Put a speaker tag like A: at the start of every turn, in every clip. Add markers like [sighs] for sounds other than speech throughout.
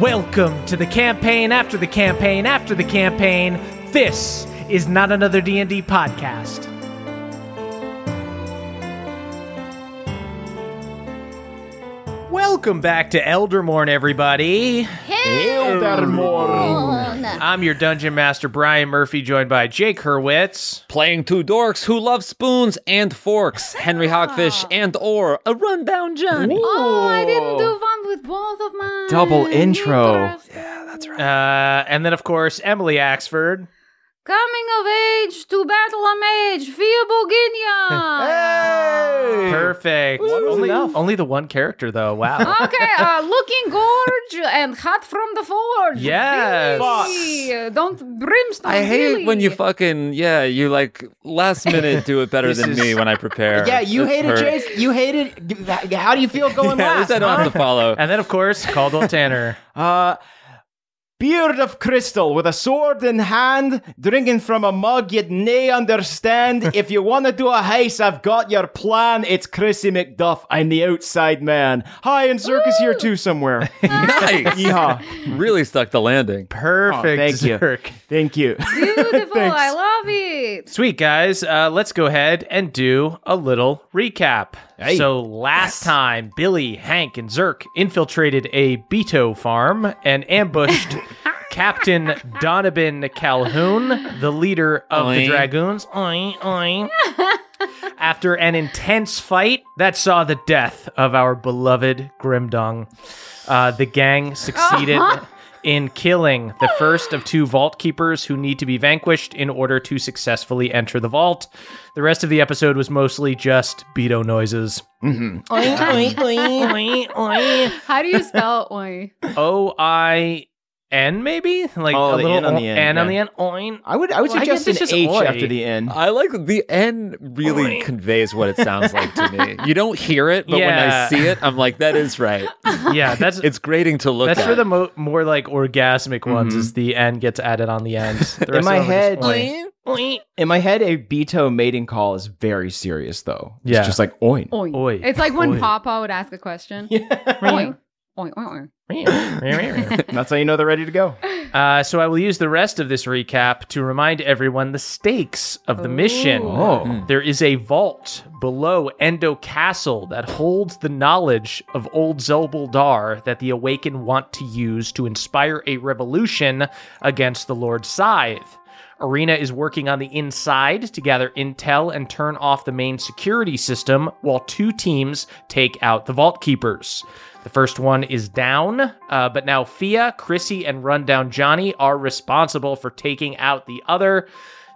A: Welcome to the campaign after the campaign after the campaign. This is not another D&D podcast. Welcome back to Eldermorn everybody. I'm your dungeon master Brian Murphy joined by Jake Hurwitz.
B: Playing two dorks who love spoons and forks,
C: Ah.
B: Henry Hogfish and Orr, a rundown Johnny.
D: Oh, I didn't do one with both of mine.
E: Double intro.
D: Interesting.
A: Uh, and then of course Emily Axford.
D: Coming of age to battle a mage via Bulginia.
A: Perfect. Only, only the one character though. Wow.
E: [laughs]
D: okay, uh, looking gorge and hot from the forge.
A: Yes.
D: Really? Don't brimstone.
B: I hate
D: really.
B: when you [laughs] fucking yeah, you like [laughs] last minute do it better than me when I prepare.
C: Yeah, you
B: This
C: hated
B: hurts.
C: Jake. You hated. How do you feel going
B: [laughs] Yeah, at
C: last?
B: least I don't have to follow.
C: [laughs]
A: And then of course Caldwell Tanner.
E: Uh, beard of crystal with a sword in hand, drinking from a mug you'd nay understand. if you want to do a heist, I've got your plan. It's Chrissy McDuff. I'm the outside man. Hi, and Zerk is here too somewhere.
B: nice.
E: Yeehaw.
B: Really stuck the landing.
A: Perfect.
E: Oh, thank you.
A: Zerk.
E: Thank you.
D: Beautiful.
E: Thanks.
D: I love it.
A: Sweet guys, uh, let's go ahead and do a little recap. So last time, Billy, Hank, and Zerk infiltrated a Beto farm and ambushed Captain Donovan Calhoun, the leader of the
B: Oink.
A: Dragoons. Oink, oink. After an intense fight that saw the death of our beloved Grimdong, uh, the gang succeeded in killing the first of two vault keepers who need to be vanquished in order to successfully enter the vault. The rest of the episode was mostly just Beto noises.
E: Mm-hmm. Um,
D: How do you spell oi?
A: O I N maybe like
E: Oh,
A: a
E: the
A: little
E: N on the
A: o-
E: end,
A: N on the
E: yeah.
A: end. Oin.
E: I would I would
A: Well, I guess
E: suggest an
A: it's just
E: H
A: oi.
E: after the N.
B: I like the N really conveys what it sounds like to me. You don't hear it, but when
A: Yeah.
B: I see it, I'm like, that is [laughs] right.
A: Yeah, that's
B: It's grating to look
A: that's
B: at.
A: for the mo- more like orgasmic ones. Is the N gets added on the
E: [laughs]
A: end. The rest of
E: Mm-hmm.
A: them are
E: my
A: just
E: head-
A: oin. Oin.
E: In my head, a Beto mating call is very serious though.
A: Yeah.
E: It's just like oin.
D: Oi.
A: Oi.
D: It's like when
A: Oi.
D: Papa would ask a question.
A: Oi.
D: Oi. Oi, oi, oi.
E: [laughs] That's how you know they're ready
A: [laughs]
E: to go.
A: Uh, so I will use the rest of this recap to remind everyone the stakes of the mission.
E: Oh.
B: Hmm.
A: There is a vault below Endo Castle that holds the knowledge of old Zelbuldar that the Awakened want to use to inspire a revolution against the Lord Scythe. Arena is working on the inside to gather intel and turn off the main security system while two teams take out the Vault Keepers. The first one is down, uh, but now Fia, Chrissy, and Rundown Johnny are responsible for taking out the other.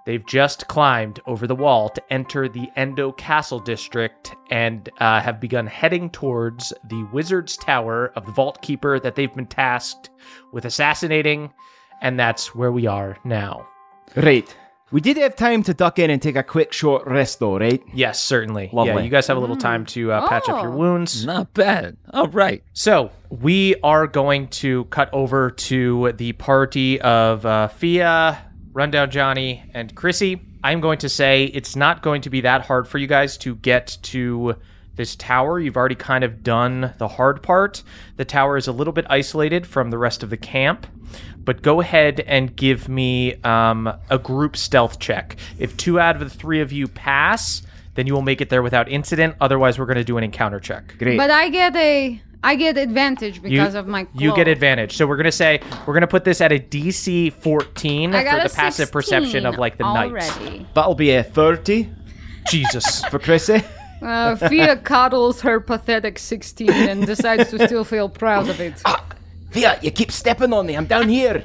A: They've just climbed over the wall to enter the Endo Castle district and uh, have begun heading towards the Wizard's Tower of the Vault Keeper that they've been tasked with assassinating. And that's where we are now.
E: Right. We did have time to duck in and take a quick short rest, though, right?
A: Yes, certainly. Yeah,
E: Lovely.
A: you guys have a little time to uh, patch up your
D: Oh.
A: wounds.
B: Not bad. All right.
A: So we are going to cut over to the party of uh, Fia, Rundown Johnny, and Chrissy. I'm going to say it's not going to be that hard for you guys to get to this tower. You've already kind of done the hard part. The tower is a little bit isolated from the rest of the camp, but go ahead and give me um, a group stealth check. If two out of the three of you pass, then you will make it there without incident. Otherwise, we're going to do an encounter check.
E: Great.
D: But I get a I get advantage because of my
A: You get
D: clothes.
A: advantage. So we're gonna say we're gonna put this at a DC 14 for
D: I got
A: the
D: a
A: passive
D: 16
A: perception of like the knights.
D: already.
E: That'll be a 30
A: [laughs] Jesus.
E: for eh? Chrissy.
D: Uh, Fia coddles her pathetic 16 and decides to still feel proud
A: [laughs]
D: of it.
E: [laughs] Via, you keep stepping on me. I'm down [laughs] here.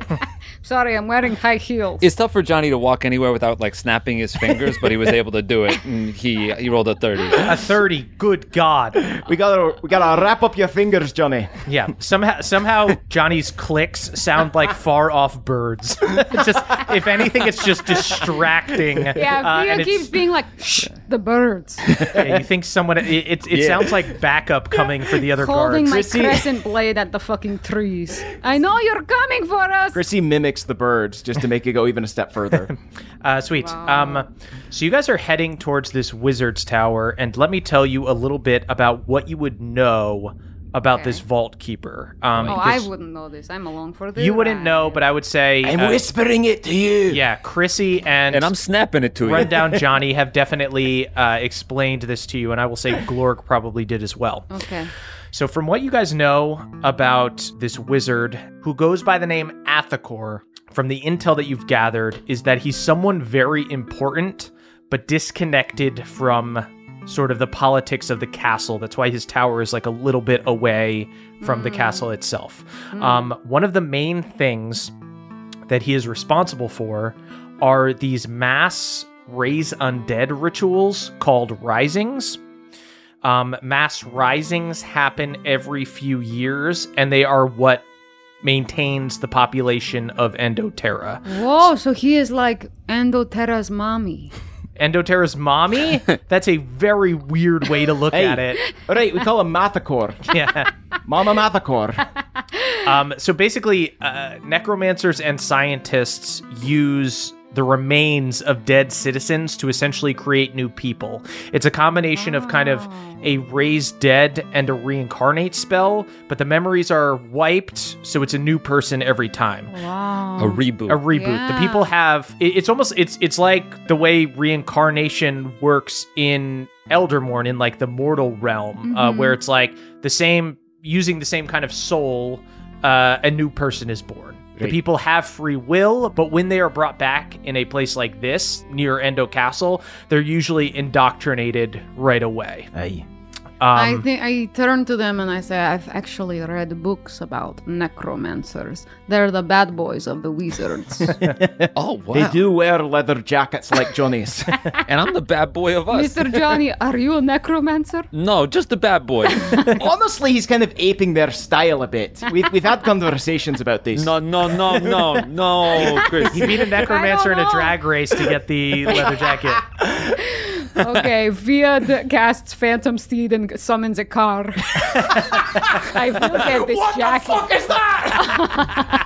D: Sorry, I'm wearing high heels.
B: It's tough for Johnny to walk anywhere without like snapping his fingers, but he was able to do it. And he he rolled a thirty.
A: A 30. Good God.
E: we gotta, we gotta wrap up your fingers, Johnny.
A: Yeah. Somehow somehow Johnny's clicks sound like far off birds. [laughs] just if anything, it's just distracting.
D: yeah,
A: uh,
D: Fia
A: and it's-
D: keeps being like,
A: [laughs]
D: Shh, [laughs] the birds.
A: yeah, you think someone it it, it sounds like backup coming for the other
D: Holding
A: guards.
D: my
E: Chrissy-
D: crescent blade at the
A: [laughs]
D: fucking trees. I know you're coming for us.
E: Chrissy mimics the birds just to make it go even a
A: [laughs]
E: step further.
A: Uh, sweet. Um, so you guys are heading towards this wizard's tower, and let me tell you a little bit about what you would know about this vault keeper. Um,
D: oh, I
A: because
D: wouldn't know this. I'm along for this.
A: You wouldn't know, but I would say, uh,
E: whispering it to you.
A: yeah, Chrissy and,
B: And I'm snapping it to you.
A: Rundown Johnny have definitely uh, explained this to you, and I will say Glorg probably did as well.
D: Okay.
A: So, from what you guys know about this wizard who goes by the name Athacor, from the intel that you've gathered, is that he's someone very important but disconnected from sort of the politics of the castle. That's why his tower is like a little bit away from the castle itself. Um, one of the main things that he is responsible for are these mass raise undead rituals called risings. Um, mass risings happen every few years, and they are what maintains the population of Endoterra.
D: Whoa, so he is like
A: [laughs]
D: Endoterra's mommy.
A: Endoterra's mommy? That's a very weird way to look at it.
E: All right, we call him Mathacor.
A: Yeah.
E: Mama Mathacor.
A: Um, so basically, uh, necromancers and scientists use the remains of dead citizens to essentially create new people. It's a combination of kind of a raise dead and a reincarnate spell, but the memories are wiped, so it's a new person every time.
B: A
D: Wow.
B: reboot.
A: A reboot. The
D: Yeah.
A: people have it- it's almost it's it's like the way reincarnation works in Eldermorn in like the mortal realm, uh,
D: Mm-hmm.
A: where it's like the same using the same kind of soul, uh, a new person is born. The
E: Right.
A: people have free will, but when they are brought back in a place like this near Endo Castle, they're usually indoctrinated right away.
E: Aye.
D: I
A: Um,
D: think I turn to them and I say, I've actually read books about necromancers. They're the bad boys of the wizards.
B: Oh
E: They
B: wow!
E: do wear leather jackets like [laughs] Johnny's.
B: And I'm the bad boy of us.
D: Mr. Johnny, are you a necromancer?
B: No, just the bad
E: [laughs]
B: boy.
E: Honestly, he's kind of aping their style a bit. We've, we've had conversations about this.
B: No, no, no, no, no, Chris.
A: he
E: [laughs]
A: beat a necromancer in a
D: know.
A: drag race to get the
D: [laughs]
A: leather jacket.
D: Okay, Via d- casts Phantom Steed and summons a car. [laughs] I will get this jacket. What the fuck is that?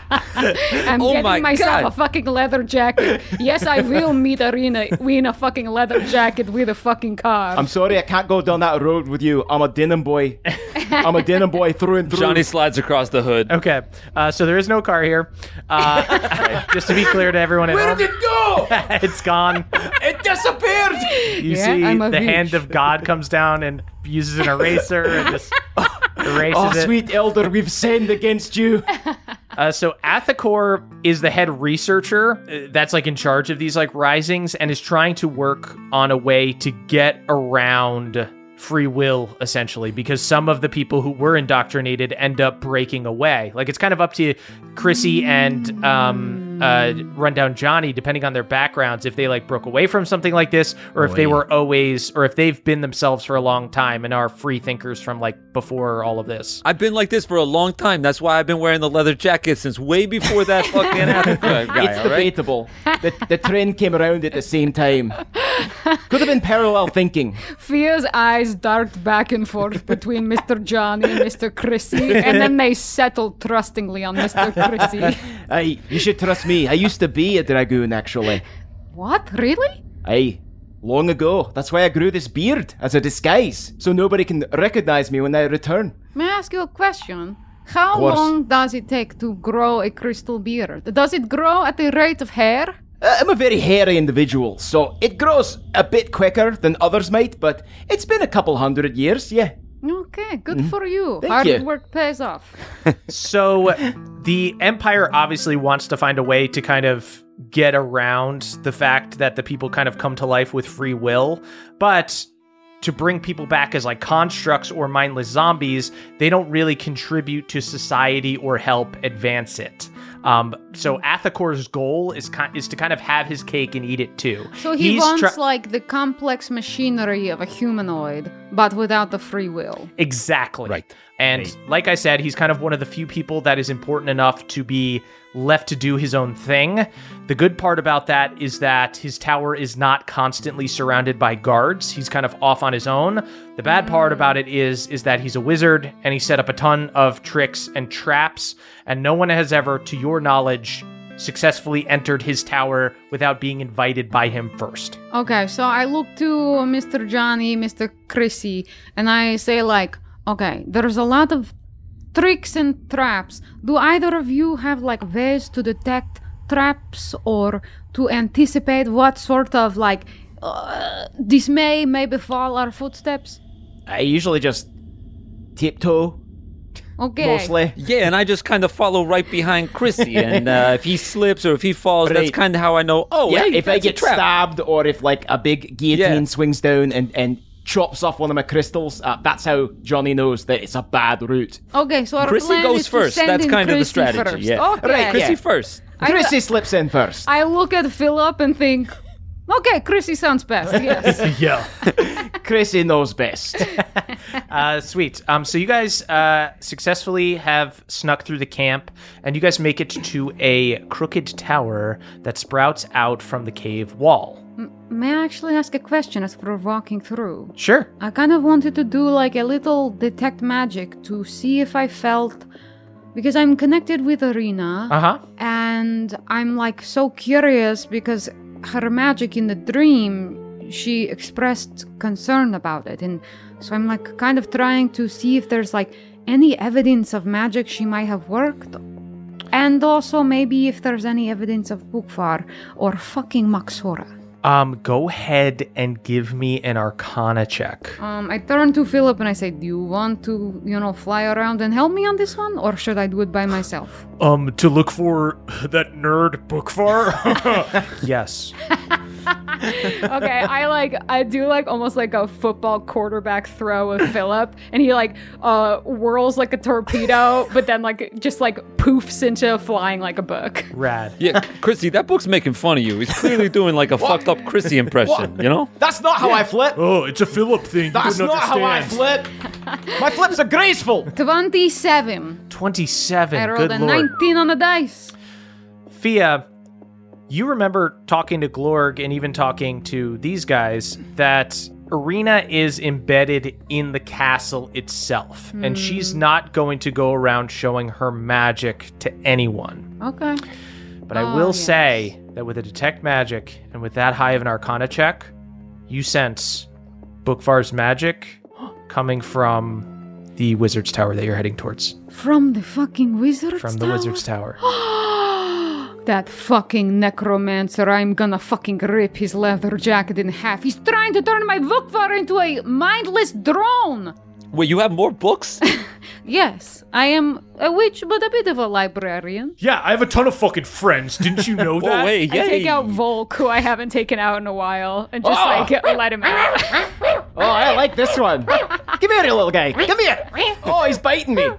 D: I'm
B: Oh
D: getting
B: my
D: myself
B: God.
D: a fucking leather jacket. Yes, I will meet Arena in a fucking leather jacket with a fucking car.
E: I'm sorry, I can't go down that road with you. I'm a denim boy. I'm a denim boy through and through.
B: Johnny slides across the hood.
A: Okay, uh, so there is no car here. Uh, [laughs] just to be clear to everyone at home,
E: it go?
A: [laughs] it's gone.
E: It disappeared.
A: You
D: Yeah,
A: see,
D: I'm a
A: the
D: beach.
A: hand of God comes down and uses an eraser and
D: [laughs]
A: just erases
E: [laughs] Oh,
A: it.
E: sweet elder, we've sinned against you.
A: Uh, so Athacor is the head researcher uh, that's like in charge of these like risings and is trying to work on a way to get around free will essentially because some of the people who were indoctrinated end up breaking away. Like it's kind of up to Chrissy and um uh, Rundown Johnny, depending on their backgrounds, if they like broke away from something like this, or if they were always, or if they've been themselves for a long time and are free thinkers from like before all of this.
B: I've been like this for a long time. That's why I've been wearing the leather jacket since way before
E: [laughs]
B: that fucking Africa guy.
E: it's
B: all right?
E: debatable. the, the trend came around at the same time. Could have been parallel
B: [laughs]
E: thinking.
D: Fia's eyes dart back and forth between Mr. Johnny and Mr. Chrissy, and then they settle trustingly on Mr.
E: [laughs]
D: Chrissy.
E: Aye, you should trust me. I used to be a dragoon, actually.
D: what? Really?
E: Aye, long ago. That's why I grew this beard as a disguise, so nobody can recognize me when I return.
D: May I ask you a question? How
E: course.
D: long does it take to grow a crystal beard? Does it grow at the rate of hair?
E: Uh, I'm a very hairy individual, so it grows a bit quicker than others might, but it's been a couple hundred years, yeah.
D: Okay, good for you.
E: Mm-hmm. Thank
D: Hard
E: you.
D: work pays off.
A: So the Empire obviously wants to find a way to kind of get around the fact that the people kind of come to life with free will, but to bring people back as like constructs or mindless zombies, they don't really contribute to society or help advance it. Um, so Athacor's goal is ki- is to kind of have his cake and eat it too.
D: So he
A: He's
D: wants
A: try-
D: like the complex machinery of a humanoid, but without the free will.
A: Exactly.
B: Right.
A: And like I said, he's kind of one of the few people that is important enough to be left to do his own thing. The good part about that is that his tower is not constantly surrounded by guards. He's kind of off on his own. The bad part about it is is that he's a wizard and he set up a ton of tricks and traps and no one has ever to your knowledge successfully entered his tower without being invited by him
B: [laughs]
A: first.
D: Okay, so I look to Mr. Johnny, Mr. Chrissy, and I say like, okay, there's a lot of tricks and traps. Do either of you have like ways to detect traps or to anticipate what sort of like uh, dismay may befall our footsteps?
E: I usually just tiptoe
D: Okay.
E: mostly.
B: Yeah, and I just kind of follow right behind Chrissy, and uh, if he slips or if he falls, that's
E: Right.
B: kind of how I know. Oh,
E: Yeah,
B: hey,
E: if I
B: that's a
E: get
B: trap.
E: stabbed or if like a big guillotine
B: Yeah.
E: swings down and, and chops off one of my crystals, uh, that's how Johnny knows that it's a bad route.
D: Okay, so our
B: Chrissy
D: plan
B: goes
D: is to
B: first.
D: send
B: That's
D: in
B: kind of the
D: Chrissy
B: strategy,
D: First.
B: yeah.
D: Okay.
E: Right,
B: Chrissy
E: Yeah.
B: first.
D: I-
E: Chrissy slips in first.
D: I look at Philip and think, okay, Chrissy sounds best.
B: [laughs]
D: Yes.
A: Yeah.
E: Chrissy
D: [laughs]
E: knows best.
A: Uh, sweet. Um, so you guys uh, successfully have snuck through the camp, and you guys make it to a crooked tower that sprouts out from the cave wall.
D: May I actually ask a question as we're walking through?
A: Sure.
D: I kind of wanted to do like a little detect magic to see if I felt. Because I'm connected with Arena,
A: Uh huh.
D: and I'm like so curious because her magic in the dream, she expressed concern about it. And so I'm like kind of trying to see if there's like any evidence of magic she might have worked. And also maybe if there's any evidence of Bukvar or fucking Maxora.
A: Um, go ahead and give me an Arcana check.
D: Um, I turn to Philip and I say, Do you want to, you know, fly around and help me on this one? Or should I do it by myself?
A: Um, to look for that nerd Bookfar. [laughs] yes.
D: [laughs] okay, I like I do like almost like a football quarterback throw [laughs] of Philip, and he like uh whirls like a torpedo, but then like just like poofs into flying like a book.
A: Rad.
B: Yeah, Chrissy, that book's making fun of you. He's [laughs] clearly doing like a fucked up Chrissy impression, you know?
E: That's not how I flip.
A: Oh, it's a Philip thing.
E: That's not how I flip. My flips are graceful.
D: Twenty-seven.
A: Twenty-seven.
D: I rolled
A: Good
D: a
A: lord.
D: nineteen on the dice.
A: Fia, you remember talking to Glorg and even talking to these guys that Arena is embedded in the castle itself, and
B: Hmm.
A: she's not going to go around showing her magic to anyone.
D: Okay.
A: But I
B: Ah,
D: Oh,
A: will
D: yes.
A: say that with a detect magic and with that high of an arcana check, you sense Bookvar's magic coming from the wizard's tower that you're heading towards.
D: From the fucking wizard's
A: From the
D: tower?
A: wizard's tower.
D: That fucking necromancer, I'm gonna fucking rip his leather jacket in half. He's trying to turn my Vukvar into a mindless drone!
B: Wait, you have more [laughs] books?
D: Yes, I am a witch, but a bit of a librarian.
A: [gasps] Yeah, I have a ton of fucking friends. Didn't
B: [laughs]
A: you know
B: Oh, wait,
D: I
B: yay.
A: Ah!
D: [laughs] take out Volk, who I haven't taken out in a while, and just like let him out.
E: Oh, I like this one. Come here, you little guy. Come here. Oh, he's biting me.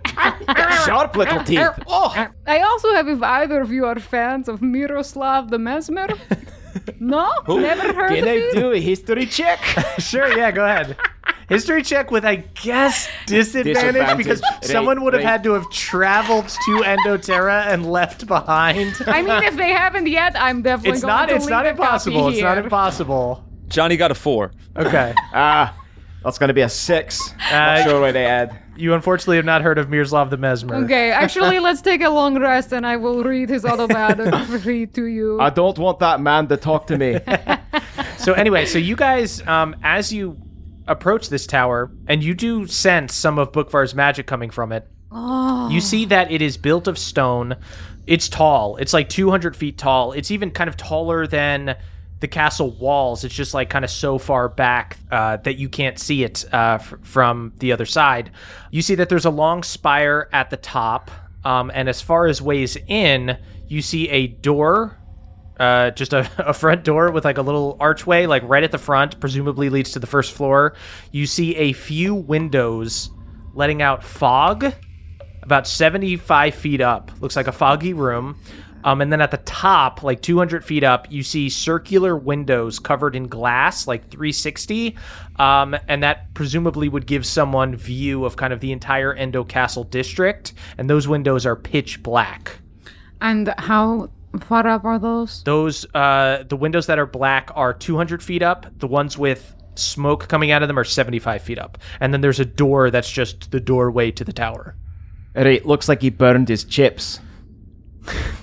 E: Sharp little teeth. Oh,
D: I also have, if either of you are fans of Miroslav
A: [laughs]
D: the Mesmer. no? Never heard
E: can
D: of
E: I
D: it?
E: do a history [laughs] check?
A: Sure, yeah, go ahead. History check with, I guess, disadvantage because
E: Disadvantage.
A: someone
E: Right,
A: would have
E: right.
A: had to have traveled to Endoterra and left behind.
D: [laughs] I mean, if they haven't yet, I'm
A: [laughs]
D: definitely
A: It's
D: going
A: not.
D: to
A: It's
D: leave
A: not
D: a copy
A: impossible. It's not
D: here.
A: impossible.
B: Johnny got a [laughs] four.
A: Okay.
E: Ah, that's gonna be a six. Not
A: Uh,
E: sure what they add.
A: You unfortunately have not heard of Mirslav the Mesmer.
D: Okay, actually, let's take a long rest and I will read his autobiography to you.
E: I don't want that man to talk to me.
A: So anyway, so you guys, um, as you approach this tower, and you do sense some of Bookvar's magic coming from it. You see that it is built of stone. It's tall. It's like 200 feet tall. It's even kind of taller than the castle walls. It's just like kind of so far back uh, that you can't see it uh, f- from the other side. You see that there's a long spire at the top. Um, and as far as ways in, you see a door uh, just a, [laughs] a front door with like a little archway, like right at the front, presumably leads to the first floor. You see a few windows letting out fog about 75 feet up. Looks like a foggy room. Um, and then at the top, like 200 feet up, you see circular windows covered in glass, like 360. Um, and that presumably would give someone view of kind of the entire Endo Castle district. And those windows are pitch black
D: And how far up are those?
A: those uh the windows that are black are 200 feet up the ones with smoke coming out of them are 75 feet up and then there's a door that's just the doorway to the tower
E: Right, looks like he burned his chips.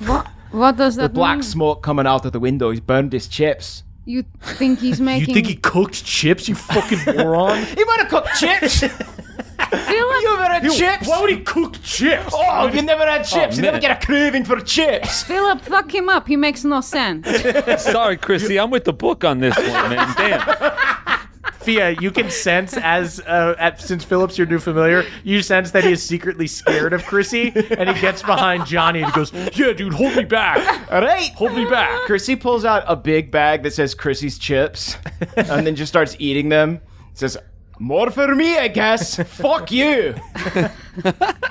D: What, what does that
E: Black
D: mean?
E: smoke coming out of the window. He's burned his chips.
D: You think he's making.
A: cooked chips you
E: [laughs]
A: fucking moron
E: He would have cooked [laughs] chips. you [laughs]
D: Philip,
E: ever had chips?
A: would he cook chips
E: Oh, you never had chips. you never
B: man.
E: get a craving for [laughs] chips.
D: Philip, fuck him up. He makes no sense.
B: Sorry, Chrissy, I'm with the book on this one, [laughs] man. Damn.
A: fia you can sense as uh at, since phillips your new familiar you sense that he is secretly scared of chrissy and he gets behind johnny and goes yeah dude hold me back
E: All right.
A: hold me back
E: [laughs] Chrissy pulls out a big bag that says Chrissy's chips and then just starts eating them. Says, More for me, I guess.
A: [laughs]
E: Fuck you.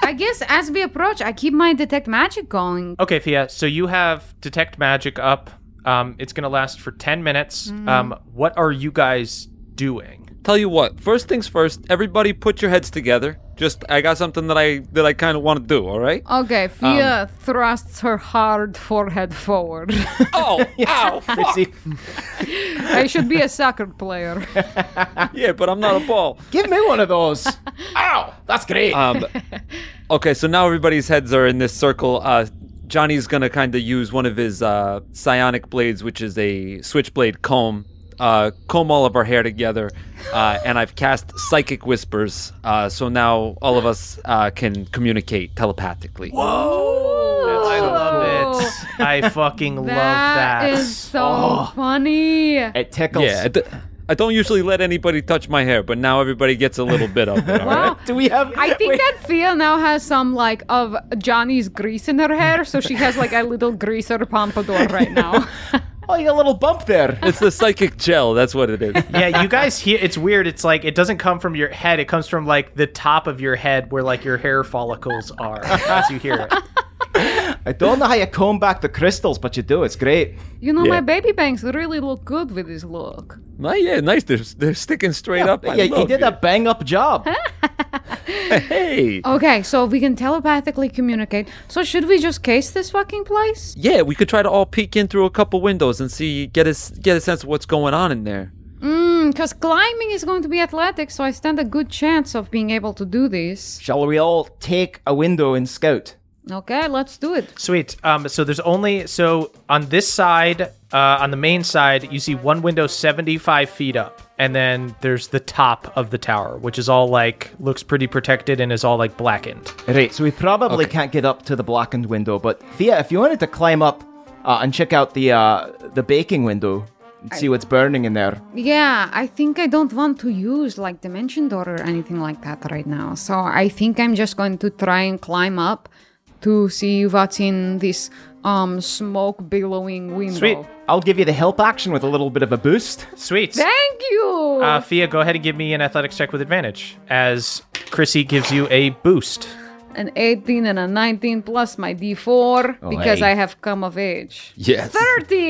D: I guess as we approach, I keep my detect magic going.
A: Okay, Thea. So you have detect magic up. Um, it's gonna last for ten minutes. Um, what are you guys doing?
B: Tell you what, first things first, everybody put your heads together. Just I got something that I that I kinda wanna do, [laughs] alright?
D: Okay, Fia thrusts her hard forehead forward.
B: Oh, ow, fuck.
E: See,
D: I should be a soccer player.
B: [laughs] Yeah, but I'm not a ball.
E: give me one of
A: [laughs]
E: those. Ow, that's great.
A: Uh,
B: Um, okay, so now everybody's heads are in this circle. Uh, Johnny's gonna kind of use one of his uh, psionic blades, which is a switchblade comb, uh, comb all of our hair together, uh, and I've cast psychic whispers. Uh, so now all of us uh, can communicate telepathically.
A: Oh, I love it. [laughs] I fucking love that.
D: is so funny.
E: it tickles.
B: Yeah,
E: [laughs]
B: I d- I don't usually let anybody touch my hair, but now everybody gets a little bit of
E: [laughs]
B: it. all right?
D: Wow.
E: Do we have.
D: Oh.
E: [laughs]
D: I think
E: wait,
D: that Fia now has some like of Johnny's grease in her hair, so she has like a little greaser pompadour right now.
E: Oh, you got a little
D: [laughs]
E: bump there.
B: It's the psychic gel. That's what
E: [laughs]
B: it is.
A: yeah, you guys hear it's weird. It's like it doesn't come from your head. It comes from like the top of your head where like your hair follicles are as you hear it.
E: I don't know how you comb back the crystals, but you do. It's great.
D: you know, my
B: Yeah.
D: baby bangs really look good with this look.
B: Oh, yeah, nice. They're, they're sticking straight up. I
E: Yeah, he
B: love
E: did a
B: it.
E: bang up job.
B: Hey.
D: Okay, so we can telepathically communicate. So should we just case this fucking place?
B: Yeah, we could try to all peek in through a couple windows and see get a get a sense of what's going on in there.
D: Because Mm, climbing is going to be athletic, so I stand a good chance of being able to do this.
E: Shall we all take a window and scout?
D: Okay, let's do it.
A: Sweet. Um, so there's only so on this side, uh, on the main side, you see one window 75 feet up, and then there's the top of the tower, which is all like looks pretty protected and is all like blackened.
E: Right, so we probably can't get up to the blackened window, but Thea, if you wanted to climb up uh, and check out the uh, the baking window and see what's burning in there,
D: Yeah, I think I don't want to use like Dimension Door or anything like that right now. So I think I'm just going to try and climb up to see what's in this um smoke billowing window.
A: Sweet.
E: I'll give you the help action with a little bit of a boost.
A: Sweet.
D: Thank you.
A: Uh, Fia, go ahead and give me an athletics check with advantage as Chrissy gives you a boost.
D: an 18 and a 19 plus my D4 because
E: hey.
D: I have come of age.
B: Yes.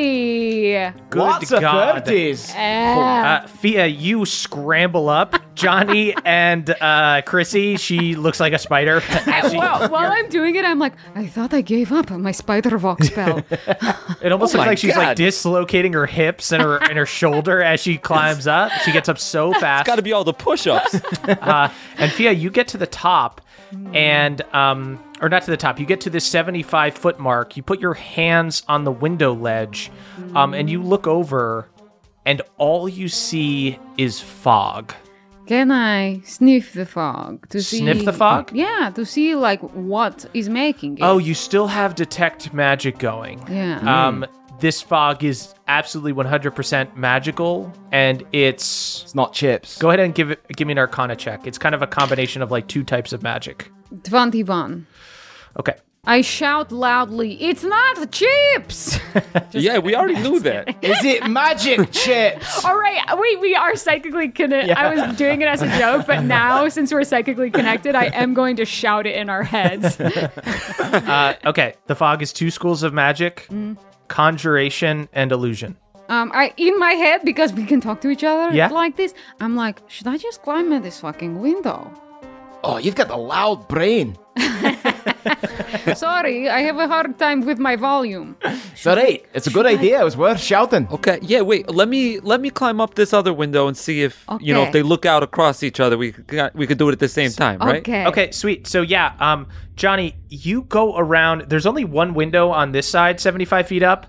D: 30.
A: Good
E: Lots
A: God.
E: of 30s.
D: Ah.
A: Uh, Fia, you scramble up. Johnny and uh, Chrissy, she looks like a spider. As she-
D: Well, while I'm doing it, I'm like, I thought I gave up on my spider vox spell.
A: it almost
B: Oh
A: looks
B: my
A: like she's like
B: God.
A: dislocating her hips and her and
B: [laughs]
A: her shoulder as she climbs up. She gets up so fast.
B: Got to be all the [laughs] push-ups.
A: uh, and Fia, you get to the top, and um, or not to the top. You get to this seventy-five foot mark. You put your hands on the window ledge, um, and you look over, and all you see is fog.
D: Can I sniff the fog to see?
A: Sniff the fog?
D: Yeah, to see like what is making it.
A: Oh, you still have detect magic going.
D: yeah.
A: Um,
B: Hmm.
A: this fog is absolutely one hundred percent magical, and it's.
E: It's not chips.
A: Go ahead and give it, give me an Arcana check. It's kind of a combination of like two types of magic.
D: 21.
A: Okay.
D: I shout loudly, it's
A: [laughs]
D: not chips!
B: yeah, we [laughs] already knew that.
E: Is it [laughs] magic chips?
F: All right, wait, we are psychically connected. I was doing it as a joke, but now since we're psychically connected, I am going to shout it in our
A: [laughs]
F: heads.
A: Uh, okay. The fog is two schools of magic: conjuration and illusion.
D: Um, I in my head because we can talk to each other
A: Yeah.
D: like this. I'm like, should I just climb at this fucking
A: [laughs]
D: window?
E: Oh, you've got a loud brain.
D: Sorry, I have a hard time with my volume.
E: It's all right. It's a good idea. It was worth shouting.
B: Okay. Yeah. Wait. Let me let me climb up this other window and see if you know if
D: Okay.
B: they look out across each other. We could- we could do it at the same time, right?
D: Okay.
A: Okay, sweet. So yeah, um, Johnny, you go around. There's only one window on this side, 75 feet up,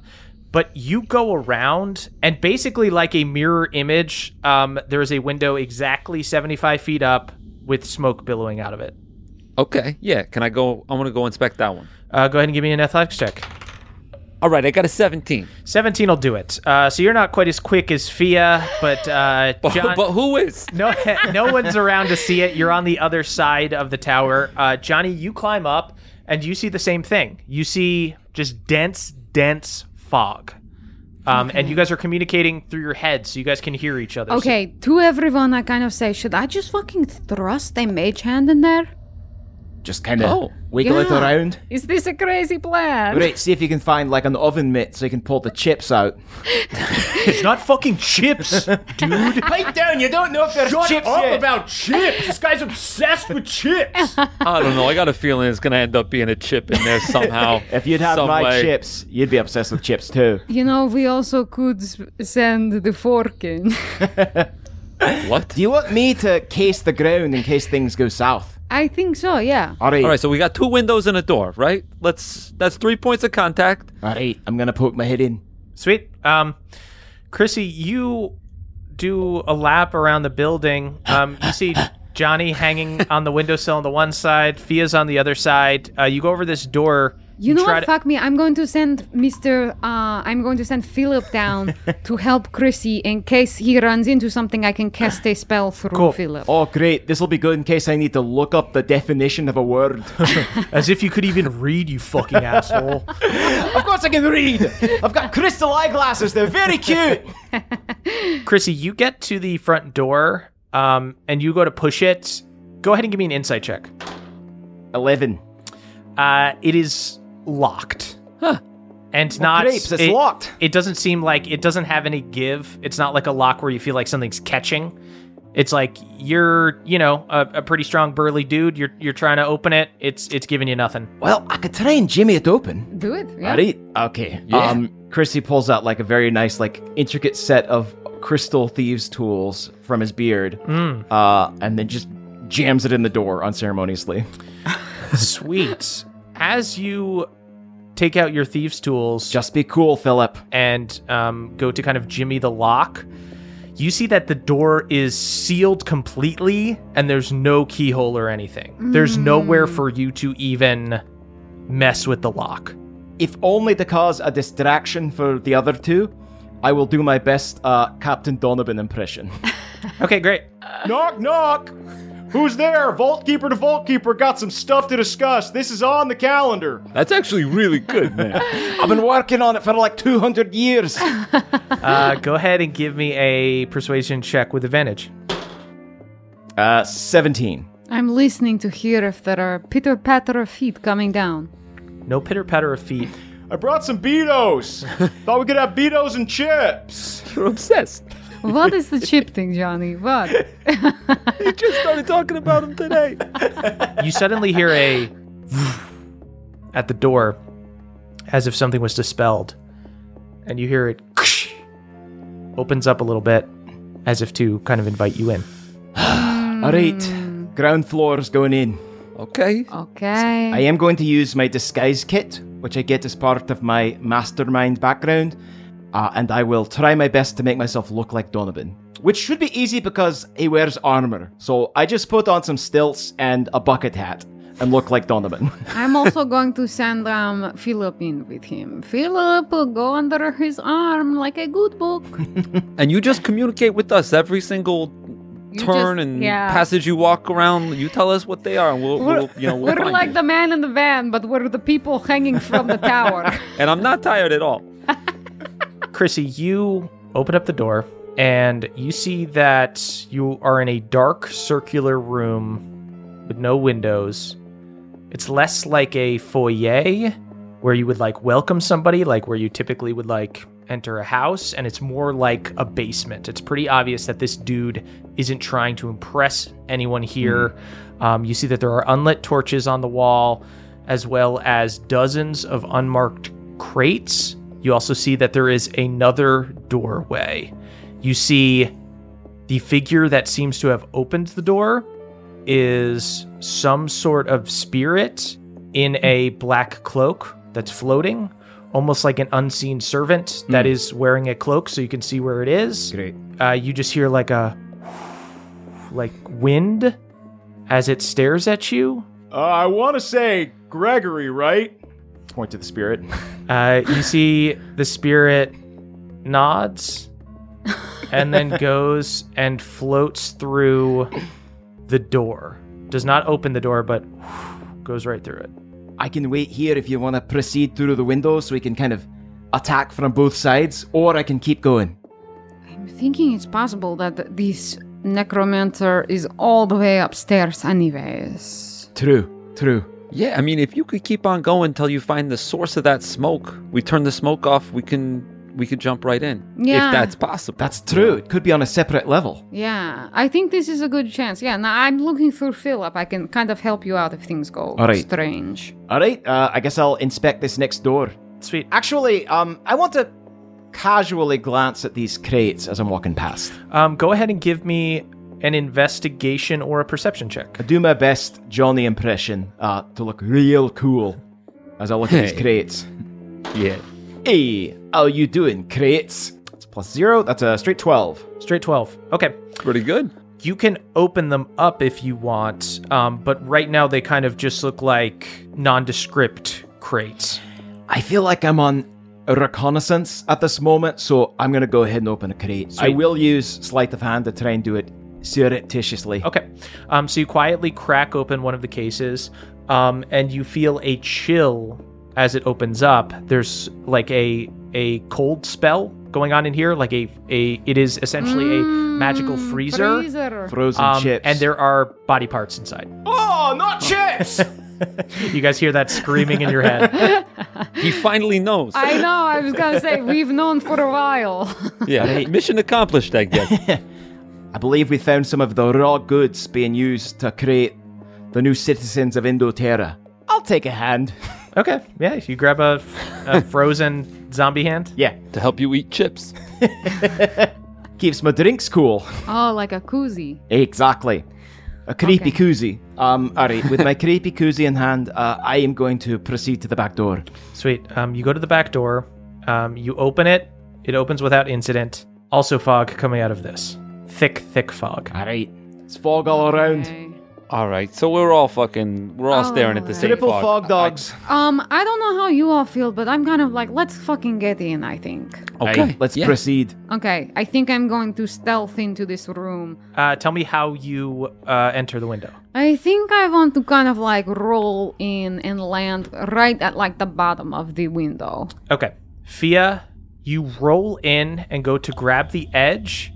A: but you go around and basically like a mirror image. Um, there is a window exactly 75 feet up with smoke billowing out of it.
B: Okay. Yeah. Can I go? I want to go inspect that one.
A: Uh, go ahead and give me an athletics check.
B: All right. I got a seventeen.
A: 17 will do it. Uh, so you're not quite as quick as Fia, but uh,
B: [laughs] But,
A: John-
B: but who is?
A: No, [laughs] no one's around to see it. You're on the other side of the tower. Uh, Johnny, you climb up and you see the same thing. You see just dense, dense fog. Um, And you guys are communicating through your heads, so you guys can hear each other.
D: Okay, to everyone, I kind of say, should I just fucking thrust a mage hand in there?
E: Just kind of
B: Oh.
E: wiggle it
D: Yeah.
E: around.
D: Is this a crazy plan?
E: Right, see if you can find like an oven mitt so you can pull the chips out.
A: It's not fucking chips, [laughs] dude.
E: Pipe down, you don't know if there's chips yet.
A: about chips. This guy's obsessed with chips.
B: I don't know. I got a feeling it's gonna end up being a chip in [laughs] there somehow.
E: if you'd had
B: some
E: my
B: way.
E: chips, you'd be obsessed with chips too.
D: You know, we also could s- send the fork in.
B: What?
E: Do you want me to case the ground in case things go south?
D: [laughs] I think so, yeah.
E: All right,
B: All right. So we got two windows and a door, right? Let's. That's three points of contact.
E: all right. I'm gonna poke my head in.
A: Sweet. Um, Chrissy, you do a lap around the building. Um, you [laughs] see Johnny hanging on the windowsill on the one side, Fia's on the other side. Uh, you go over this door.
D: You know
A: try
D: what?
A: to-
D: Fuck me. I'm going to send Mr. Uh, I'm going to send Philip
E: [laughs]
D: down to help Chrissy in case he runs into something. I can cast a spell through
A: Cool.
D: Philip.
E: Oh, great. This will be good in case I need to look up the definition of
B: [laughs]
E: a word.
A: As if you could even read, you fucking [laughs] asshole.
E: of course, I can read. I've got crystal eyeglasses. They're
B: [laughs]
E: very cute.
A: Chrissy, you get to the front door um, and you go to push it. Go ahead and give me an insight check.
E: Eleven.
A: Uh, it is locked. And not
E: Grapes. It's
A: it-
E: locked.
A: it doesn't seem like it doesn't have any give. It's not like a lock where you feel like something's catching. It's like you're, you know, a, a pretty strong burly dude. You're you're trying to open it. It's it's giving you nothing.
E: [laughs] Well, I could try and jimmy it open.
D: Do it. Yeah.
E: All right. Okay. Um, Chrissy pulls out like a very nice, like intricate set of crystal thieves tools from his beard, uh, and then just jams it in the door unceremoniously.
A: Sweet. As you take out your thieves' tools
E: Just be cool, Philip.
A: and um, go to kind of jimmy the lock, you see that the door is sealed completely and there's no keyhole or anything. There's nowhere for you to even mess with the lock.
E: If only to cause a distraction for the other two, I will do my best uh, Captain Donovan impression. [laughs]
A: Okay, great.
E: knock, knock. Who's there? Vault Keeper to Vault Keeper. Got some stuff to discuss. This is on the calendar.
B: That's actually really good, [laughs] man.
E: I've been working on it for like 200 years.
A: Uh, go ahead and give me a persuasion check with advantage.
E: Uh, 17.
D: I'm listening to hear if there are pitter patter of feet coming down.
A: No pitter patter of feet.
E: I brought some [laughs] Beatos. Thought we could have Beatos and chips.
B: You're obsessed.
D: What is
E: [laughs]
D: the chip thing, Johnny? What?
B: You just started talking about him today.
A: You suddenly hear a [laughs] at the door, as if something was dispelled, and you hear it [laughs] opens up a little bit, as if to kind of invite you in.
E: Hmm. All right, ground floor's going in.
B: Okay.
D: Okay.
E: I am going to use my disguise kit, which I get as part of my mastermind background, uh, and I will try my best to make myself look like Donovan. Which should be easy because he wears armor. So I just put on some stilts and a bucket hat and look like Donovan. [laughs]
D: I'm also going to send um, Philip in with him. Philip will go under his arm like a good
B: [laughs]
D: book.
B: And you just communicate with us every single
D: You
B: turn
D: just-
B: and
D: yeah.
B: passage you walk around. You tell us what they are, and we'll, we'll you know we'll
D: We're
B: find
D: like
B: you.
D: the man in the van, but we're the people hanging from the
B: [laughs]
D: tower.
B: And I'm not tired at all.
A: Chrissy, you open up the door and you see that you are in a dark circular room with no windows. It's less like a foyer where you would like welcome somebody, like where you typically would like enter a house, and it's more like a basement. It's pretty obvious that this dude isn't trying to impress anyone here. Um, you see that there are unlit torches on the wall, as well as dozens of unmarked crates. You also see that there is another doorway. You see the figure that seems to have opened the door is some sort of spirit in a black cloak that's floating, almost like an unseen servant that is wearing a cloak so you can see where it is.
E: Great.
A: Uh, you just hear like a like wind as it stares at you.
E: Uh, I want to say Gregory, right? Point to the spirit. [laughs]
A: Uh, you see the spirit nods and then goes and floats through the door. Does not open the door, but goes right through it.
E: I can wait here if you want to proceed through the window so we can kind of attack from both sides, or I can keep going.
D: I'm thinking it's possible that this necromancer is all the way upstairs, anyways.
E: True, true.
B: Yeah, I mean, if you could keep on going till you find the source of that smoke, we turn the smoke off. We can we could jump right in
D: Yeah.
B: if that's possible.
E: That's true. It could be on a separate level.
D: Yeah, I think this is a good chance. Yeah, now I'm looking for Philip. I can kind of help you out if things go
E: All right.
D: strange.
E: All right, uh, I guess I'll inspect this next door.
A: Sweet.
E: Actually, um, I want to casually glance at these crates as I'm walking past.
A: Um, go ahead and give me an investigation or a perception check.
E: I do my best Johnny impression uh, to look real cool as I look at these
B: Hey.
E: crates.
B: yeah.
E: Hey, how you doing, crates? That's plus zero. That's a straight twelve.
A: Straight 12. Okay.
B: Pretty good.
A: You can open them up if you want, um, but right now they kind of just look like nondescript crates.
E: I feel like I'm on a reconnaissance at this moment, so I'm gonna go ahead and open a crate. I
A: Sweet.
E: will use sleight of hand to try and do it surreptitiously.
A: Okay. Um, so you quietly crack open one of the cases, um, and you feel a chill as it opens up. There's like a a cold spell going on in here, like a a it is essentially a magical
D: Mm,
A: freezer.
D: freezer.
E: Frozen
A: Um,
E: chips.
A: and there are body parts inside.
E: oh, not chips.
A: You guys hear that screaming in your head.
B: He finally knows.
D: I know, I was gonna say, we've known for a while. [laughs]
B: yeah. Mission accomplished, I
E: [laughs]
B: guess.
E: [laughs] I believe we found some of the raw goods being used to create the new citizens of Indoterra. I'll take a hand. [laughs]
A: Okay, yeah, you grab a, a frozen zombie hand.
E: Yeah,
B: to help you eat chips.
E: keeps my drinks cool. [laughs]
D: oh, like a koozie.
E: Exactly. A creepy
D: Okay.
E: koozie. Um, all right, with my [laughs] creepy koozie in hand, uh, I am going to proceed to the back door.
A: Sweet. Um, you go to the back door. Um, you open it. It opens without incident. Also, fog coming out of this thick, thick fog.
E: All right, it's fog all around.
D: Okay.
B: All right, so we're all fucking, we're all staring at the same
E: Triple
B: fog.
E: fog dogs.
D: Um, I don't know how you all feel, but I'm kind of like, let's fucking get in, I think.
B: I- okay,
E: Let's
B: yeah.
E: proceed.
D: Okay, I think I'm going to stealth into this room.
A: Uh, tell me how you uh, enter the window.
D: I think I want to kind of like roll in and land right at like the bottom of the window.
A: Okay. Fia, you roll in and go to grab the edge.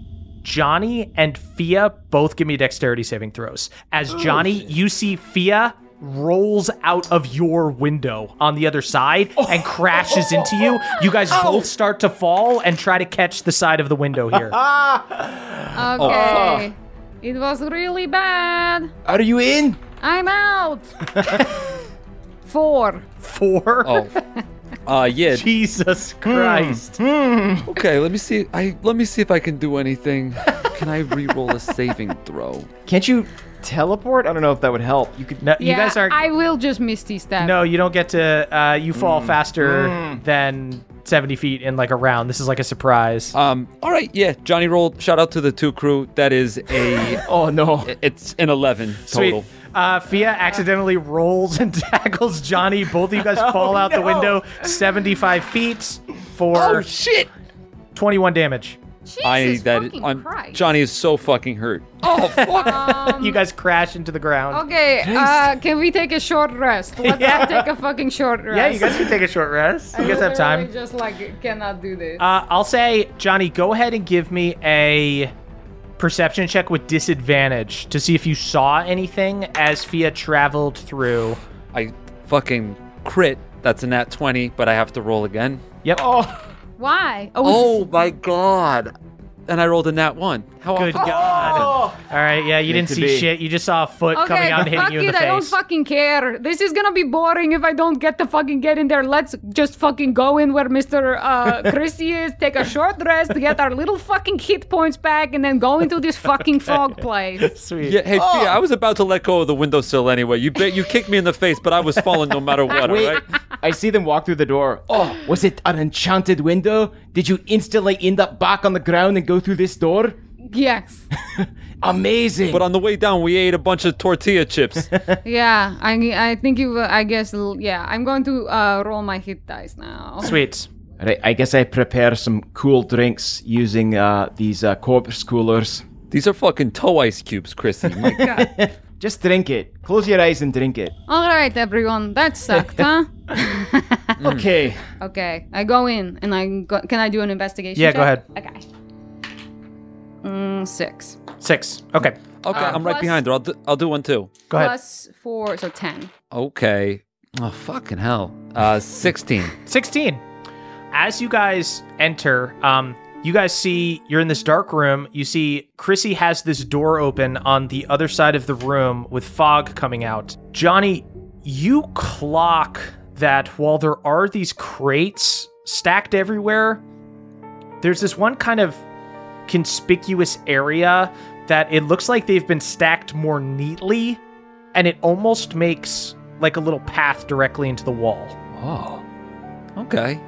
A: Johnny and Fia both give me dexterity saving throws. As Johnny, you see Fia rolls out of your window on the other side and crashes into you. You guys both start to fall and try to catch the side of the window here.
D: Okay. It was really bad.
E: Are you in?
D: I'm out. Four.
A: Four?
B: Oh, uh, yeah.
A: Jesus Christ.
B: Okay, let me see. I let me see if I can do anything. Can I re-roll a saving throw?
E: Can't you teleport? I don't know if that would help. You could.
A: No, you
D: Yeah,
A: guys aren't.
D: I will just misty step.
A: No, you don't get to. Uh, you fall faster than 70 feet in like a round. This is like a surprise.
B: Um, all right, yeah. Johnny rolled. Shout out to the two crew. That is a. [laughs]
E: Oh no.
B: It's an eleven total.
A: Sweet. Uh, Fia accidentally rolls and [laughs] tackles Johnny. Both of you guys fall out the window 75 feet for
B: Oh,
A: 21 damage. [laughs]
D: Jesus
B: I that
D: fucking
B: on
D: Christ.
B: Johnny is so fucking hurt. Oh fuck!
D: Um,
A: You guys crash into the ground.
D: Okay, uh, can we take a short rest?
A: [laughs]
D: Let's
A: Yeah.
D: all take a fucking short rest.
A: Yeah, you guys can take a short rest. You guys have
D: I
A: time.
D: literally just like cannot do this.
A: Uh, I'll say, Johnny, go ahead and give me a perception check with disadvantage to see if you saw anything as Fia traveled through.
B: [laughs] I fucking crit. That's a nat twenty, but I have to roll again.
A: Yep.
D: Why?
B: Oh my god! And I rolled a nat one. How
A: Good
B: often?
A: God. All right, yeah, you didn't
E: to
A: see
E: be.
A: shit. You just saw a foot
D: Oh, Okay,
A: coming out and hitting
D: fuck
A: you in
D: it,
A: the
D: I don't
A: face.
D: fucking care. This is gonna be boring if I don't get to fucking get in there. Let's just fucking go in where Mr.
A: [laughs]
D: Uh, Chrissy is, take a short rest, get our little fucking hit points back, and then go into
A: [laughs]
D: this fucking fog place.
A: Sweet.
B: Yeah, hey, Fia, I was about to let go of the windowsill anyway. You bit, you kicked me in the face, but I was falling no matter what, all right?
E: I see them walk through the door. Oh, was it an enchanted window? Did you instantly end up back on the ground and go through this door?
D: Yes.
E: Amazing.
B: But on the way down, we ate a bunch of tortilla chips.
D: Yeah, I I think you. will- I guess l- yeah. I'm going to uh, roll my hit dice now.
A: [laughs] Sweet.
E: Right, I guess I prepare some cool drinks using uh, these uh, corpse coolers.
B: These are fucking toe ice cubes, Chrissy. My God.
E: Just drink it. Close your eyes and drink it.
D: All right, everyone, that
A: [laughs]
D: sucked, huh? Hmm.
E: Okay.
D: Okay, I go in and I go, can I do an investigation?
A: Yeah, go
D: check? Okay. Mm, six.
A: Six. Okay.
B: Okay, I'm right
D: plus-
B: behind her. I'll do, I'll do one too.
A: Go ahead.
D: Plus four, so ten.
B: Okay. Oh, fucking hell. Uh, 16.
A: 16. As you guys enter, um, you guys see you're in this dark room. You see Chrissy has this door open on the other side of the room with fog coming out. Johnny, you clock that while there are these crates stacked everywhere, there's this one kind of conspicuous area that it looks like they've been stacked more neatly and it almost makes like a little path directly into the wall.
B: Oh. Okay.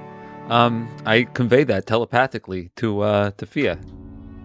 B: Um, I convey that telepathically to uh to Fia.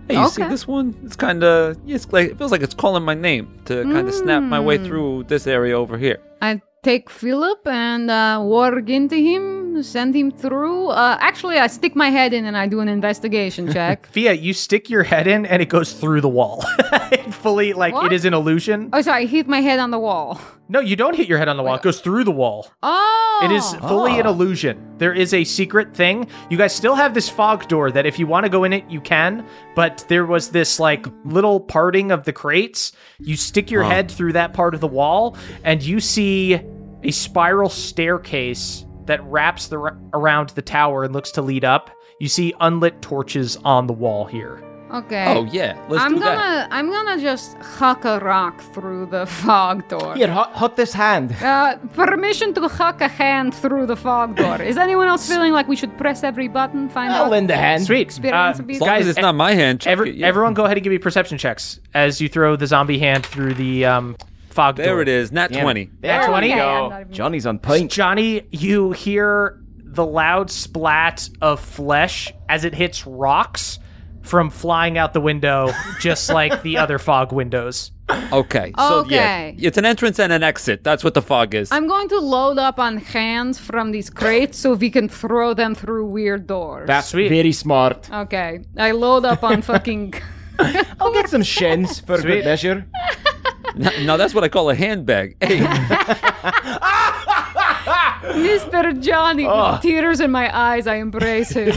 B: Hey, you see
D: Okay.
B: this one? It's kind of it's like it feels like it's calling my name to kind of snap my way
D: Mm.
B: through this area over here.
D: I take Philip and uh, warg into him, send him through. Uh, actually, I stick my head in and I do
A: [laughs]
D: an investigation check.
A: Fia, you stick your head in and it goes through the wall. [laughs] it fully, like,
D: What?
A: it is an illusion.
D: oh, sorry, I hit my head on the wall.
A: No, you don't hit your head on the wall. It goes through the wall.
D: Oh,
A: It is fully an illusion. There is a secret thing. You guys still have this fog door that if you want to go in it, you can, but there was this, like, little parting of the crates. You stick your head through that part of the wall and you see a spiral staircase that wraps the, around the tower and looks to lead up. You see unlit torches on the wall here.
D: okay.
B: Oh yeah, let's
D: I'm
B: do
D: gonna
B: that.
D: I'm gonna just huck a rock through the fog door.
E: Here, hot, hot this hand.
D: Uh, permission to huck a hand through the fog door. Is anyone else feeling like we should press every button? Find
E: I'll
D: out.
E: lend a hand.
A: Sweet. Uh,
D: Experience would be-
B: As long
A: guys,
B: as it's
A: e-
B: not my hand. check
A: Every,
B: it, yeah.
A: Everyone, go ahead and give me perception checks as you throw the zombie hand through the um, fog door.
B: There it is. Nat
E: Damn it.
B: twenty.
E: There
A: Oh,
E: we
A: okay,
D: I'm
E: go.
D: not even-
E: Johnny's on point.
A: Johnny, you hear the loud splat of flesh as it hits rocks, from flying out the window, just like the other fog windows.
B: Okay. So
D: Okay.
B: yeah, it's an entrance and an exit. That's what the fog is.
D: I'm going to load up on hands from these crates so we can throw them through weird doors.
E: That's
A: Sweet.
E: very smart.
D: okay. I load up
E: [laughs]
D: on fucking.
E: I'll get some shins for good measure.
B: no, no, that's what I call a
D: [laughs]
B: handbag. Hey,
D: Mr. Johnny,
E: Oh.
D: with tears in my eyes, I embrace
E: [laughs]
D: him.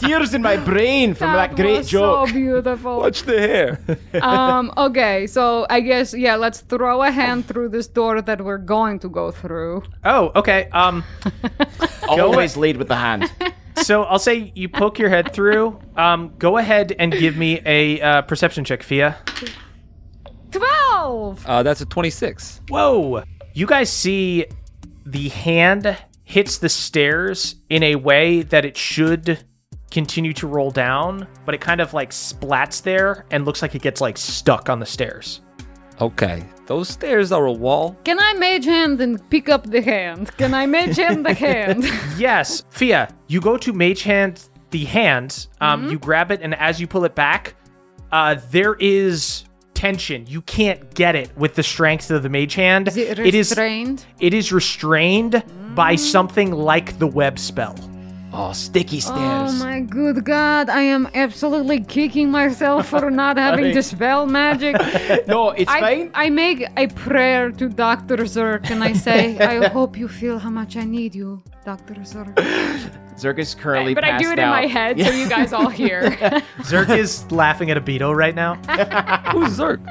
E: Tears in my brain from that, great
D: was
E: joke.
D: So [laughs] beautiful.
B: watch the hair.
D: um, okay, so I guess yeah, let's throw a hand through this door that we're going to go through.
A: Oh, okay. Um,
E: Always lead with the
D: [laughs]
E: hand.
A: so I'll say you poke your head through. Um, go ahead and give me a uh, perception check, Fia.
D: Twelve.
B: Uh, that's a 26.
A: Whoa! You guys see the hand hits the stairs in a way that it should continue to roll down, but it kind of like splats there and looks like it gets like stuck on the stairs.
B: Okay. Those stairs are a wall.
D: Can I mage hand and pick up the hand? Can I mage hand the
E: [laughs]
D: hand?
A: Yes, Fia, you go to mage hand the hand. Um,
D: Mm-hmm.
A: you grab it, and as you pull it back, uh, there is tension. You can't get it with the strength of the mage hand.
D: Is it
A: it is
D: restrained? Mm.
A: it is restrained by something like the web spell.
E: Oh, sticky
D: Oh
E: stairs.
D: my good god, I am absolutely kicking myself
E: [laughs]
D: for not having to spell magic.
E: no, [laughs] it's
D: I,
E: fine.
D: I make a prayer to Dr. Zerk and I
E: [laughs]
D: say, I hope you feel how much I need you, Dr. Zerk.
E: Zerg is curly.
F: But I do
E: passed
F: it in my
E: out.
F: head so you guys all
E: [laughs]
F: hear.
A: Zerk is laughing at a beetle right now.
B: Who's Zerk?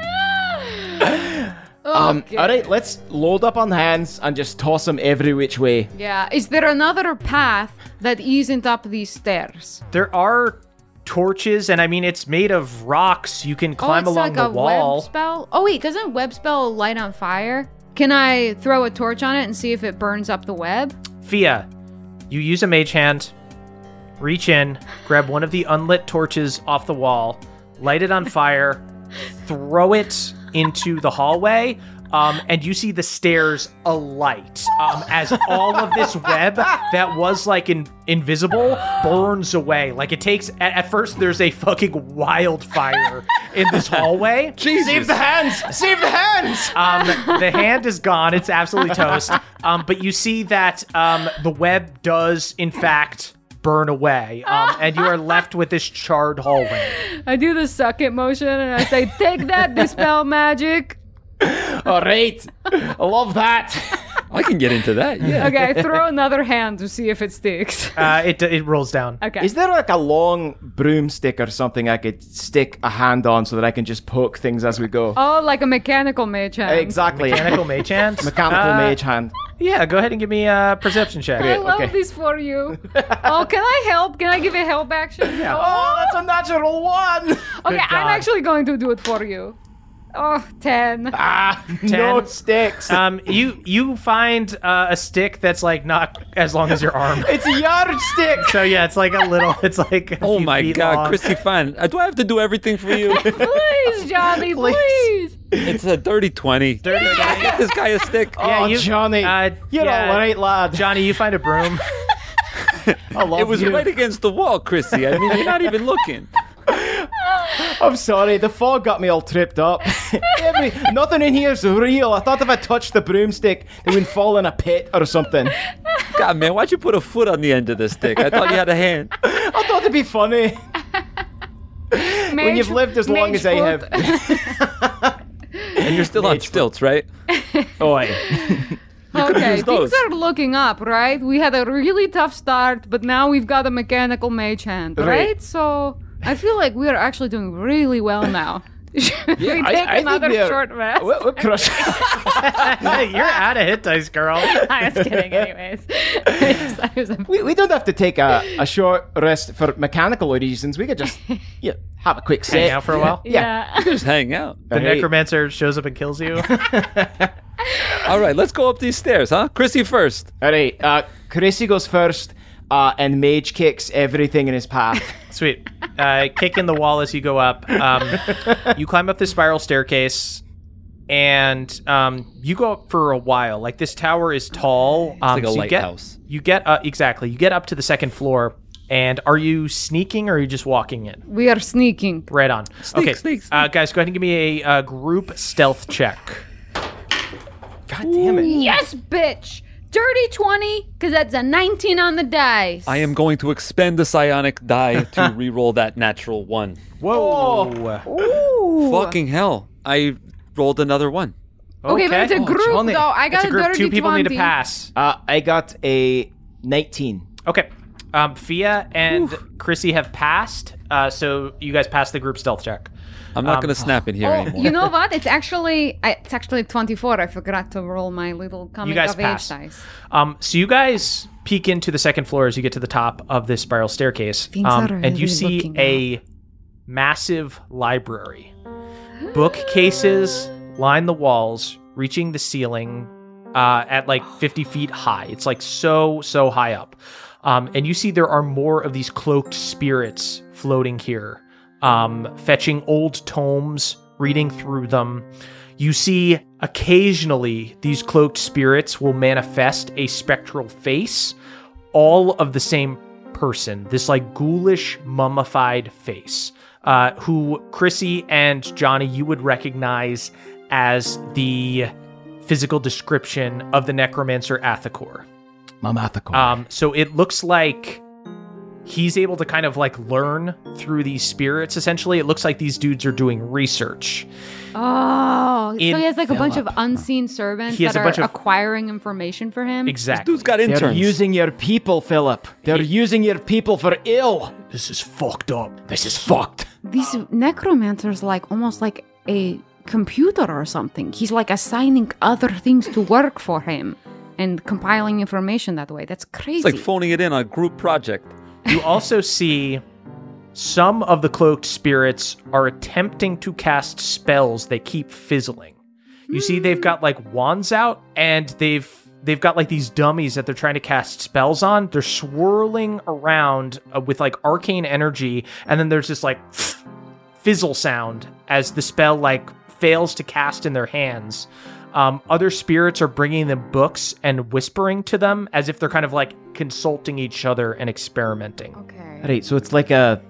E: Um,
D: Okay.
E: all right, let's load up on hands and just toss them every which way.
D: Yeah, is there another path that isn't up these stairs?
A: There are torches, and I mean it's made of rocks. You can climb
D: oh, it's
A: along
D: like
A: the
D: a
A: wall.
D: web spell. Oh wait, doesn't web spell light on fire? Can I throw a torch on it and see if it burns up the web?
A: Fia, you use a mage hand, reach in, grab one of the unlit torches off the wall, light it on fire, throw it into the hallway. Um, and you see the stairs alight um, as all of this web that was like in, invisible burns away. Like it takes, at, at first, there's a fucking wildfire in this hallway.
E: Save the hands! Save the hands!
A: Um, the hand is gone. It's absolutely toast. Um, but you see that um, the web does, in fact, burn away. Um, and you are left with this charred hallway.
F: I do the suck it motion and I say,
D: Take that, dispel magic.
E: [laughs] all right, I love that.
B: I can get into that. Yeah.
D: Okay, I throw another hand to see if it sticks.
A: Uh, it, it rolls down.
D: [laughs] Okay.
E: Is there like a long broomstick or something I could stick a hand on so that I can just poke things as we go?
F: Um,
D: oh, like a mechanical mage hand.
E: exactly.
A: Mechanical mage hand.
E: Mechanical
A: Uh,
E: mage hand.
A: Yeah, go ahead and give me a perception check.
D: I love
E: okay.
D: this for
E: [laughs]
D: you. oh, can I help? Can I give a help action?
E: Oh, that's a
A: [laughs]
E: natural one!
D: okay,
A: good
D: I'm
A: God.
D: actually going to do it for you. Oh, 10.
E: ah, no sticks.
A: Um, you you find uh, a stick that's like not as long as your arm.
E: it's a yardstick!
A: So yeah, it's like a little. It's like a
B: Oh
A: few
B: my
A: feet
B: God,
A: long.
B: Christy Fine. Uh, Do I have to do everything for you?
D: please, Johnny,
E: [laughs] Please.
D: please.
B: it's a dirty 20. Dirty Get this guy a stick.
A: Yeah,
E: oh,
A: you-
E: Johnny,
A: uh,
E: you're
A: yeah.
E: all right, lad.
A: Johnny, you find a broom. [laughs]
E: I love
B: It was
E: you.
B: right against the wall, Chrissy. I mean, you're not even looking.
E: I'm sorry, the fog got me all
D: [laughs]
E: tripped up. Every, nothing in here is real. I thought if I touched the broomstick, they would fall in a pit or something. I
B: God, man, why'd you put a foot on the end of this stick? I thought you had a hand.
E: thought it'd be funny. when you've lived as long as
D: [laughs]
E: I have.
B: And you're still on stilts, right?
E: Oi.
D: Okay, things
B: used those.
D: are looking up, right? We had a really tough start, but now we've got a mechanical mage hand, right?
E: Right.
D: So I feel like we are actually doing really well now. [laughs] Should we
E: I-
D: take
E: I think
D: another
E: we are-
D: short rest? [laughs]
E: What, what crush?
A: Hey, you're out of hit dice, girl.
F: I was kidding,
D: [laughs]
F: anyways. I was-
E: [laughs] we, we don't have to take a, a short rest for mechanical reasons. We
D: [laughs]
E: could just yeah, have a quick
A: Hang
E: sit.
A: out for a
E: [laughs]
A: while.
F: yeah.
B: Just hang out.
A: The
E: Hey.
A: necromancer shows up and kills you.
B: All right, let's go up these stairs, huh? Chrissy first.
E: All right, uh, Chrissy goes first, uh, and Mage kicks everything in his path.
A: Sweet. Uh, kick in the wall as you go up. Um, you climb up this spiral staircase, and um, you go up for a while. Like this tower is tall. Um,
B: like a
A: so you get-
B: lighthouse.
A: You get, uh, exactly. You get up to the second floor, And are you sneaking or are you just walking in?
D: We are sneaking.
A: Right on. okay,
B: sneak, sneak.
A: Uh, guys, go ahead and give me a uh, group stealth check.
E: [laughs] God damn it.
D: Yes, bitch. Dirty 20, because that's a 19 on the dice.
B: I am going to expend the psionic die to reroll that natural one.
A: Whoa.
B: Fucking hell. I rolled another one.
D: okay, but it's a group,
E: Johnny.
D: though. I got
A: It's a group.
D: dirty
A: Two people
D: 20.
A: need to pass.
E: Uh, I got a 19.
A: Okay. Um, Fia and Chrissy have passed, uh, so you guys passed the group stealth check.
B: I'm not going to snap in here
D: Oh,
B: anymore.
D: you know what? It's actually I- it's actually 24. I forgot to roll my little coming
A: guys
D: of
A: passed.
D: age dice.
A: Um, so you guys peek into the second floor as you get to the top of this spiral staircase,
D: Things
A: um,
D: are
A: and you
D: really
A: see
D: looking
A: a massive library. Bookcases line the walls, reaching the ceiling uh, at like 50 feet high. It's like so so high up, um, and you see there are more of these cloaked spirits floating here, um, fetching old tomes, reading through them. You see, occasionally, these cloaked spirits will manifest a spectral face, all of the same person, this like ghoulish, mummified face, uh, who Chrissy and Johnny, you would recognize as the physical description of the necromancer Athacor.
E: Mamathical.
A: Um, so it looks like he's able to kind of like learn through these spirits, essentially. It looks like these dudes are doing research.
D: Oh,
A: In
D: so he has like a bunch of unseen servants
A: He has
D: that
A: a
D: are
A: bunch of-
D: acquiring information for him.
A: Exactly.
B: Dude's got
E: They're
B: interns.
E: using your people, Philip. They're using your people for ill.
A: This is fucked up.
E: This is fucked.
D: These necromancers like almost like a computer or something. He's like assigning other things to work for him and compiling information that way. That's crazy.
B: it's like phoning it in on a group project.
A: You also see some of the cloaked spirits are attempting to cast spells that keep fizzling. You see they've got like wands out and they've they've got like these dummies that they're trying to cast spells on. They're swirling around uh, with like arcane energy and then there's this like [sniffs] fizzle sound as the spell like fails to cast in their hands. Um, other spirits are bringing them books and whispering to them as if they're kind of like consulting each other and experimenting.
D: okay.
E: Right, so it's like a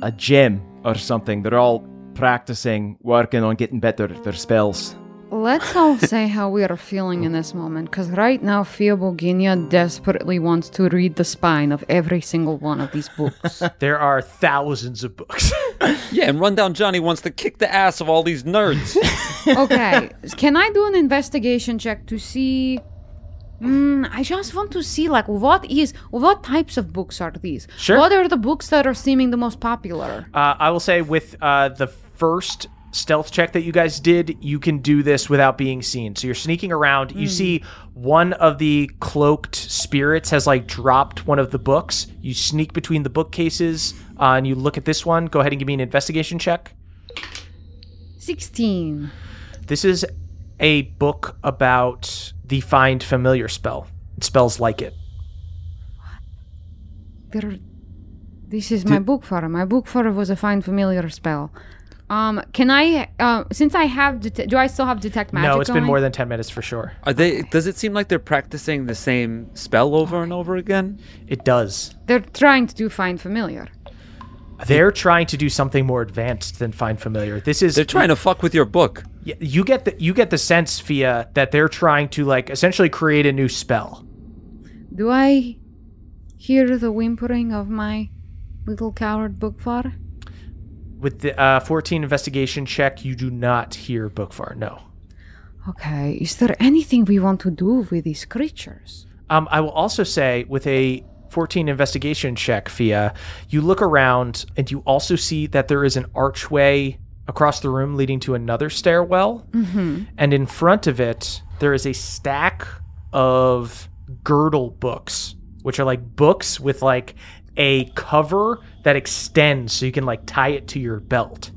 E: a gym or something. They're all practicing, working on getting better at their spells.
D: Let's all say how we are feeling in this moment, because right now Fia Boginia desperately wants to read the spine of every single one of these
A: [laughs]
D: books.
A: There are thousands of books. [laughs]
B: Yeah, and Rundown Johnny wants to kick the ass of all these
D: [laughs]
B: nerds.
D: okay, can I do an investigation check to see? Mm, I just want to see, like, what is what types of books are these?
A: Sure.
D: What are the books that are seeming the most popular?
A: uh, I will say, with uh, the first stealth check that you guys did, you can do this without being seen. So you're sneaking around. You see one of the cloaked spirits has like dropped one of the books. You sneak between the bookcases uh, and you look at this one. Go ahead and give me an investigation check.
D: Sixteen.
A: This is a book about the find familiar spell. Spells like it.
D: There, this is my book for my book for was a find familiar spell. Um, can I? Uh, since I have, det- do I still have detect magic?
A: no, it's been
D: going?
A: more than 10 minutes for sure.
B: Are they? Does it seem like they're practicing the same spell over and over again?
A: It does.
D: They're trying to do find familiar.
A: They're trying to do something more advanced than find familiar. This is
B: They're trying to fuck with your book.
A: Y- you get the you get the sense Fia that they're trying to like essentially create a new spell.
D: Do I hear the whimpering of my little coward Bookvar?
A: With the uh, 14 investigation check, you do not hear Bookvar. No.
D: Okay, is there anything we want to do with these creatures?
A: Um, I will also say with a 14 investigation check, Fia, you look around and you also see that there is an archway across the room leading to another stairwell. And in front of it, there is a stack of girdle books, which are like books with like a cover that extends so you can like tie it to your belt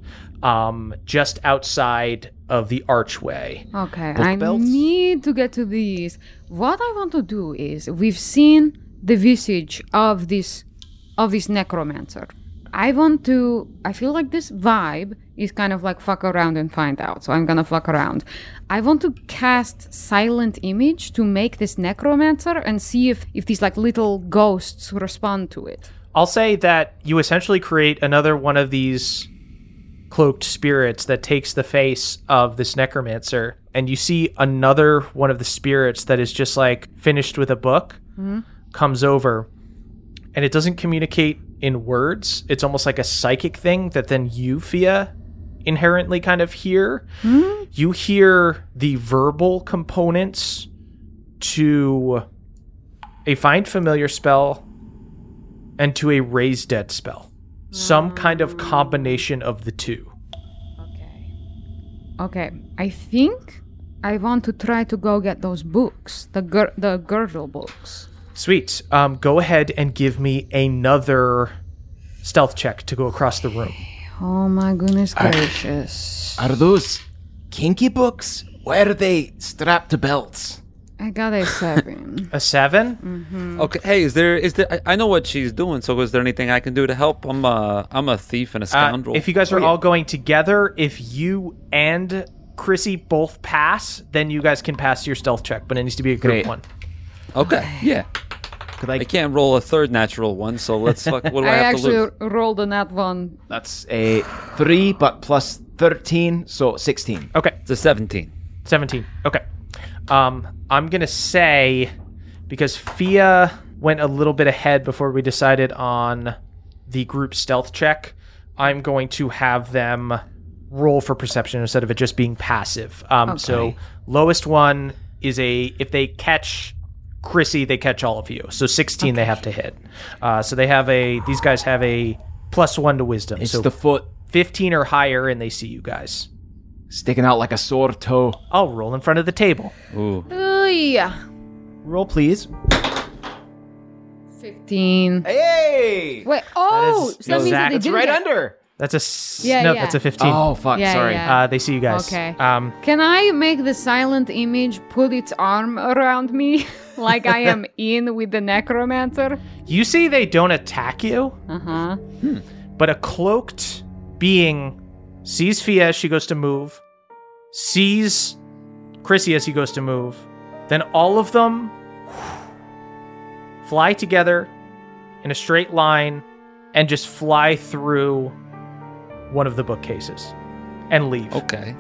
A: um, just outside of the archway.
D: Okay, I need to get to these. What I want to do is we've seen the visage of this of this necromancer. I want to I feel like this vibe is kind of like fuck around and find out. So I'm going to fuck around. I want to cast silent image to make this necromancer and see if if these like little ghosts respond to it.
A: I'll say that you essentially create another one of these cloaked spirits that takes the face of this necromancer, and you see another one of the spirits that is just like finished with a book comes over, and it doesn't communicate in words. It's almost like a psychic thing that then you, Fia, inherently kind of hear. You hear the verbal components to a find familiar spell and to a raise dead spell. Some kind of combination of the two.
D: Okay. Okay. I think I want to try to go get those books, the gir- the girdle books.
A: Sweet. Um, go ahead and give me another stealth check to go across the room.
D: Oh my goodness gracious!
E: Are those kinky books? Why are they strapped to belts?
D: I got a seven.
A: A seven?
D: Mm.
B: Okay. Hey, is there is there? I, I know what she's doing. So is there anything I can do to help? I'm a I'm a thief and a
A: Uh,
B: scoundrel.
A: if you guys are all going together, if you and Chrissy both pass, then you guys can pass your stealth check, but it needs to be a group
B: Great.
A: one.
D: [sighs]
B: okay, yeah. I can't roll a third natural one, so let's fuck. What [laughs] do
D: [laughs]
B: I,
D: I
B: have to
D: actually
B: lose?
D: rolled on that one.
E: That's a three, but plus 13, so 16.
A: Okay,
B: It's a seventeen.
A: 17. Okay. Um, I'm going to say, because Fia went a little bit ahead before we decided on the group stealth check, I'm going to have them roll for perception instead of it just being passive. Um, So, lowest one is a, if they catch Chrissy, they catch all of you. So 16 they have to hit. Uh, so they have a, these guys have a plus one to wisdom.
E: It's
A: so
E: the foot
A: 15 or higher, and they see you guys.
E: sticking out like a sore toe.
A: I'll roll in front of the table.
B: Ooh.
D: yeah.
E: Roll, please.
D: Fifteen.
E: Hey!
D: Wait. Oh,
A: is
D: so that means that
A: exact-
D: they
A: It's
D: didn't
E: Right
D: get-
E: under.
A: That's a s-
D: Yeah,
A: no.
D: yeah.
A: That's a fifteen.
E: Oh, fuck,
D: Yeah,
E: sorry.
D: yeah.
A: Uh, they see you guys.
D: Okay.
A: Um,
D: Can I make the silent image put its arm around me [laughs] like I
B: [laughs]
D: am in with the necromancer?
A: you see, they don't attack you,
D: Uh huh.
A: but a cloaked being sees Fia as she goes to move, sees Chrissy as he goes to move. Then all of them fly together in a straight line and just fly through one of the bookcases and leave.
B: Okay.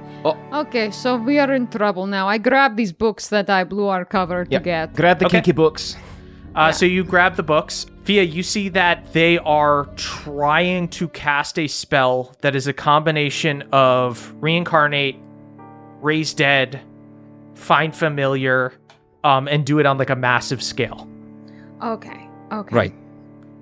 D: Okay, so we are in trouble now. I grabbed these books that I blew our cover to get.
E: Grab the
A: Okay.
E: kinky books.
A: Uh, So you grab the books. Fia, you see that they are trying to cast a spell that is a combination of reincarnate, raise dead, find familiar, um, and do it on like a massive scale.
D: okay. Okay.
B: Right.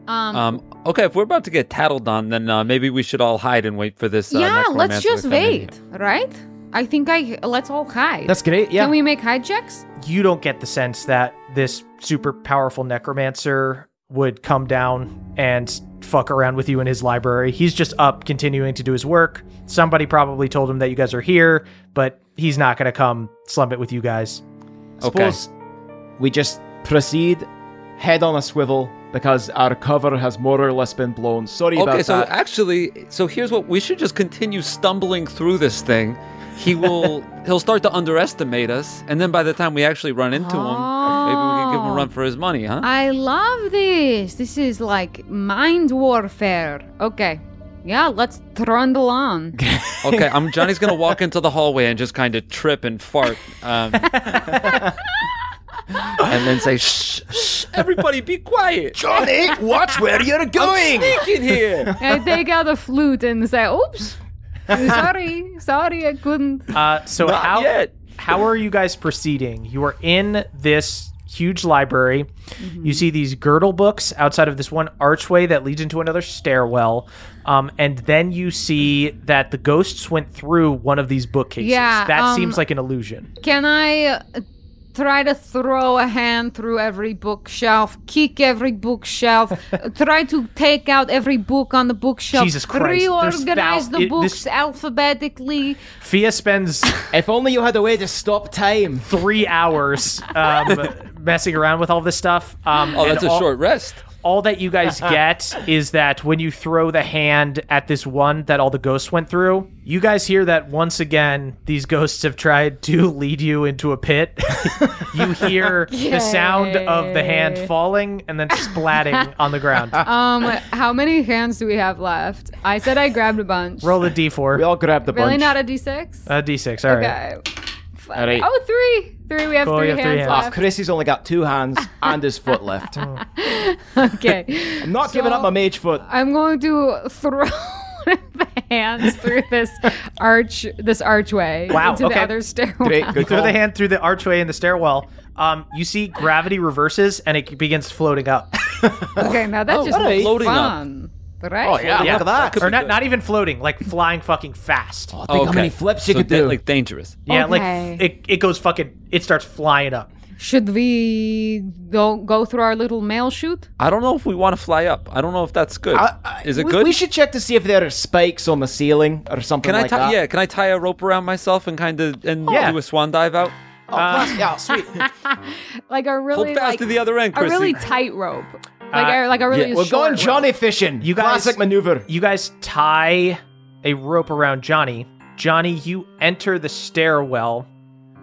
D: Um,
B: Um. Okay. If we're about to get tattled on, then uh, maybe we should all hide and wait for this. Uh,
D: yeah,
B: necromancer
D: let's
B: to
D: just
B: come in here.
D: wait, right? I think I let's all hide.
E: That's great, yeah.
D: Can we make hide checks?
A: You don't get the sense that this super powerful necromancer would come down and fuck around with you in his library. He's just up continuing to do his work. Somebody probably told him that you guys are here, but he's not going to come slump it with you guys.
B: Okay.
E: Suppose we just proceed head on a swivel because our cover has more or less been blown. Sorry
B: Okay.
E: about
B: So
E: that.
B: actually, so here's what we should just continue stumbling through this thing. He
E: [laughs]
B: will. he'll start to underestimate us, and then by the time we actually run into him, maybe we can give him a
D: Oh.
B: run for his money, huh?
D: I love this. This is like mind warfare. Okay. Yeah, let's
A: [laughs]
D: trundle on.
E: [laughs]
B: Okay, I'm Johnny's gonna walk into the hallway and just kind of trip and fart,
E: [laughs]
B: um, and then say, "Shh, [laughs] shh, everybody, be quiet!
E: Johnny, watch where you're going!
B: Sneak in
E: [laughs]
B: here!"
D: I take out a flute and say,
A: [laughs]
D: "Oops, sorry, sorry, I couldn't."
A: Uh, so
B: Not
A: how
B: yet.
A: how are you guys proceeding? You are in this huge library.
B: Mm-hmm.
A: You see these girdle books outside of this one archway that leads into another stairwell, um, and then you see that the ghosts went through one of these bookcases.
D: Yeah,
A: that
D: um,
A: seems like an illusion.
D: Can I uh, try to throw a hand through every bookshelf, kick
A: [laughs]
D: every bookshelf, uh, try to take out every book on the bookshelf,
A: Jesus Christ, there's
D: reorganize
A: thou-
D: the
A: it-
D: books
A: this-
D: alphabetically?
A: Fia spends
E: If only you had a way to stop time.
A: [laughs] three hours um, messing around with all this stuff. Um,
B: Oh,
A: and
B: that's a
A: all-
B: short rest.
A: all that you
D: [laughs]
A: guys get is that when you throw the hand at this one that all the ghosts went through, you guys hear that once again these ghosts have tried to [laughs] lead you into a pit. [laughs] you hear the sound of the hand falling and then
D: [laughs]
A: splatting on the ground.
D: Um, how many hands do we have left? I said I grabbed a bunch.
A: Roll a d4.
E: We all grabbed the
D: really
E: bunch.
D: not a d6?
A: a d6. All right.
D: okay. Fuck.
E: All right.
D: Oh, three. Three. We have
A: Cool,
D: three
A: you have
D: hands
A: three
E: Ah,
D: left.
E: Chrissy's only got two hands and his foot left. I'm
D: Okay.
A: [laughs]
E: not giving up my mage foot.
D: I'm going to throw [laughs] the hands through this arch, this archway
A: Wow,
D: into
A: okay.
D: the other stairwell.
E: Great, good
A: Throw
E: call.
A: the hand through the archway in the stairwell. Um, you see gravity reverses and it begins floating
E: [laughs]
A: up.
D: Okay, now that's just
E: Oh, alright.
B: Floating up.
D: fun, right?
E: Oh yeah, look at that.
A: or not, not even floating, like flying fucking fast.
E: Think how
B: Okay.
E: many flips you
B: so
E: could
B: da-
E: do.
B: like dangerous.
A: Yeah,
D: Okay.
A: like it, it goes fucking, it starts flying up.
D: Should we go go through our little mail chute?
B: I don't know if we want to fly up. I don't know if that's good.
E: I- I-
B: Is it
E: Uh, we,
B: good?
E: We should check to see if there are spikes on the ceiling or something
B: can I
E: like
B: tie?
E: that.
B: Yeah, can I tie a rope around myself and kind of and
A: Yeah.
B: do a swan dive out?
E: Oh, class- yeah, sweet.
D: Like a really
B: Hold fast
D: like,
B: to the other end,
D: a
B: Chrissy.
D: really tight rope. Like
A: Uh,
D: a, like a really
B: yeah,
E: We're
D: short
E: going
D: rope.
E: Johnny fishing.
A: You guys-
E: classic maneuver.
A: You guys tie a rope around Johnny. Johnny, you enter the stairwell.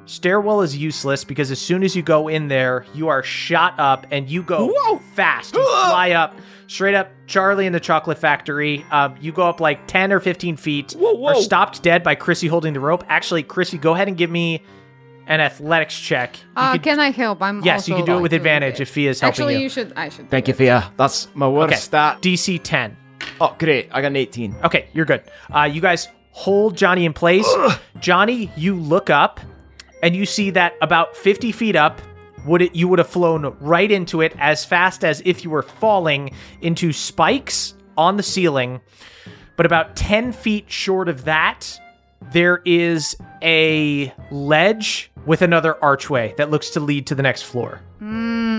A: Stairwell is useless because as soon as you go in there, you are shot up and you go fast.
B: [gasps]
A: You fly up straight up Charlie in the Chocolate Factory. Um, you go up like 10 or 15 feet.
B: Whoa, whoa.
A: Are stopped dead by Chrissy holding the rope. Actually, Chrissy, go ahead and give me an athletics check. You
D: Uh,
A: could-
D: can I help? I'm
A: yes, you
D: also
A: can do it
D: like
A: with
D: doing
A: advantage
D: it.
A: if Fia's helping
D: Actually,
A: you.
D: you should. I should.
E: Thank you, Fia. That's my worst
A: Okay.
E: stat.
A: DC 10.
E: Oh, great. I got an 18.
A: Okay, you're good. Uh, you guys hold Johnny in place. Johnny, you look up and you see that about 50 feet up, would it you would have flown right into it as fast as if you were falling into spikes on the ceiling. But about 10 feet short of that, there is a ledge with another archway that looks to lead to the next floor.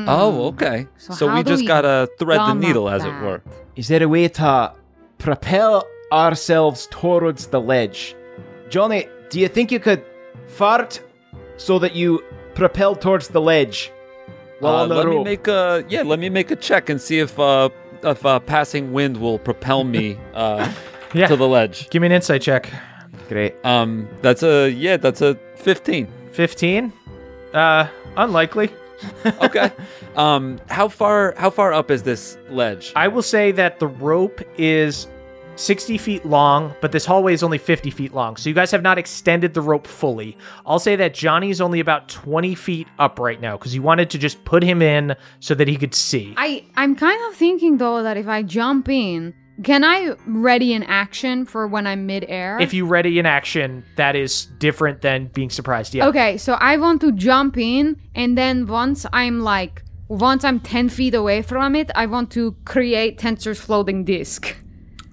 B: Oh, okay. So,
D: So how
B: we
D: do
B: just
D: we
B: gotta thread the
D: gum up
B: needle, as it
D: that?
B: were.
E: Is there a way to propel ourselves towards the ledge? Johnny, do you think you could fart so that you propel towards the ledge? Well,
B: Uh,
E: on the
B: let me
E: rope.
B: make a yeah. Let me make a check and see if uh if uh, passing wind will propel me
E: [laughs]
B: uh
A: Yeah.
B: to the ledge.
A: Give me an insight check.
E: Great.
B: Um, that's a yeah. That's a fifteen.
A: 15? Uh unlikely.
E: [laughs]
B: Okay. um, how far how far up is this ledge?
A: I will say that the rope is 60 feet long, but this hallway is only 50 feet long. So you guys have not extended the rope fully. I'll say that Johnny is only about 20 feet up right now because you wanted to just put him in so that he could see.
D: I I'm kind of thinking though that if I jump in, can I ready an action for when I'm midair?
A: if you ready in action, that is different than being surprised. Yeah.
D: Okay, so I want to jump in, and then once I'm like, once I'm 10 feet away from it, I want to create Tensor's floating [laughs] disc.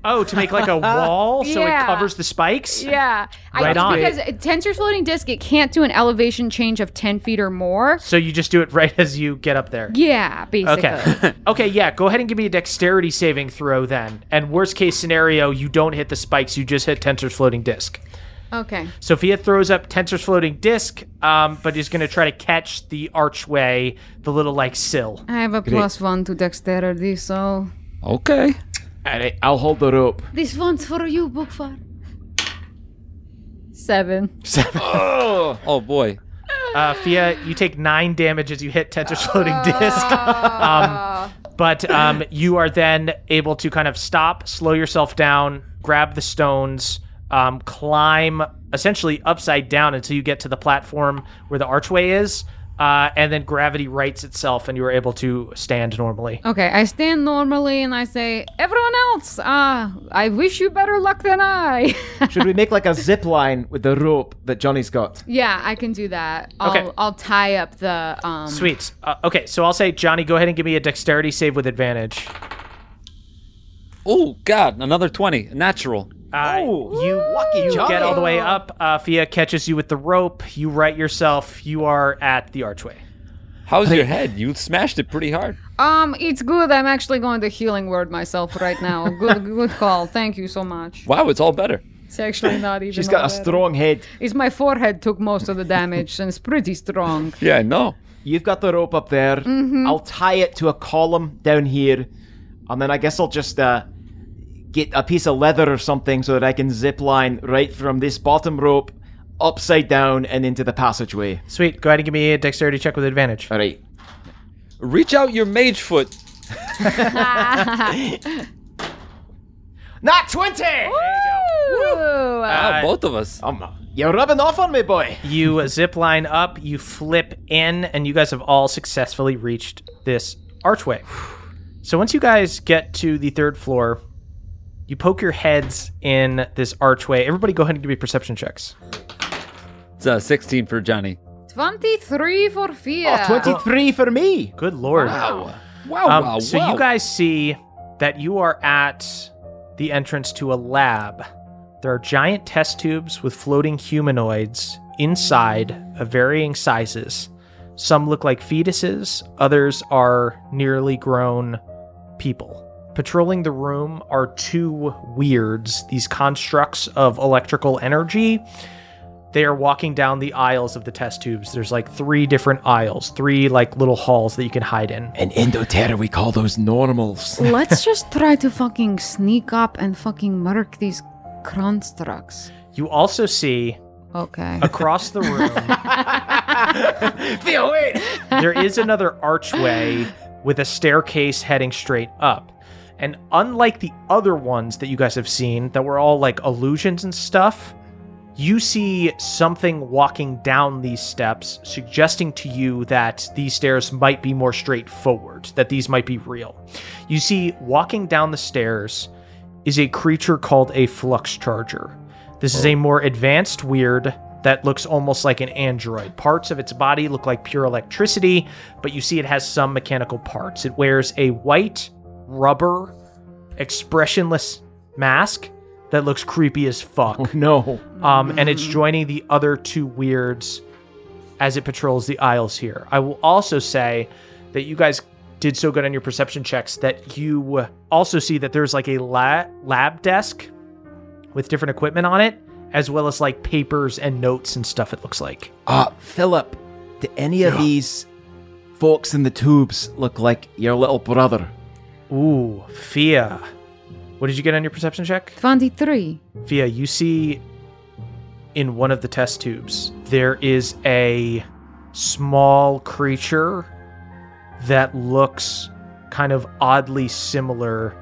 A: Oh, to make
D: [laughs]
A: like a wall so it
D: Yeah.
A: covers the spikes?
D: Yeah.
A: Right
D: I,
A: on.
D: Because Tensor's floating disc, it can't do an elevation change of 10 feet or more.
A: So you just do it right as you get up there.
D: Yeah, basically.
A: Okay. [laughs] okay, yeah, go ahead and give me a dexterity saving throw then. And worst case scenario, you don't hit the spikes, you just hit Tensor's floating disc.
D: Okay.
A: Sophia throws up Tensor's floating disc, um, but is going to try to catch the archway, the little like sill.
D: I have a plus one to dexterity, so.
B: Okay.
E: All right, I'll hold the rope.
D: This one's for you, Bookfar. Seven.
B: Oh boy.
A: Uh, Fia, you take nine damage as you hit Tensor's floating disc, um, but um, you are then able to kind of stop, slow yourself down, grab the stones, um, climb essentially upside down until you get to the platform where the archway is. Uh, and then gravity rights itself, and you are able to stand normally.
D: Okay, I stand normally and I say, everyone else, ah, I wish you better luck than I. [laughs]
E: Should we make like a zip line with the rope that Johnny's got?
D: Yeah, I can do that. I'll,
A: Okay.
D: I'll tie up the um
A: Sweet. Uh, okay, so I'll say, Johnny, go ahead and give me a dexterity save with advantage.
B: Oh God, another twenty. Natural.
A: Uh, you
E: lucky
A: you
E: Johnny.
A: get all the way up. Uh, Fia catches you with the rope. You right yourself. You are at the archway.
B: How's your head? You smashed it pretty hard.
D: Um, it's good. I'm actually going to healing word myself right
E: [laughs]
D: now. good good call. Thank you so much.
B: Wow, it's all better.
D: It's actually not even
E: She's got a
D: that bad.
E: strong head. [laughs]
D: It's my forehead took most of the damage and it's pretty strong.
B: Yeah, I know.
E: You've got the rope up there. I'll tie it to a column down here, and then I guess I'll just uh, get a piece of leather or something so that I can zip line right from this bottom rope upside down and into the passageway.
A: Sweet. Go ahead and give me a dexterity check with advantage.
E: All right.
B: Reach out your mage foot.
E: Not twenty. Uh,
B: Ah, both of us.
E: Um, you're rubbing off on me, boy.
A: [laughs] You zip line up, you flip in, and you guys have all successfully reached this archway. So once you guys get to the third floor, you poke your heads in this archway. Everybody go ahead and give me perception checks.
B: It's uh, 16 for Johnny.
D: 23 for fear.
E: Oh, Twenty-three for me.
A: Good lord.
B: Wow,
A: Um,
B: wow,
A: so
B: wow.
A: you guys see that you are at the entrance to a lab. There are giant test tubes with floating humanoids inside of varying sizes. Some look like fetuses, others are nearly grown people. Patrolling the room are two weirds, these constructs of electrical energy. They are walking down the aisles of the test tubes. There's like three different aisles, three like little halls that you can hide in.
E: In Indoterra, we call those normals.
D: Let's just try to fucking sneak up and fucking murk these constructs.
A: You also see
D: Okay.
E: Uh,
A: across the room
E: Theo, wait.
A: there is another archway with a staircase heading straight up. And unlike the other ones that you guys have seen that were all like illusions and stuff, you see something walking down these steps suggesting to you that these stairs might be more straightforward, that these might be real. You see walking down the stairs is a creature called a flux charger. This is a more advanced weird that looks almost like an android. Parts of its body look like pure electricity, but you see it has some mechanical parts. It wears a white rubber expressionless mask that looks creepy as fuck.
E: [laughs] [laughs] No.
A: Um, and it's joining the other two weirds as it patrols the aisles here. I will also say that you guys did so good on your perception checks that you also see that there's like a la- lab desk with different equipment on it, as well as like papers and notes and stuff, it looks like.
E: Uh, Philip, do any of these folks in the tubes look like your little brother?
A: Ooh, Fia. What did you get on your perception check?
D: 23.
A: Via, you see in one of the test tubes, there is a small creature that looks kind of oddly similar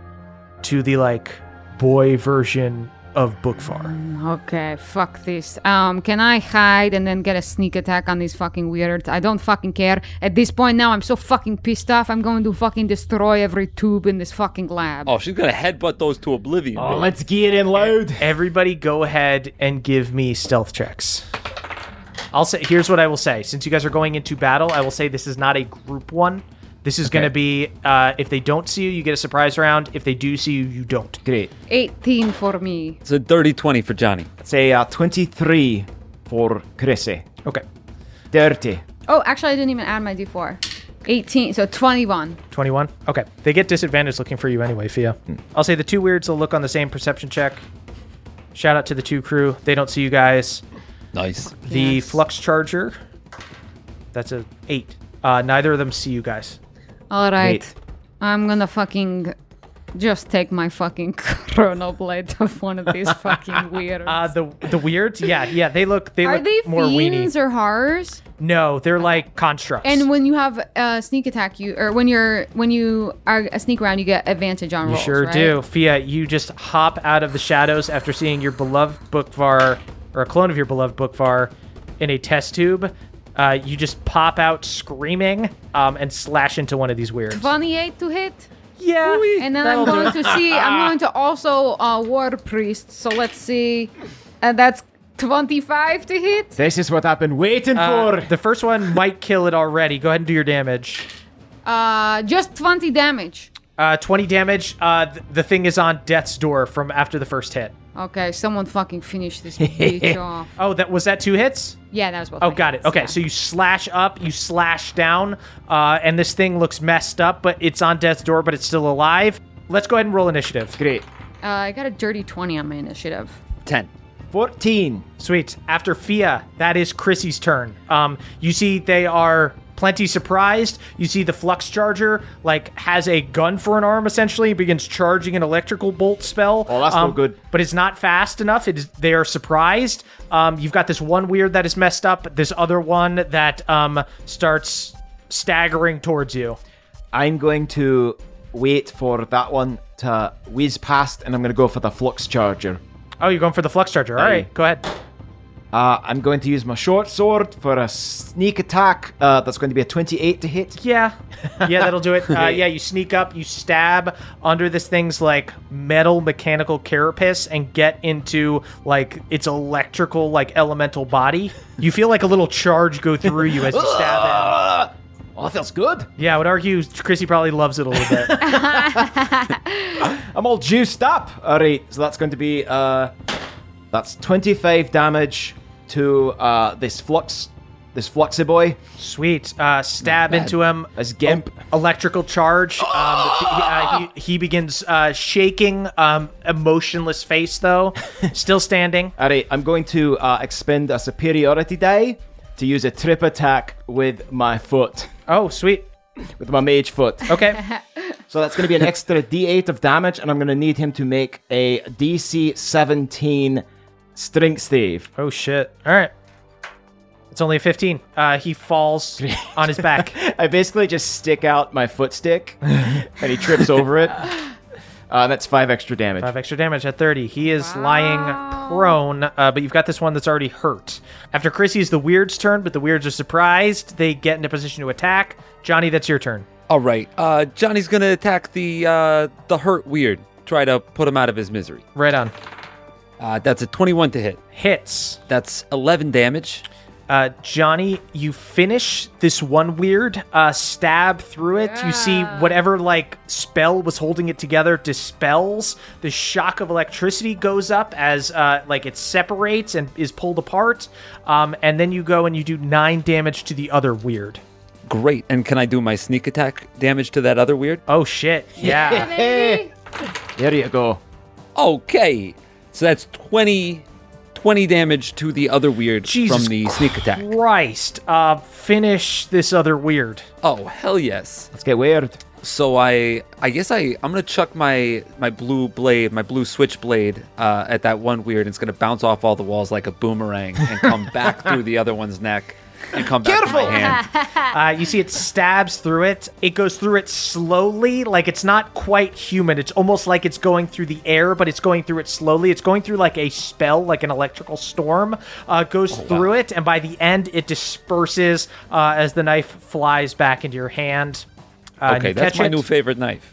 A: to the like boy version of Bookfar.
D: Okay, fuck this. Um, can I hide and then get a sneak attack on these fucking weirds? I don't fucking care. At this point now, I'm so fucking pissed off. I'm going to fucking destroy every tube in this fucking lab.
B: Oh, she's gonna headbutt those to oblivion.
E: Oh,
B: dude.
E: let's get in loud.
A: Everybody go ahead and give me stealth checks. I'll say here's what I will say. Since you guys are going into battle, I will say this is not a group one. This is going to be uh, if they don't see you, you get a surprise round. If they do see you, you don't.
E: Great.
D: 18 for me.
B: It's a dirty 20 for Johnny.
E: Say uh, 23 for Chrissy.
A: Okay.
E: Dirty.
D: Oh, actually, I didn't even add my d4. 18, so 21.
A: 21. Okay. They get disadvantaged looking for you anyway, Fia. I'll say the two weirds will look on the same perception check. Shout out to the two crew. They don't see you guys.
B: Nice.
A: The
D: Yes.
A: flux charger. That's a eight. Uh, neither of them see you guys.
D: All right.
E: Great.
D: I'm gonna fucking just take my fucking [laughs] chronoblade of one of these
A: [laughs]
D: fucking weirdos.
A: Uh, the the weirds. Yeah, yeah. They look. They
D: Are
A: look
D: they
A: more
D: fiends
A: weenie.
D: or horrors?
A: no, they're like constructs.
D: And when you have a sneak attack, you or when you're when you are a sneak round, you get advantage on
A: you
D: rolls.
A: sure
D: right?
A: do, Fia. You just hop out of the shadows after seeing your beloved Bookvar or a clone of your beloved Bookvar in a test tube. Uh, you just pop out screaming um, and slash into one of these weirds.
D: 28 to hit,
A: Yeah.
D: and then I'm going to see. I'm going to also uh, war priest. So let's see, and that's 25 to hit.
E: This is what I've been waiting
A: Uh,
E: for.
A: the first one might kill it already. Go ahead and do your damage.
D: Uh, just 20 damage.
A: Uh, 20 damage. Uh, th- the thing is on death's door from after the first hit.
D: Okay, someone fucking
A: [laughs]
D: finish this bitch off.
A: Oh, that was that two hits?
D: Yeah, that was what.
A: Oh, got it. Okay, so you slash up, you slash down, uh, and this thing looks messed up, but it's on death's door, but it's still alive. Let's go ahead and roll initiative.
E: Great.
D: Uh, I got a dirty 20 on my initiative.
B: 10.
E: 14.
A: Sweet. After Fia, that is Chrissy's turn. Um, you see, they are plenty surprised. You see the flux charger like has a gun for an arm essentially, begins charging an electrical bolt spell. Um,
E: Oh, that's no good.
A: But it's not fast enough. It is they are surprised. Um, you've got this one weird that is messed up. This other one that um, starts staggering towards you.
E: I'm going to wait for that one to whiz past, and I'm going to go for the flux charger.
A: Oh, you're going for the flux charger. All right, go ahead.
E: Uh, I'm going to use my short sword for a sneak attack. Uh, that's going to be a 28 to hit.
A: Yeah, yeah, that'll do it. Uh, yeah, you sneak up, you stab under this thing's like metal mechanical carapace and get into like its electrical like elemental body. You feel like a little charge go through you as you stab it.
E: Ah! Oh, that feels good.
A: Yeah, I would argue Chrissy probably loves it a little bit.
E: I'm all juiced up. All right, so that's going to be uh, that's 25 damage to uh, this flux, this fluxy boy,
A: Sweet. Uh, stab into him.
E: this gimp.
A: Electrical charge. Um, he, uh, he, he begins uh, shaking, um, emotionless face though, still standing.
E: All right, I'm going to uh, expend a superiority die to use a trip attack with my foot,
A: Oh, sweet.
E: with my mage foot.
A: Okay.
E: [laughs] So that's going to be an extra D8 of damage, and I'm going to need him to make a DC 17 strength save.
A: Oh shit. All right. It's only a 15. Uh, he falls on his back.
E: I basically just stick out my footstick, and he trips over it. Uh, that's five extra damage.
A: Five extra damage at 30. He is lying prone, uh, but you've got this one that's already hurt. After Chrissy's the Weird's turn, but the Weirds are surprised. They get into position to attack. Johnny, that's your turn.
B: All right. Uh, Johnny's gonna attack the uh, the hurt weird. Try to put him out of his misery.
A: Right on.
B: Uh, that's a 21 to hit.
A: Hits.
B: That's 11 damage.
A: Uh, Johnny, you finish this one weird uh, stab through it. You see whatever like spell was holding it together dispels. The shock of electricity goes up as uh, like it separates and is pulled apart. Um, and then you go and you do nine damage to the other weird.
B: Great. And can I do my sneak attack damage to that other weird?
A: Oh shit! Yeah,
E: Hey, there you go.
B: Okay. So that's 20, 20 damage to the other weird
A: Jesus
B: from the sneak attack.
A: Christ! Uh, finish this other weird.
B: Oh, hell yes.
E: Let's get weird.
B: So I I guess I I'm gonna chuck my my blue blade my blue switchblade uh, at that one weird. And it's gonna bounce off all the walls like a boomerang and come back through the other one's neck and come back to my hand.
A: Uh, you see, it stabs through it. It goes through it slowly, like it's not quite human. It's almost like it's going through the air, but it's going through it slowly. It's going through like a spell, like an electrical storm. Uh, goes
B: Oh,
A: through it, and by the end, it disperses uh, as the knife flies back into your hand. Uh, and
B: Okay,
A: you
B: that's
A: catch
B: my
A: it.
B: new favorite knife.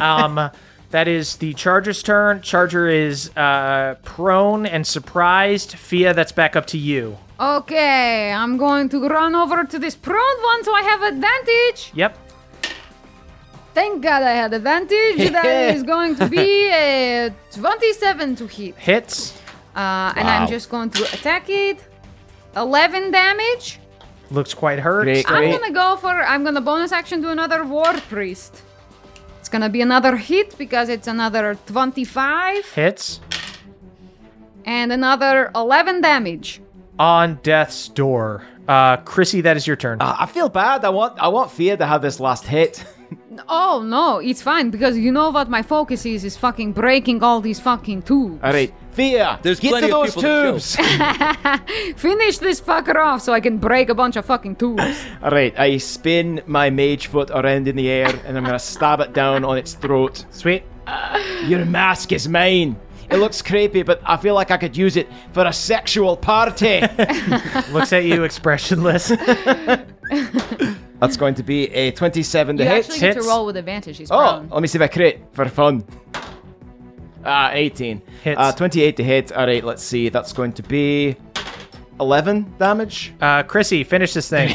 A: Um, that is the Charger's turn. Charger is uh, prone and surprised. Fia, that's back up to you.
D: Okay, I'm going to run over to this prone one so I have advantage.
A: Yep.
D: Thank God I had
E: [laughs]
D: advantage. that is going to be a 27 to hit.
A: Hits.
D: Uh, and I'm
B: Wow.
D: just going to attack it. 11 damage.
A: Looks quite hurt.
E: Great,
A: Still-
D: I'm gonna go for. I'm gonna bonus action to another war priest. It's gonna be another hit because it's another 25
A: Hits.
D: and another 11 damage.
A: on death's door. Uh, Chrissy, that is your turn.
E: Uh, I feel bad. I want I want Fear to have this last hit.
D: Oh no, it's fine because you know what my focus is is fucking breaking all these fucking tubes.
E: All right, Fear,
B: There's
E: get to
B: plenty of
E: those
B: people to kill.
E: tubes.
D: Finish this fucker off so I can break a bunch of fucking tubes.
E: All right, I spin my mage foot around in the air, and I'm going to stab it down on its throat.
A: Sweet.
E: Your mask is mine. It looks creepy, but I feel like I could use it for a sexual party.
A: Looks at you expressionless.
E: [laughs] That's going to be a 27 to
D: you
E: hit.
D: actually get to
A: hits.
D: roll with advantage. He's
E: Oh,
D: prone.
E: let me see if I crit for fun. Ah, 18.
A: Hits.
E: Uh, 28 to hit. All right, let's see. That's going to be 11 [laughs] damage.
A: Uh, Chrissy, finish this thing.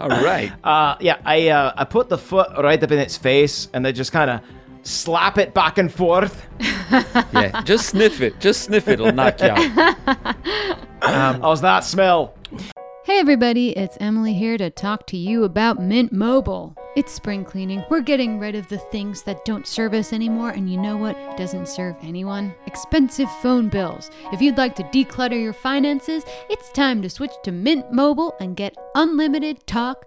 B: All right.
E: uh, yeah, I uh, I put the foot right up in its face, and I just kind of slap it back and forth.
B: Yeah, just sniff it. Just sniff it. It'll knock you out.
E: How's that smell?
D: Hey everybody, it's Emily here to talk to you about Mint Mobile. It's spring cleaning. We're getting rid of the things that don't serve us anymore, and you know what doesn't serve anyone? Expensive phone bills. If you'd like to declutter your finances, it's time to switch to Mint Mobile and get unlimited talk,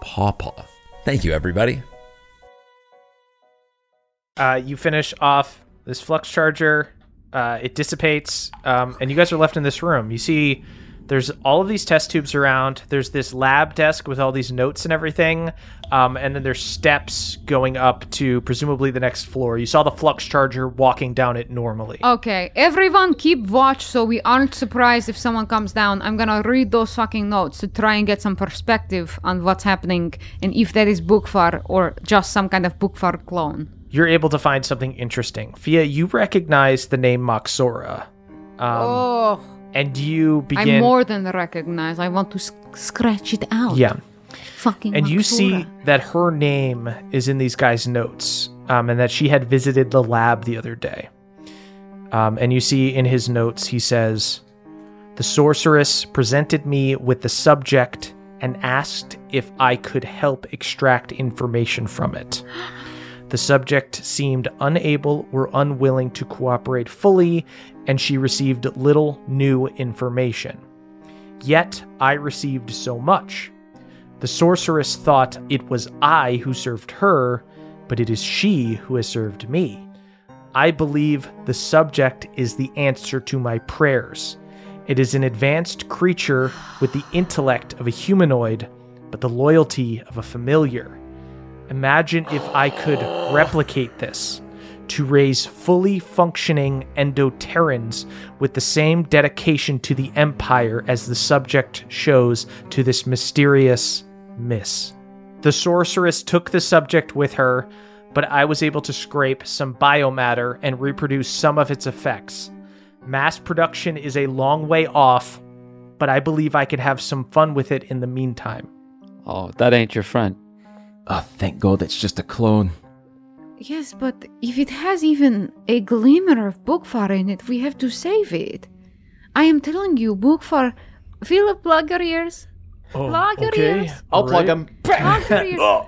G: pawpaw. Thank you, everybody.
A: Uh, you finish off this flux charger. Uh, it dissipates, um, and you guys are left in this room. You see, there's all of these test tubes around. There's this lab desk with all these notes and everything, um, and then there's steps going up to presumably the next floor. You saw the flux charger walking down it normally.
D: Okay, everyone keep watch so we aren't surprised if someone comes down. I'm gonna read those fucking notes to try and get some perspective on what's happening and if that is Bookfar or just some kind of Bookfar clone.
A: You're able to find something interesting. Fia, you recognize the name Moxora, um,
D: oh,
A: and you begin.
D: I more than recognize. I want to sc- scratch it out.
A: yeah.
D: Fucking
A: and you
D: Maksura.
A: see that her name is in these guys' notes, um, and that she had visited the lab the other day. Um, and you see in his notes, he says, The sorceress presented me with the subject and asked if I could help extract information from it. The subject seemed unable or unwilling to cooperate fully, and she received little new information. Yet I received so much. The sorceress thought it was I who served her, but it is she who has served me. I believe the subject is the answer to my prayers. It is an advanced creature with the intellect of a humanoid, but the loyalty of a familiar. Imagine if I could replicate this to raise fully functioning Endoterrans with the same dedication to the Empire as the subject shows to this mysterious miss. The sorceress took the subject with her, but I was able to scrape some biomatter and reproduce some of its effects. Mass production is a long way off, but I believe I could have some fun with it in the meantime.
B: Oh, that ain't your friend.
E: Oh, thank God, it's just a clone.
D: Yes, but if it has even a glimmer of Bookfar in it, we have to save it. I am telling you, Bookfar, fill up plug your ears. plug your ears.
E: Oh, I'll plug him.
D: Plug your ears.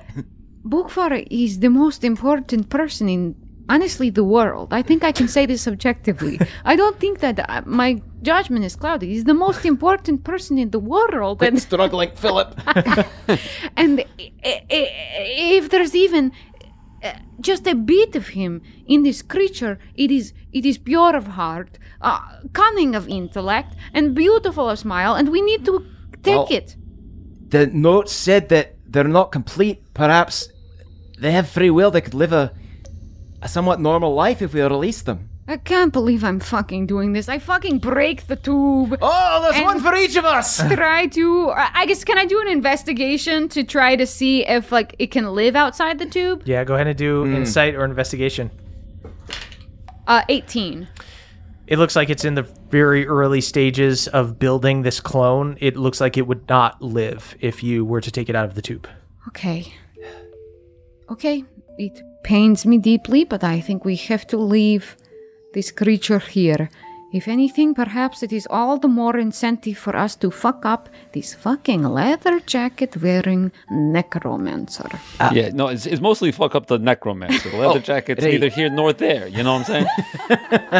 D: Bookfar is the most important person in, honestly, the world. I think I can say this objectively. I don't think that uh, my judgment is clouded. He's the most important person in the world. And
E: Struggling, Philip.
D: and i- i- i- if there's even uh, just a bit of him in this creature, it is it is pure of heart, uh, cunning of intellect, and beautiful of smile. And we need to take
E: Well-
D: it.
E: the note said that they're not complete. Perhaps they have free will. They could live a, a somewhat normal life if we release them.
D: I can't believe I'm fucking doing this. I fucking break the tube.
E: Oh, there's
D: And-
E: one for each of us.
D: try to I I guess can I do an investigation to try to see if like it can live outside the tube?
A: Yeah, go ahead and do
E: Hmm.
A: insight or investigation.
D: Uh 18.
A: It looks like it's in the very early stages of building this clone. It looks like it would not live if you were to take it out of the tube.
D: Okay. Okay. It pains me deeply, but I think we have to leave this creature here. If anything, perhaps it is all the more incentive for us to fuck up this fucking leather jacket wearing necromancer.
B: yeah, no, it's, it's mostly fuck up the necromancer. The leather jacket's neither here nor there. You know what I'm saying?
E: [laughs]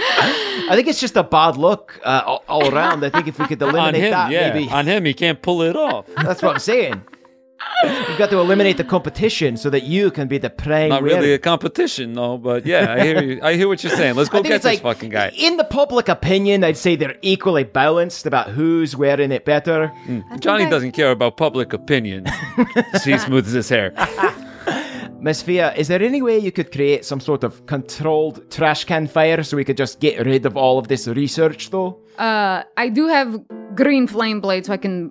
E: I think it's just a bad look uh, all, all around. I think if we [laughs] could
B: on
E: eliminate
B: him,
E: that,
B: yeah.
E: maybe
B: On him, he can't pull it off.
E: that's what I'm saying. We've got to eliminate the competition so that you can be the prime.
B: Not really
E: winner.
B: a competition, though. But yeah, I hear you. I hear what you're saying. Let's go
E: [laughs] I think
B: get
E: it's
B: this
E: like
B: fucking guy.
E: in the public opinion, I'd say they're equally balanced about who's wearing it better.
B: Hmm. Johnny
D: I-
B: doesn't care about public
E: [laughs]
B: opinion. so he smooths his hair.
E: Miss Fia, is there any way you could create some sort of controlled trash can fire so we could just get rid of all of this research, though?
D: Uh, I do have green flame blade, so I can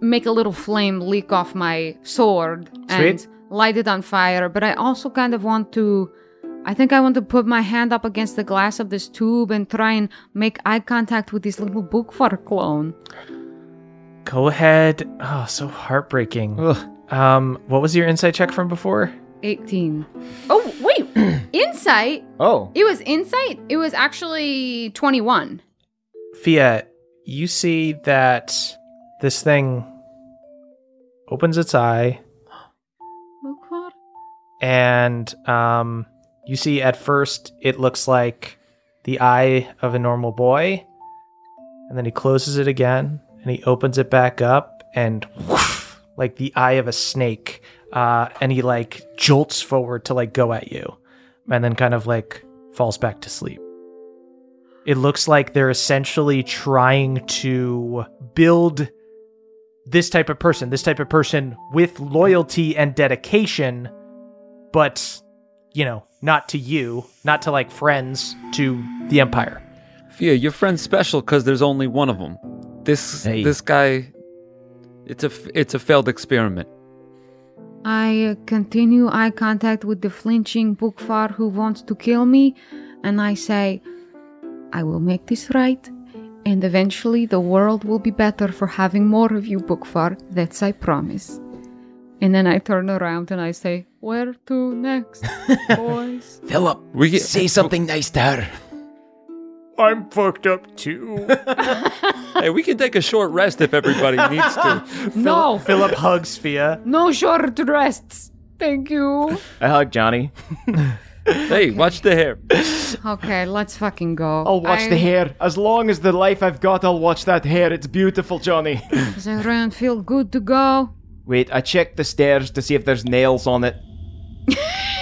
D: make a little flame leak off my sword and
E: Sweet.
D: light it on fire. But I also kind of want to. I think I want to put my hand up against the glass of this tube and try and make eye contact with this little book for clone.
A: Go ahead. Oh, so heartbreaking. Um, what was your insight check from before?
D: 18. Oh, wait! [clears throat] insight?
E: Oh,
D: It was insight? It was actually 21.
A: Fia, you see that this thing opens its eye
D: Book for-
A: and um, you see at first it looks like the eye of a normal boy and then he closes it again and he opens it back up and whoosh, like the eye of a snake uh, and he like jolts forward to like go at you and then kind of like falls back to sleep it looks like they're essentially trying to build this type of person this type of person with loyalty and dedication but you know, not to you, not to like friends, to the Empire.
B: Fia, your friend's special because there's only one of them. This
E: Hey.
B: this guy, it's a f- it's a failed experiment.
D: I continue eye contact with the flinching Bookfar who wants to kill me, and I say, I will make this right, and eventually the world will be better for having more of you, Bookfar. That's I promise. And then I turn around and I say, Where to
E: [laughs]
D: next, boys?
E: Philip,
B: We get-
E: say something nice to her.
A: I'm fucked up [laughs] too.
B: hey, we can take a short rest if everybody needs to.
E: [laughs]
D: no,
A: Philip hugs Fia.
D: no short rests. Thank
E: [laughs]
D: you.
E: I hug Johnny.
B: Hey, watch the hair.
D: Okay, let's fucking go.
E: I'll watch the
D: I-
E: hair. As long as the life I've got, I'll watch that hair. It's beautiful, Johnny.
D: Does everyone feel good to go?
E: Wait, I checked the stairs to see if there's nails on it.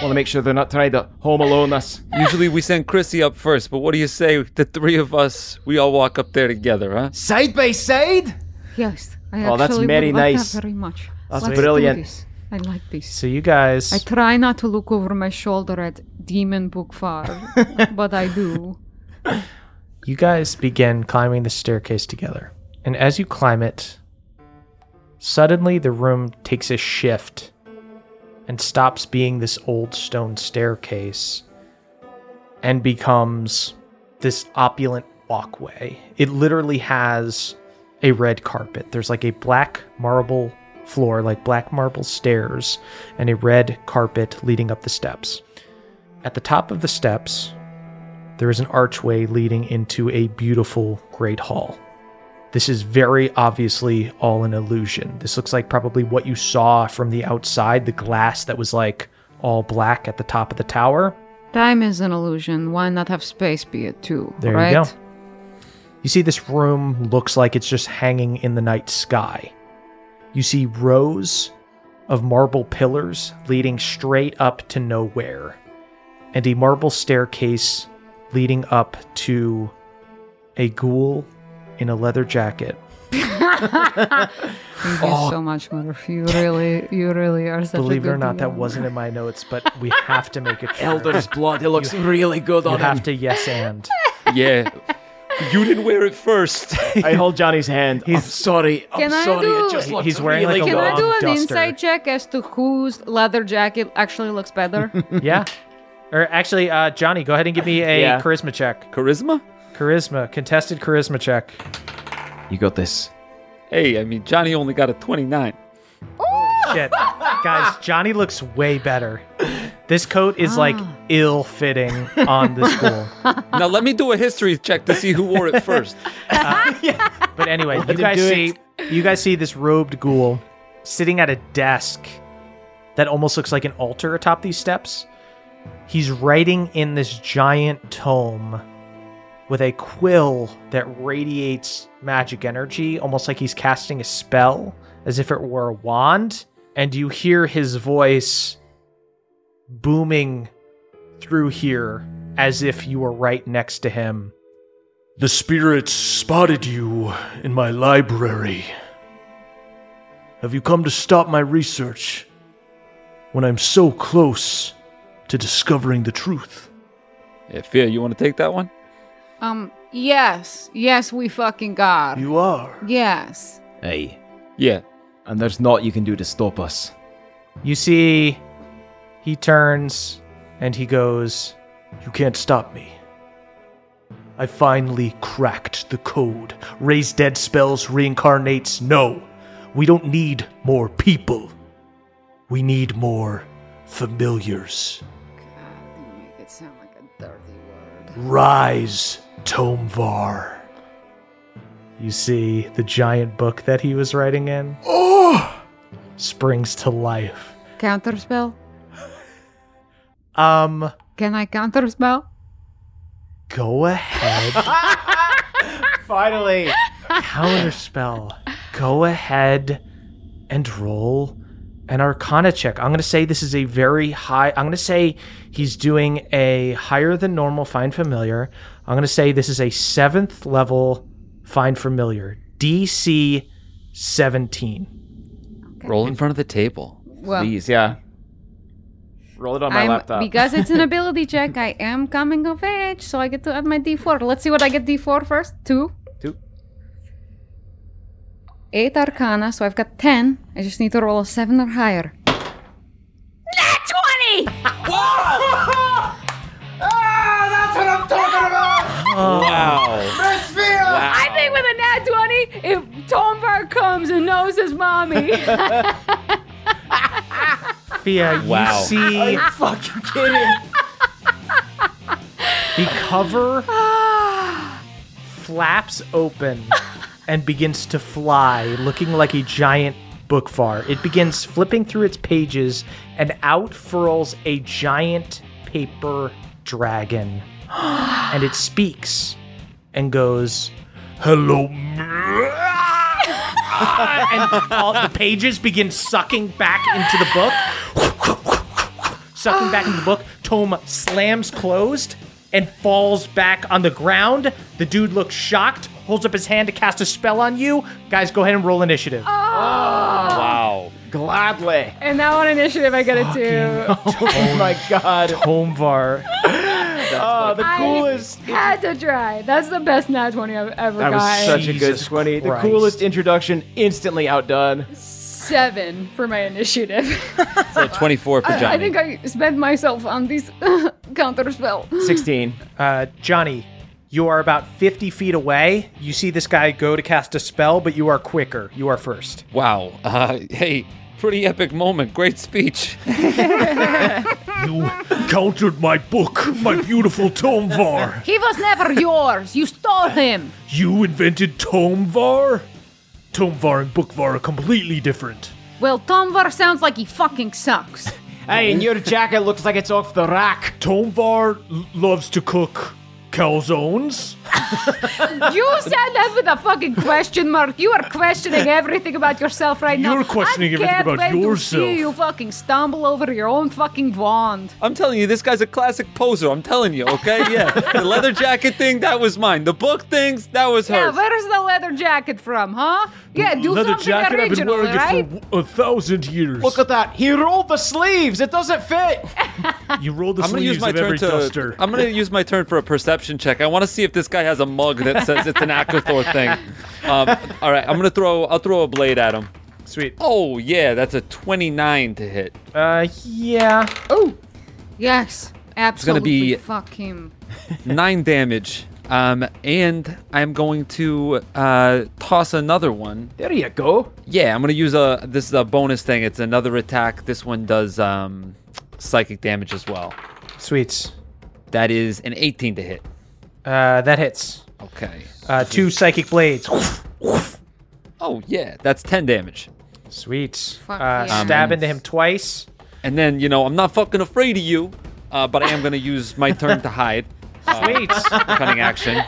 E: Want to make sure they're not trying to home alone us.
B: Usually we send Chrissy up first, but what do you say? The three of us, we all walk up there together,
E: [laughs]
B: huh?
E: Side by side?
D: Yes, I
E: Oh, that's
D: actually
E: very
D: would like
E: nice.
D: that very much.
E: That's
D: Let's do
E: brilliant.
D: this. I like this.
A: So you guys
D: I try not to look over my shoulder at Demon
A: [laughs]
D: Book Far, but I do.
A: you guys begin climbing the staircase together. And as you climb it, suddenly the room takes a shift and stops being this old stone staircase and becomes this opulent walkway. It literally has a red carpet. There's like a black marble floor, like black marble stairs, and a red carpet leading up the steps. At the top of the steps, there is an archway leading into a beautiful great hall. This is very obviously all an illusion. This looks like probably what you saw from the outside, the glass that was like all black at the top of the tower.
D: Time is an illusion. Why not have space be it too?
A: There
D: right?
A: you go. You see, this room looks like it's just hanging in the night sky. You see rows of marble pillars leading straight up to nowhere, and a marble staircase leading up to a ghoul in a leather jacket
D: Thank
E: Oh.
D: you so much, Murph. You really, you really are such
A: Believe it
D: a
A: or
D: good
A: not, that
D: DM.
A: wasn't in my notes, but we have to make it. Sure.
E: [laughs] Elder's blood. It looks really good
A: You
E: on him.
A: have to yes
E: [laughs]
A: and.
B: Yeah. You didn't wear it first.
E: I hold Johnny's hand. Oh, I'm sorry. I'm
D: Can I
E: sorry.
D: do-
E: It just looks
A: He's wearing
E: really
A: like a
D: Can I
A: long
D: do an
A: duster.
D: insight check as to whose leather jacket actually
A: [laughs]
D: looks better?
A: Yeah. Or actually, uh, Johnny, go ahead and give me a
E: Yeah.
A: charisma check.
B: Charisma?
A: Charisma, contested charisma check.
E: You got this.
B: Hey, I mean, Johnny only got a 29.
A: Shit. Guys, Johnny looks way better. This coat is like ill fitting on this fool.
B: Now let me do a history check to see who wore it [laughs] first.
A: But anyway, you
E: him
A: guys
E: do
A: see you guys see this robed ghoul sitting at a desk that almost looks like an altar atop these steps. He's writing in this giant tome with a quill that radiates magic energy, almost like he's casting a spell, as if it were a wand, and you hear his voice booming through here as if you were right next to him. The spirits spotted you in my library. Have you come to stop my research when I'm so close to discovering the truth?
B: Yeah, Fear, you want to take that one?
D: um, yes, yes, we fucking got.
A: You are.
D: Yes.
E: Hey,
B: Yeah.
E: and there's naught you can do to stop us.
A: You see, he turns and he goes, You can't stop me. I finally cracked the code. Raise dead spells, reincarnates. No, we don't need more people. We need more familiars.
D: Make it sound like a dirty word.
A: Rise, Tomvar. You see the giant book that he was writing in? Oh! Springs to life.
D: Counterspell?
A: Um,
D: Can I counterspell?
A: go ahead.
E: Finally.
A: Counterspell. Go ahead and roll an arcana check. I'm going to say this is a very high. I'm going to say he's doing a higher than normal find familiar. I'm going to say this is a seventh level find familiar. DC 17.
B: Roll in front of the table.
D: Well,
E: Please, yeah. Roll it on my
D: Um, I'm,
E: laptop.
D: because it's an ability check, I am coming of age, so I get to add my d4. Let's see what I get d4 first. Two.
B: Two.
D: Eight arcana, so I've got ten. I just need to roll a seven or higher.
B: Wow.
F: I think with a nat 20, if Tombar comes and knows his mommy,
A: Fia,
B: Wow.
A: you see.
E: fucking kidding.
A: The cover flaps open and begins to fly, looking like a giant book far. It begins flipping through its pages and out furls a giant paper dragon. and it speaks and goes, Hello. [laughs] and all the pages begin sucking back into the book. Sucking back into the book, Tome slams closed and falls back on the ground. The dude looks shocked, holds up his hand to cast a spell on you. Guys, go ahead and roll initiative.
E: Oh
B: Wow.
E: Gladly.
F: and now on initiative, I get a two.
E: Oh my god.
A: Tomvar.
E: Oh, the
F: I-
E: coolest.
F: Had to try. That's the best nat 20 I've ever
E: That was
F: gotten.
E: such a good
A: Jesus
E: 20.
A: Christ.
E: The coolest introduction, instantly outdone.
F: Seven for my initiative. [laughs]
B: So 24 for Johnny.
F: I think I spent myself on [laughs] this counterspell.
E: 16.
A: Uh, Johnny, you are about 50 feet away. You see this guy go to cast a spell, but you are quicker. You are first.
B: wow. Uh, hey, pretty epic moment. Great speech. [laughs]
A: You countered my book, my beautiful Tomvar.
D: He was never yours. You stole him.
A: You invented Tomvar? Tomvar and Bookvar are completely different.
D: Well, Tomvar sounds like he fucking sucks.
E: Hey, and your jacket looks like it's off the rack.
A: Tomvar l- loves to cook. calzones?
F: [laughs] You said that with a fucking question mark. You are questioning everything about yourself right now.
A: You're questioning
F: I
A: everything
F: can't
A: about
F: wait
A: yourself.
F: To see you fucking stumble over your own fucking wand.
B: I'm telling you, this guy's a classic poser. I'm telling you,
F: [laughs]
B: okay? Yeah. the leather jacket thing, that was mine. The book things, that was
F: Yeah,
B: hers.
F: where's the leather jacket from, huh? Yeah, do
A: Leather
F: something
A: jacket, I've been
F: original,
A: wearing
F: right?
A: it for a thousand years.
E: Look at that. He rolled the sleeves. It doesn't fit.
A: you roll the
B: I'm gonna
A: sleeves
B: use my
A: of every
B: turn to.
A: duster.
B: I'm gonna use my turn for a perception check. I want to see if this guy has a mug that
F: [laughs]
B: says it's an Akathor thing. Um, all right, I'm gonna throw. I'll throw a blade at him.
A: Sweet.
B: Oh yeah, that's a 29 to
E: [laughs]
B: hit.
A: Uh, yeah.
D: Yes,
B: gonna
D: absolutely.
B: be-
D: Fuck him.
B: Nine damage. Um, and I'm going to uh, toss another one.
E: There you go.
B: Yeah, I'm gonna use a. This is a bonus thing. It's another attack. This one does um, psychic damage as well.
A: Sweets.
B: That is an 18 to hit.
A: Uh, that hits.
B: Okay.
A: Uh, two psychic blades.
B: Oh yeah, that's 10 damage.
A: Sweet.
D: Fuck
A: uh,
D: yeah.
A: Stab
B: Um,
A: into him twice.
B: And then you know I'm not fucking afraid of you, uh, but I am gonna use my turn to hide, uh,
A: Sweet.
B: cunning action,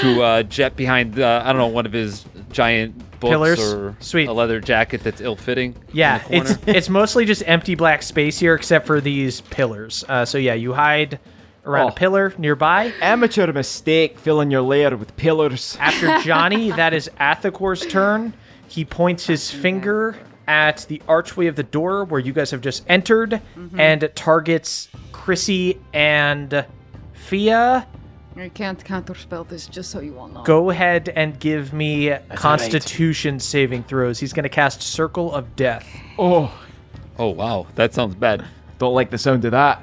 B: to uh, jet behind. Uh, I don't know one of his giant books
A: Pillars?
B: or
A: Sweet.
B: a leather jacket that's ill-fitting. in
A: yeah,
B: the corner.
A: it's it's mostly just empty black space here, except for these pillars. Uh, so yeah, you hide around a
E: Oh.
A: pillar nearby.
E: Amateur mistake filling your lair with pillars.
A: After
D: [laughs]
A: Johnny, that is Athacor's turn. He points his finger at the archway of the door where you guys have just entered
D: Mm-hmm.
A: and targets Chrissy and Fia.
D: I can't counterspell this, just so you all know.
A: Go ahead and give me constitution saving throws. He's going to cast Circle of Death.
E: Oh,
B: oh wow, that sounds bad.
E: don't like the sound of that.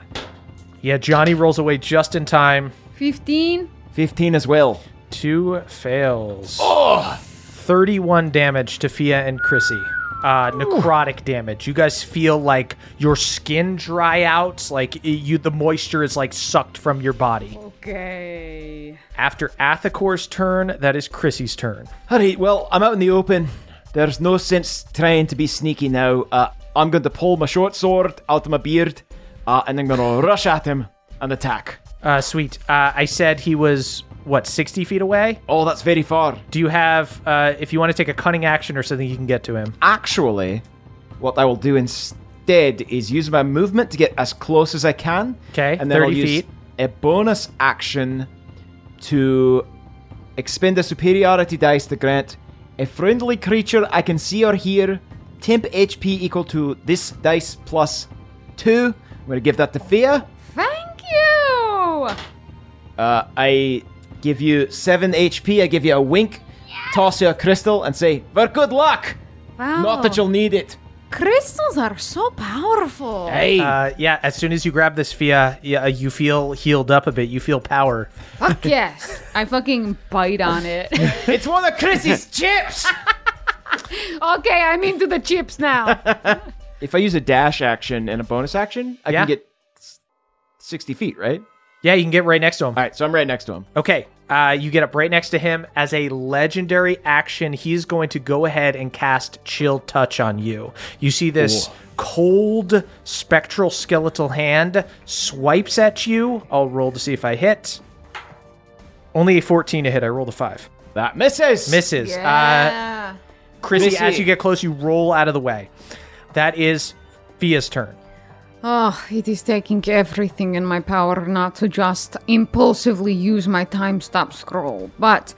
A: Yeah, Johnny rolls away just in time.
D: Fifteen.
E: 15 as well.
A: Two fails. Oh! 31 damage to Fia and Chrissy. Uh, necrotic damage. You guys feel like your skin dry out, like i- you the moisture is like sucked from your body.
F: Okay.
A: After Athacor's turn, that is Chrissy's turn.
E: All right, well, I'm out in the open. There's no sense trying to be sneaky now. Uh, I'm going to pull my short sword out of my beard, uh, and I'm going to rush at him and attack.
A: Uh, sweet. Uh, I said he was what 60 feet away.
E: Oh, that's very far.
A: Do you have, uh, if you want to take a cunning action or something, you can get to him.
E: Actually, what I will do instead is use my movement to get as close as I can.
A: 'Kay,
E: and then
A: 30
E: I'll use
A: feet.
E: a bonus action to expend a superiority dice to grant a friendly creature I can see or hear temp HP equal to this dice plus two. I'm gonna give that to Fia.
D: Thank you.
E: Uh, I give you seven HP. I give you a wink, toss you a crystal, and say, "For good luck."
D: Wow.
E: Not that you'll need it.
D: Crystals are so powerful.
E: Hey.
A: Uh, yeah, as soon as you grab this Fia, yeah, uh, you feel healed up a bit. You feel power.
E: [laughs]
D: Fuck yes. I fucking bite on it.
E: It's one of Chrissy's [laughs] chips!
D: okay, I'm into the chips now.
E: If I use a dash action and a bonus action, I
A: Yeah.
E: can get s- 60 feet, right?
A: Yeah, you can get right next to him.
E: All right, so I'm right next to him.
A: Okay, uh, you get up right next to him. As a legendary action, he's going to go ahead and cast Chill Touch on you. You see this cold spectral skeletal hand swipes at you. I'll roll to see if I hit. Only a 14 to hit. I rolled a 5.
E: That misses!
A: Misses. Uh,
D: yeah.
A: Chrissy,
E: Missy.
A: as you get close, you roll out of the way. That is Fia's turn.
D: Oh, it is taking everything in my power not to just impulsively use my time stop scroll. But,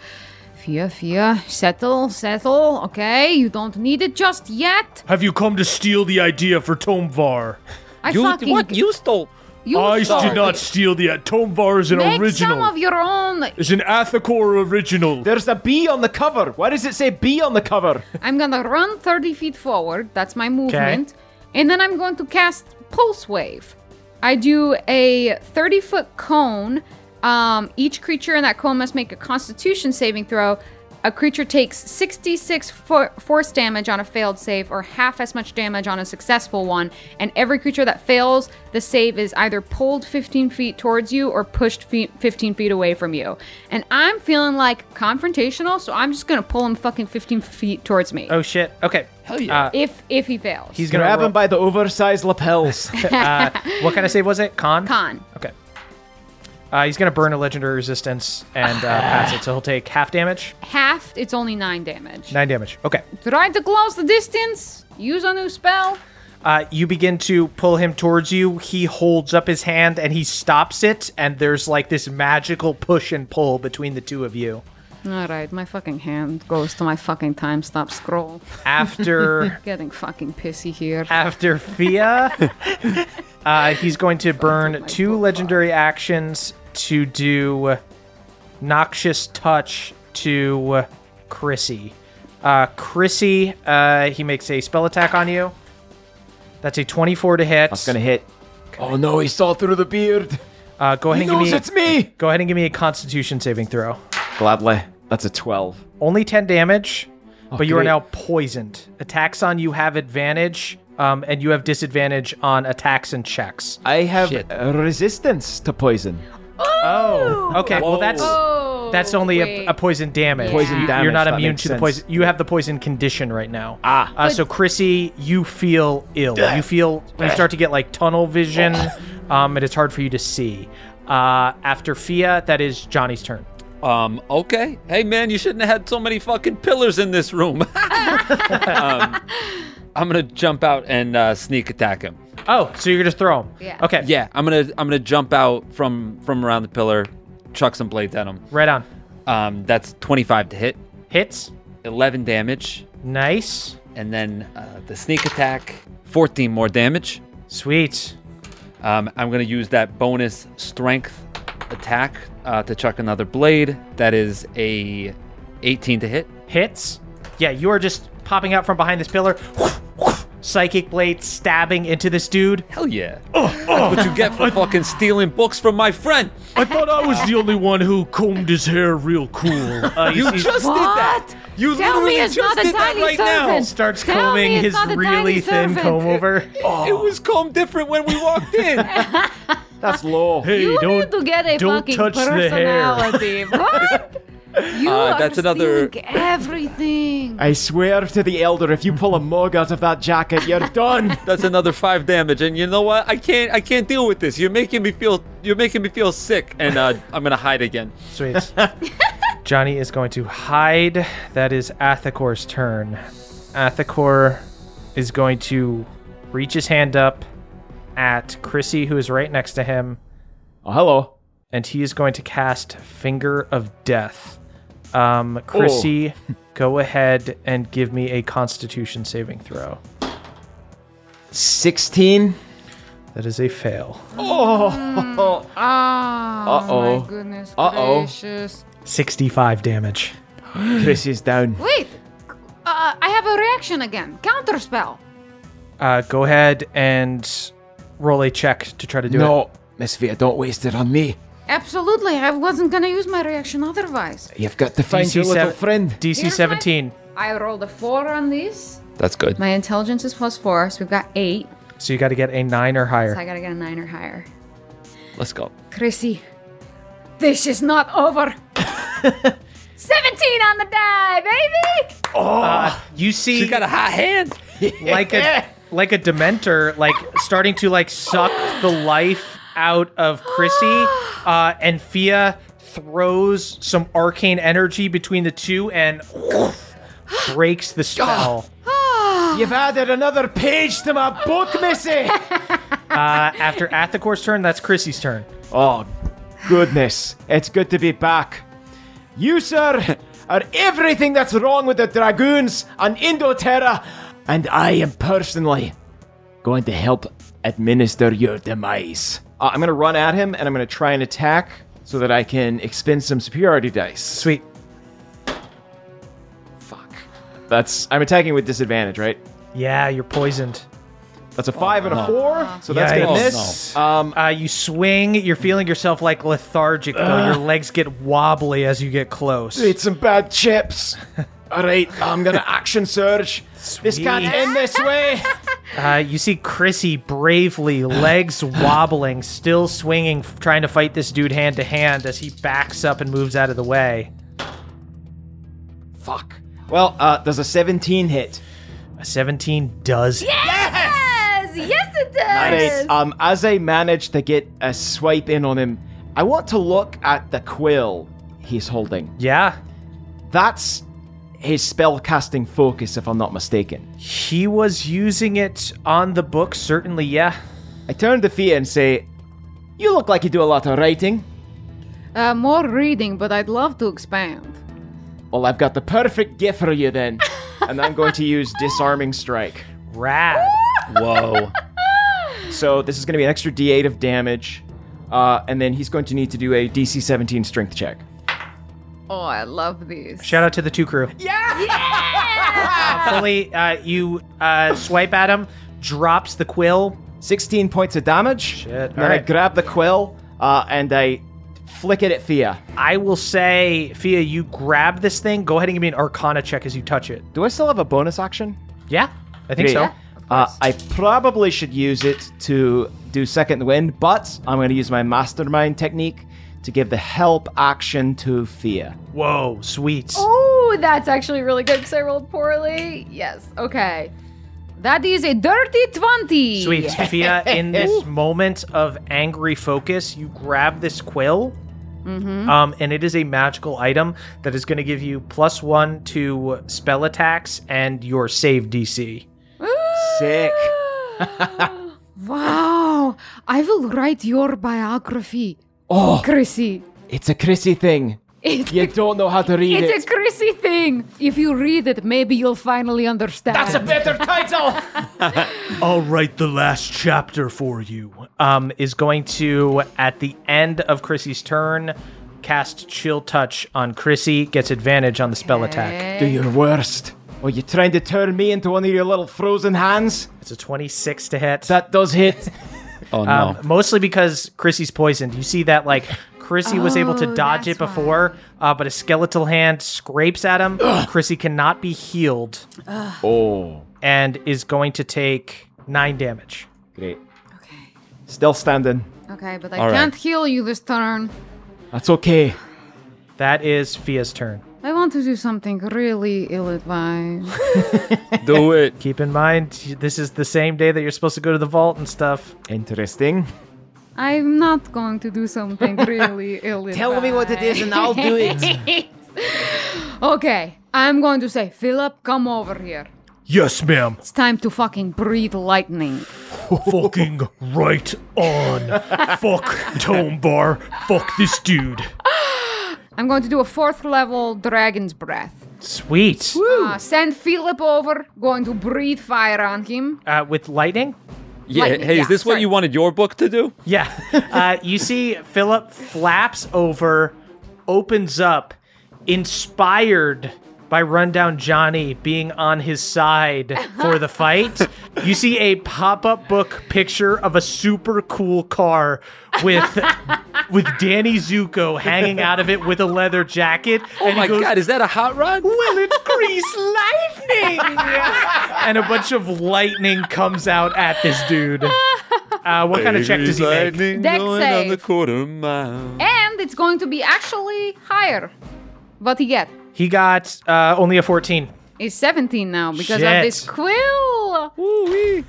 D: Fia, Fia, settle, settle, okay? You don't need it just yet.
A: Have you come to steal the idea for Tomvar?
D: I
B: You
D: fucking.
B: what? You stole?
D: you sorry.
A: steal the Tomvar is an
D: Make some of your own.
A: It's an Athacor original.
E: There's a B on the cover. Why does it say B on the [laughs] cover?
D: I'm gonna run 30 feet forward. That's my movement. And then I'm going to cast Pulse Wave. I do a 30 foot cone. Um, each creature in that cone must make a constitution saving throw. A creature takes 66 fo- force damage on a failed save or half as much damage on a successful one. And every creature that fails the save is either pulled 15 feet towards you or pushed fe- 15 feet away from you. And I'm feeling like confrontational, so I'm just going to pull him fucking 15 feet towards me
A: Oh shit. Okay. Hell yeah. Uh,
D: if if he fails.
A: he's gonna
E: Grab
A: roll. Uh,
E: him by the
A: [laughs]
E: oversized lapels.
A: What kind of save was it? Con.
D: con.
A: Okay. Uh, he's going to burn a legendary resistance and uh, pass it, so he'll take half damage,
D: Half, it's only nine damage.
A: nine damage. Okay.
D: Try to close the distance. Use a new spell.
A: Uh, you begin to pull him towards you. He holds up his hand and he stops it, and there's like this magical push and pull between the two of you.
D: All right, my fucking hand goes to my fucking time stop scroll. [laughs]
A: After
D: Getting fucking pissy here.
A: after Fia, uh, he's going to burn two legendary actions to do Noxious Touch to Chrissy. Uh, Chrissy, uh, he makes a spell attack on you. That's a 24 to hit.
E: It's gonna hit. Oh no, he saw through the beard.
A: uh, go ahead
E: He
A: and give
E: knows
A: me.
E: it's me.
A: Go ahead and give me a Constitution saving throw.
E: Gladly. That's a 12.
A: Only 10 damage, but you are
E: great.
A: now poisoned. Attacks on you have advantage, um, and you have disadvantage on attacks and checks.
E: I have uh, resistance to poison.
A: Oh, okay. Well, that's
D: Oh,
A: that's only a,
D: wait.
A: a poison damage.
E: Poison
A: You- You're
E: damage,
A: not
E: that
A: immune
E: makes
A: to the
E: sense.
A: poison. You have the poison condition right now.
E: Ah.
A: Uh, so Chrissy, you feel ill. You feel you start to get like tunnel vision,
E: Oh.
A: um, and it's hard for you to see. Uh, after Fia, that is Johnny's turn.
B: Um, okay. Hey, man, you shouldn't have had so many fucking pillars in this room. [laughs] um, I'm gonna jump out and uh, sneak attack him.
A: Oh, so you're gonna throw him?
D: Yeah.
A: Okay.
B: Yeah, I'm gonna I'm gonna jump out from from around the pillar, chuck some blades at him.
A: Right on.
B: Um, that's 25 to hit,
A: Hits.
B: 11 damage,
A: Nice.
B: and then uh, the sneak attack, 14 more damage.
A: Sweet.
B: Um, I'm gonna use that bonus strength attack uh, to chuck another blade. That is a 18 to hit.
A: Hits. Yeah, you are just popping out from behind this pillar. Psychic blade stabbing into this dude.
B: Hell yeah. That's what you get for fucking stealing books from my friend.
A: I thought I was the only one who combed his hair real cool. Uh,
B: You just did that. You
D: Tell me
B: literally
D: it's
B: just
D: not a
B: did that
D: tiny
B: right
D: servant.
A: starts
D: Tell me
A: combing
D: it's
A: his
D: not a
A: really
D: tiny
A: thin
D: servant.
A: comb over.
B: now. It was combed different when we walked in.
E: That's low.
A: Hey,
D: [laughs] you need to get a
A: don't
D: fucking
A: touch the hair. [laughs]
D: personality. what? You
B: Uh,
D: are
B: that's another-
D: stealing everything.
E: I swear to the elder, if you pull a mug out of that
A: [laughs]
E: jacket, you're done.
B: That's another five damage, and you know what? I can't. I can't deal with this. You're making me feel. You're making me feel sick, and uh, I'm gonna hide again.
A: Sweet. Johnny is going to hide. That is Athacor's turn. Athacor is going to reach his hand up at Chrissy, who is right next to him,
E: oh, hello.
A: and he is going to cast Finger of Death. Um, Chrissy, go ahead and give me a Constitution saving throw.
E: 16.
A: That is a fail.
D: Ah,
E: Uh-oh.
D: my goodness
E: Uh-oh.
D: gracious.
A: 65 damage.
E: Chris is down.
D: Wait, uh, I have a reaction again. Counterspell.
A: Uh, go ahead and roll a check to try to do it.
E: No, Miss Vita, don't waste it on me.
D: Absolutely, I wasn't gonna use my reaction otherwise.
E: You've got to find your little
A: seven-
E: friend.
A: DC
D: Here's my-
A: 17.
D: I rolled a four on this.
B: That's good.
D: My intelligence is plus four, so we've got eight.
A: So you got to get a 9 or higher.
D: So I gotta get a nine or higher.
B: Let's go.
D: Chrissy, this is not over. 17 on the die, baby!
A: You see,
B: She's got a hot hand.
A: [laughs] like a like a dementor, like starting to like suck the life out of Chrissy, uh, and Fia throws some arcane energy between the two and breaks the spell.
E: You've added another page to my book, Missy.
A: Uh, after Athacor's turn, that's Chrissy's turn.
E: oh, goodness. It's good to be back. You, sir, are everything that's wrong with the Dragoons and Indoterra, and I am personally going to help administer your demise. Uh, I'm going to run at him and I'm going to try and attack so that I can expend some superiority dice.
A: Sweet.
E: Fuck. That's I'm attacking with disadvantage, right?
A: Yeah, you're poisoned.
E: That's a five and a four, so that's gonna
A: Oh, Yikes.
E: miss. Um,
A: Uh, you swing. You're feeling yourself like lethargic, though. Your legs get wobbly as you get close.
E: Eat some
A: [laughs]
E: bad chips. All right, I'm gonna action surge. This can't
A: Sweet.
E: end this
A: [laughs]
E: way.
A: Uh, you see Chrissy bravely,
E: [sighs]
A: legs wobbling, still swinging, f- trying to fight this dude hand to hand as he backs up and moves out of the way.
E: Fuck. Well, uh, there's a 17 hit.
A: A 17 does. hit.
D: Yes! Yes, it does!
E: All right, Um, as I manage to get a swipe in on him, I want to look at the quill he's holding.
A: Yeah.
E: That's his spell casting focus, if I'm not mistaken.
A: He was using it on the book, certainly, yeah.
E: I turn to Fia and say, You look like you do a lot of writing.
D: Uh, more reading, but I'd love to expand.
E: Well, I've got the perfect gift for you then. and I'm going to use Disarming Strike.
A: Rad.
B: Whoa.
E: So this is going to be an extra d8 of damage. Uh, and then he's going to need to do a DC 17 strength check.
D: Oh, I love these.
A: Shout out to the two crew. Yeah! yeah! Fully, uh, you uh, swipe at him, drops the quill.
E: 16 points of damage.
A: Shit,
E: And then I
A: alright.
E: grab the quill uh, and I flick it at Fia.
A: I will say, Fia, you grab this thing. Go ahead and give me an Arcana check as you touch it.
E: Do I still have a bonus action?
A: Yeah, I think so.
E: Great. Uh, I probably should use it to do second wind, but I'm going to use my mastermind technique to give the help action to Fia.
A: Whoa, sweet.
F: Oh, that's actually really good because I rolled poorly. Yes.
D: Okay. That is a dirty 20.
A: Sweet. Fia, in this moment of angry focus, you grab this quill. Um, and it is a magical item that is going to give you plus one to spell attacks and your save DC.
E: Sick.
D: [laughs] Wow. I will write your biography. Oh. Chrissy.
E: It's a Chrissy thing.
D: It's,
E: You don't know how to read
D: it's a
E: it.
D: Chrissy thing. If you read it, maybe you'll finally understand. That's a
E: Better title.
A: [laughs] I'll write the last chapter for you. Um, is going to at the end of Chrissy's turn cast chill touch on Chrissy, gets advantage on the spell attack.
E: do your worst. Are you trying to turn me into one of your little frozen hands?
A: It's a twenty-six to hit.
E: That does hit.
B: Oh no.
A: Um, mostly because Chrissy's poisoned. You see that, like, Chrissy was able to
D: Oh,
A: dodge it
D: that's
A: before, uh, but a skeletal hand scrapes at him. Chrissy cannot be healed
E: oh,
A: and is going to take nine damage.
E: great.
D: Okay.
E: Still standing.
D: Okay, but I
B: All right.
D: can't heal you this turn.
E: That's okay.
A: That is Fia's turn.
D: I want to do something really ill advised.
A: [laughs]
B: Do it.
A: Keep in mind, this is the same day that you're supposed to go to the vault and stuff.
E: Interesting.
D: I'm not going to do
E: [laughs]
D: something really ill advised.
E: and I'll do [laughs] it.
D: Okay, I'm going to say, Philip, come over here.
A: Yes, ma'am.
D: It's time to fucking breathe lightning.
A: Fucking right on. Fuck Tombar. Fuck this dude.
D: I'm going to do a fourth level dragon's breath.
A: Sweet.
D: Uh, send Philip over, going to breathe fire on him.
A: Uh, with lightning?
B: Yeah.
D: Lightning,
B: hey,
D: yeah,
B: is this what
D: sorry.
B: you wanted your book to do?
A: Yeah. [laughs] Uh, you see, Philip flaps over, opens up, inspired by Rundown Johnny being on his side for the fight. You see a pop up book picture of a super cool car with. With Danny Zuko hanging out of it with a leather jacket,
B: Oh my god, is that a hot rod?
A: well, it's grease lightning,
B: [laughs]
A: and a bunch of lightning comes out at this dude. Uh, what kind of check does he make?
D: Dex going on the save.
B: quarter mile.
D: And it's going to be actually higher. What he get?
A: He got uh, only a 14.
D: It's 17 now because
A: Shit.
D: of this quill.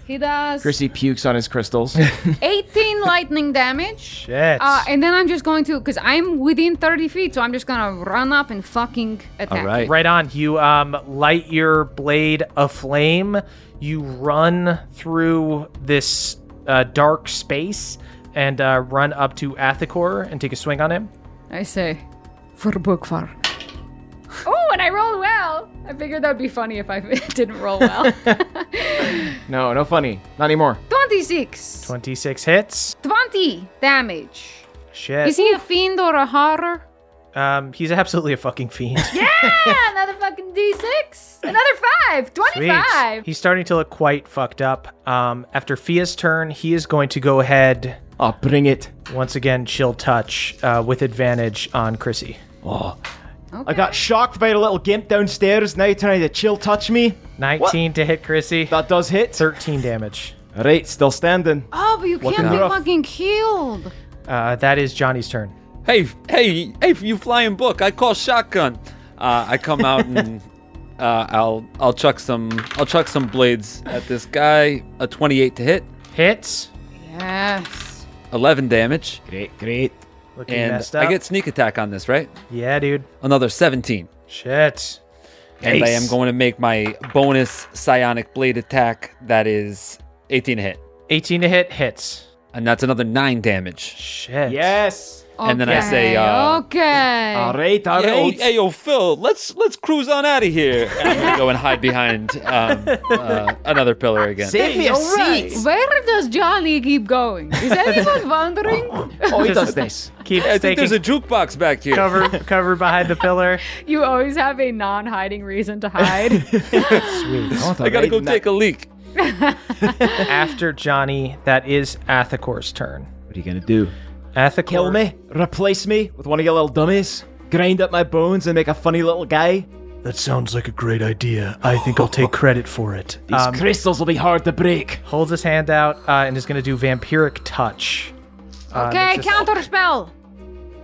D: He does
E: Chrissy pukes on his crystals.
B: [laughs]
D: 18 lightning damage.
A: Shit.
D: Uh, and then I'm just going to, because I'm within 30 feet, so I'm just going to run up and fucking attack.
B: All right.
A: right on. You um, light your blade aflame. You run through this uh, dark space and uh, run up to Athacor and take a swing on him.
D: I say, for Bookfar.
F: Oh, and I rolled well. I figured that'd be funny if I [laughs] didn't roll
D: [laughs]
F: well.
E: no, no funny. Not anymore.
D: 26.
A: 26 hits.
D: 20 damage.
A: Shit.
D: Is he a fiend or a horror?
A: um, he's absolutely a fucking fiend.
F: [laughs] yeah, another fucking d6. Another five.
A: Sweet.
F: 25.
A: He's starting to look quite fucked up. Um, after Fia's turn, he is going to go ahead
E: Oh, bring it.
A: once again, chill touch uh, with advantage on Chrissy.
E: I got shocked by the little gimp downstairs. Now you're trying to chill touch me.
A: 19 to hit Chrissy.
E: That does hit.
A: 13 damage.
E: All right, still standing.
D: Oh, but you can't be
E: rough.
D: fucking healed.
A: Uh, that is Johnny's turn.
B: Hey, f- hey, hey, you flying book. I call shotgun. Uh, I come
D: [laughs]
B: out and uh, I'll I'll chuck some I'll chuck some blades at this guy. A 28 to hit,
A: Hits.
D: Yes.
B: 11 damage.
E: Great, great.
A: Looking
B: and
A: messed up.
B: I get sneak attack on this, right?
A: yeah, dude.
B: Another 17.
A: Shit.
B: And I
A: Ace.
B: am going to make my bonus psionic blade attack that is 18 to hit.
A: 18 to hit hits.
B: And that's another 9 damage.
A: Shit.
E: Yes.
D: Okay.
B: And then I say, uh,
D: okay.
E: All right, all
B: Hey, yo,
E: right.
B: hey, yo, Phil, let's let's cruise on out of here. And I'm gonna go and hide behind um, uh, another pillar again.
E: Save me a
D: All right.
E: seat.
D: Where does Johnny keep going? Is anyone
B: [laughs]
D: wondering?
E: Oh, he
A: Just-
E: does this.
A: Keep
B: I think there's
A: taking
B: a jukebox back
A: [laughs]
B: here.
A: cover
B: [laughs]
A: cover behind the pillar.
F: You always have a non-hiding reason to hide.
B: I gotta go take a leak.
A: After Johnny, that is Athacor's turn.
E: What are you gonna do?
A: Athacor.
E: Kill me? Replace me with one of your little dummies? Grind up my bones and make a funny little guy?
A: That sounds like a great idea. I think I'll take credit for it. Um,
E: These crystals will be hard to break.
A: holds his hand out uh, and is going to do vampiric touch. Uh, and
D: okay,
A: it's just
D: counter spell.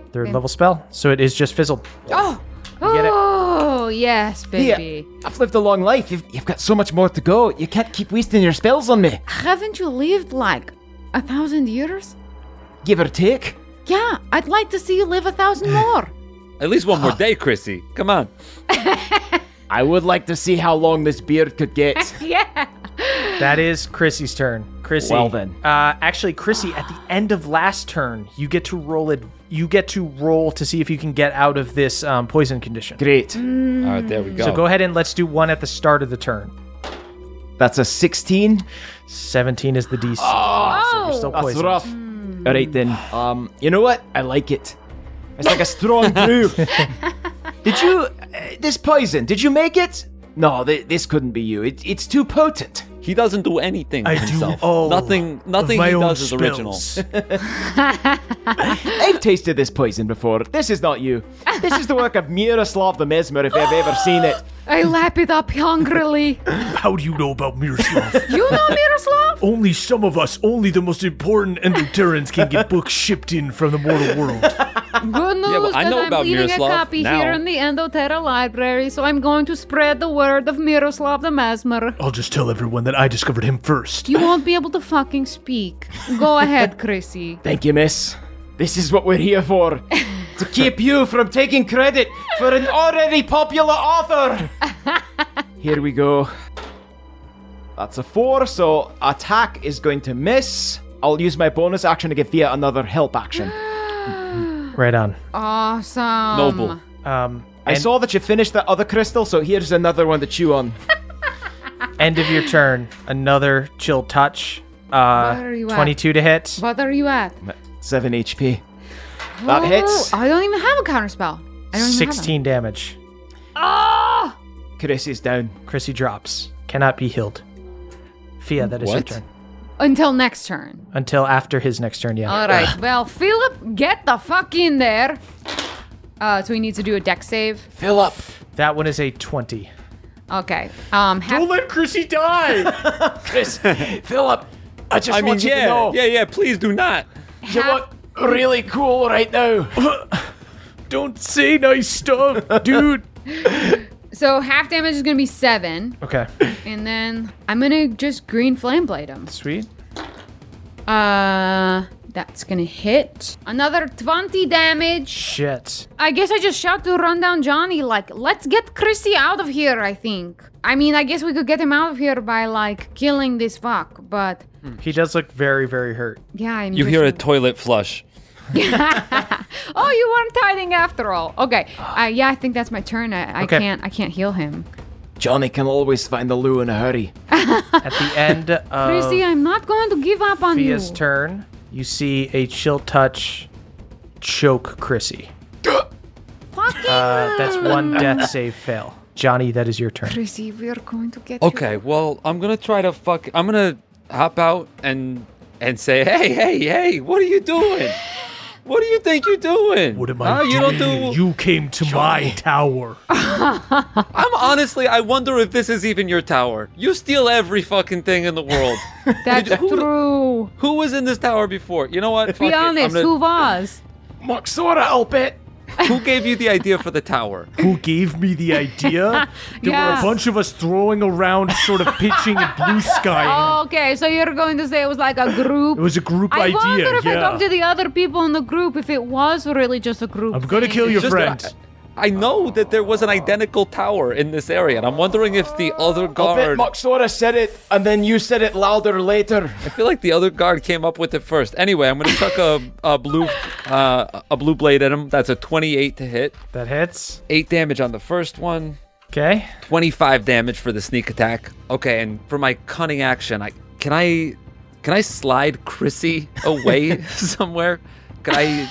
A: a Third level spell, so it is just fizzled.
D: Oh.
A: get it?
D: Oh, yes,
E: Yeah,
D: baby.
E: I've lived a long life. You've, you've got so much more to go. You can't keep wasting your spells on me.
D: Haven't you lived like a thousand years?
E: Give or take.
D: Yeah, I'd like to see you live a thousand more.
B: At least one more day, Chrissy. Come on.
E: I would like to see how long this beard could get.
D: yeah.
A: That is Chrissy's turn. Chrissy.
E: Well then.
A: Uh, actually, Chrissy, at the end of last turn, you get to roll it. You get to roll to see if you can get out of this um, poison condition.
E: Great.
B: All right, there we go.
A: So go ahead and let's do one at the start of the turn.
E: That's a 16.
A: 17 is the DC. so
D: Oh,
A: you're still
E: Oh, That's
A: poisoned.
E: rough. All right then. Um, you know what? I like it. It's like a strong brew. did you uh, this poison? Did you make it? No, th- this couldn't be you. It, it's too potent.
B: He doesn't do anything
A: I do
B: himself.
H: Oh,
A: all
B: nothing. Nothing
A: My
B: he
A: own
B: does is original.
A: spells.
E: [laughs] I've tasted this poison before. This is not you. This is the work of Miroslav the Mesmer, if I've ever seen it.
D: I lap it up hungrily.
H: How do you know about Miroslav?
D: You know Miroslav?
H: only some of us, only the most important endoterrans can get books shipped in from the mortal world.
D: Good news,
B: well, I know
D: am
B: about
D: leaving
B: Miroslav
D: a copy
B: now.
D: here in the Endoterra Library, so I'm going to spread the word of Miroslav the Mesmer.
H: I'll just tell everyone that I discovered him first.
D: You won't be able to fucking speak. Go ahead, Chrissy.
E: Thank you, miss. This is what we're here for. to keep you from taking credit for an already popular
D: [laughs]
E: author. here we go. That's a four, so attack is going to miss. I'll use my bonus action to get via another help action.
A: Right on.
D: Awesome.
B: Noble.
A: Um,
E: I saw that you finished that other crystal, so here's another one to chew on.
A: end of your turn, another chill touch.
D: Where
A: Uh,
D: are you at?
A: 22 to hit.
D: What are you at?
E: 7 HP. That
D: Oh,
E: hits.
D: I don't even have a counter spell. I don't even have one.
A: 16 damage.
D: Ah!
E: Chris is down.
A: Chrissy drops. Cannot be healed. Fia, that is
B: What?
A: your turn.
D: Until next turn.
A: Until after his next turn, yeah.
D: All right. Well, Philip, get the fuck in there. Uh, so he needs to do a deck save.
E: Fill up.
A: That one is a 20.
D: Okay. Um, half-
H: let Chrissy die!
E: [laughs] Chris, fill up. I just
B: I mean,
E: want you to
B: yeah,
E: know
B: yeah, yeah. Please do not.
E: you look really cool right now.
H: Don't say nice stuff, dude!
D: so half damage is gonna be seven,
A: Okay.
D: and then I'm gonna just green flame blade
A: [coughs]
D: him.
A: Sweet.
D: Uh, that's gonna hit another 20 damage.
A: Shit.
D: I guess I just shout to run down Johnny like, let's get Chrissy out of here. I think. I mean, I guess we could get him out of here by like killing this fuck, but
A: He does look very, very hurt.
D: yeah, I'm.
B: You
D: just
B: hear a toilet flush.
D: Oh, you weren't hiding after all. Okay. Uh, yeah, I think that's my turn. I, I
A: Okay.
D: can't. I can't heal him.
E: Johnny can always find the loo in a hurry.
A: At the [laughs] end of
D: Chrissy, I'm not going to give up on
A: Fia's
D: you.
A: turn, you see a chill touch choke Chrissy.
D: Fucking
A: Uh, [gasps] that's one death save fail. Johnny, that is your turn.
D: Chrissy, we're going to get. you.
B: Okay, well, I'm gonna try to fuck. I'm gonna hop out and and say, hey, hey, hey, what are you doing? What do you think you're doing?
H: [laughs] What am I
B: Huh?
H: doing?
B: Ah, You don't do.
H: You came to my tower.
B: I'm honestly, I wonder if this is even your tower. You steal every fucking thing in the
H: [laughs]
B: world.
D: That's
B: Did- who-
D: true.
B: Who was in this tower before? You know what?
D: Be
B: Fuck it, I'm
D: honest.
B: gonna-
D: Who was?
E: Moxora, I'll bet.
B: [laughs] Who gave you the idea for the tower?
H: Who gave me the idea? There were
D: Yeah.
H: a bunch of us throwing around, sort of pitching and blue skying.
D: Okay, so you're going to say it was like a group.
H: It was a group
D: I
H: idea.
D: wonder if
H: yeah.
D: I talked to the other people in the group if it was really just a group.
H: I'm gonna
D: thing.
H: kill your
B: Just
H: friend.
B: that I I know that there was an identical tower in this area, and I'm wondering if the other
E: I bet
B: guard.
E: Moxora said it, and then you said it louder later.
B: I feel like the other guard came up with it first. Anyway, I'm gonna chuck a, a blue uh, a blue blade at him. That's a 28 to hit.
A: That hits.
B: Eight damage on the first one.
A: Okay.
B: 25 damage for the sneak attack. Okay, and for my cunning action, I can I can I slide Chrissy away [laughs] somewhere? Can I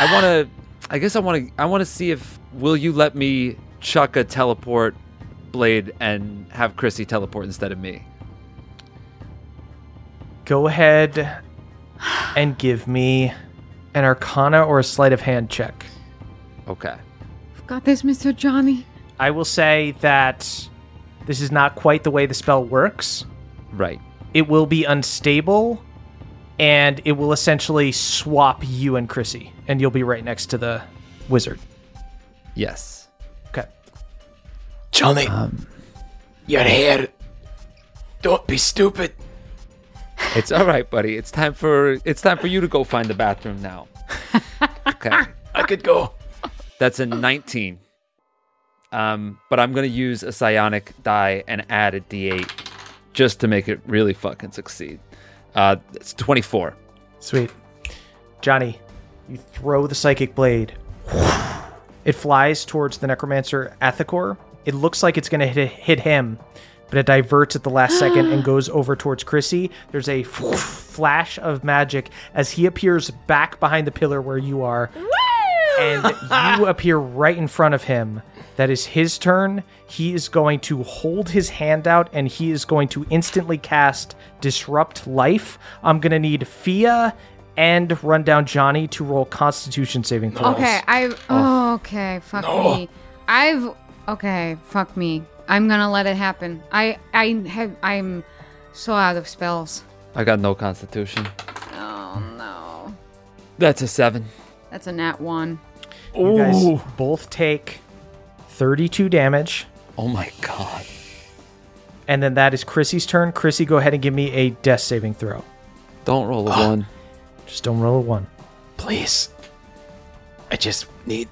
B: I want to I guess I want to I want to see if will you let me chuck a teleport blade and have Chrissy teleport instead of me?
A: Go ahead and give me an arcana or a sleight of hand check.
B: Okay.
D: Got this, Mr. Johnny.
A: I will say that this is not quite the way the spell works.
B: Right.
A: It will be unstable and it will essentially swap you and Chrissy, and you'll be right next to the wizard.
B: Yes.
A: Okay.
E: Johnny, your hair. Don't be stupid.
B: It's all right, buddy. It's time for it's time for you to go find the bathroom now. Okay.
E: I could go.
B: That's a 19. Um, but I'm gonna use a psionic die and add a d8 just to make it really fucking succeed. Uh, it's 24.
A: Sweet. Johnny, you throw the psychic blade. It flies towards the necromancer Athacor. It looks like it's going to hit, hit him, but it diverts at the last second and goes over towards Chrissy. There's a flash of magic as he appears back behind the pillar where you are. And you appear right in front of him. That is his turn. He is going to hold his hand out and he is going to instantly cast Disrupt Life. I'm going to need Fia and Rundown Johnny to roll Constitution saving throws.
D: Okay, I. Oh, okay, fuck me. I've. Okay, fuck me. I'm gonna let it happen. I. I have. I'm so out of spells.
B: I got no constitution.
D: Oh no.
B: That's a seven.
D: That's a nat one.
A: You guys both take 32 damage.
B: Oh my god.
A: And then that is Chrissy's turn. Chrissy, go ahead and give me a death saving throw.
B: Don't roll a one.
A: Just don't roll a one.
E: Please. I just need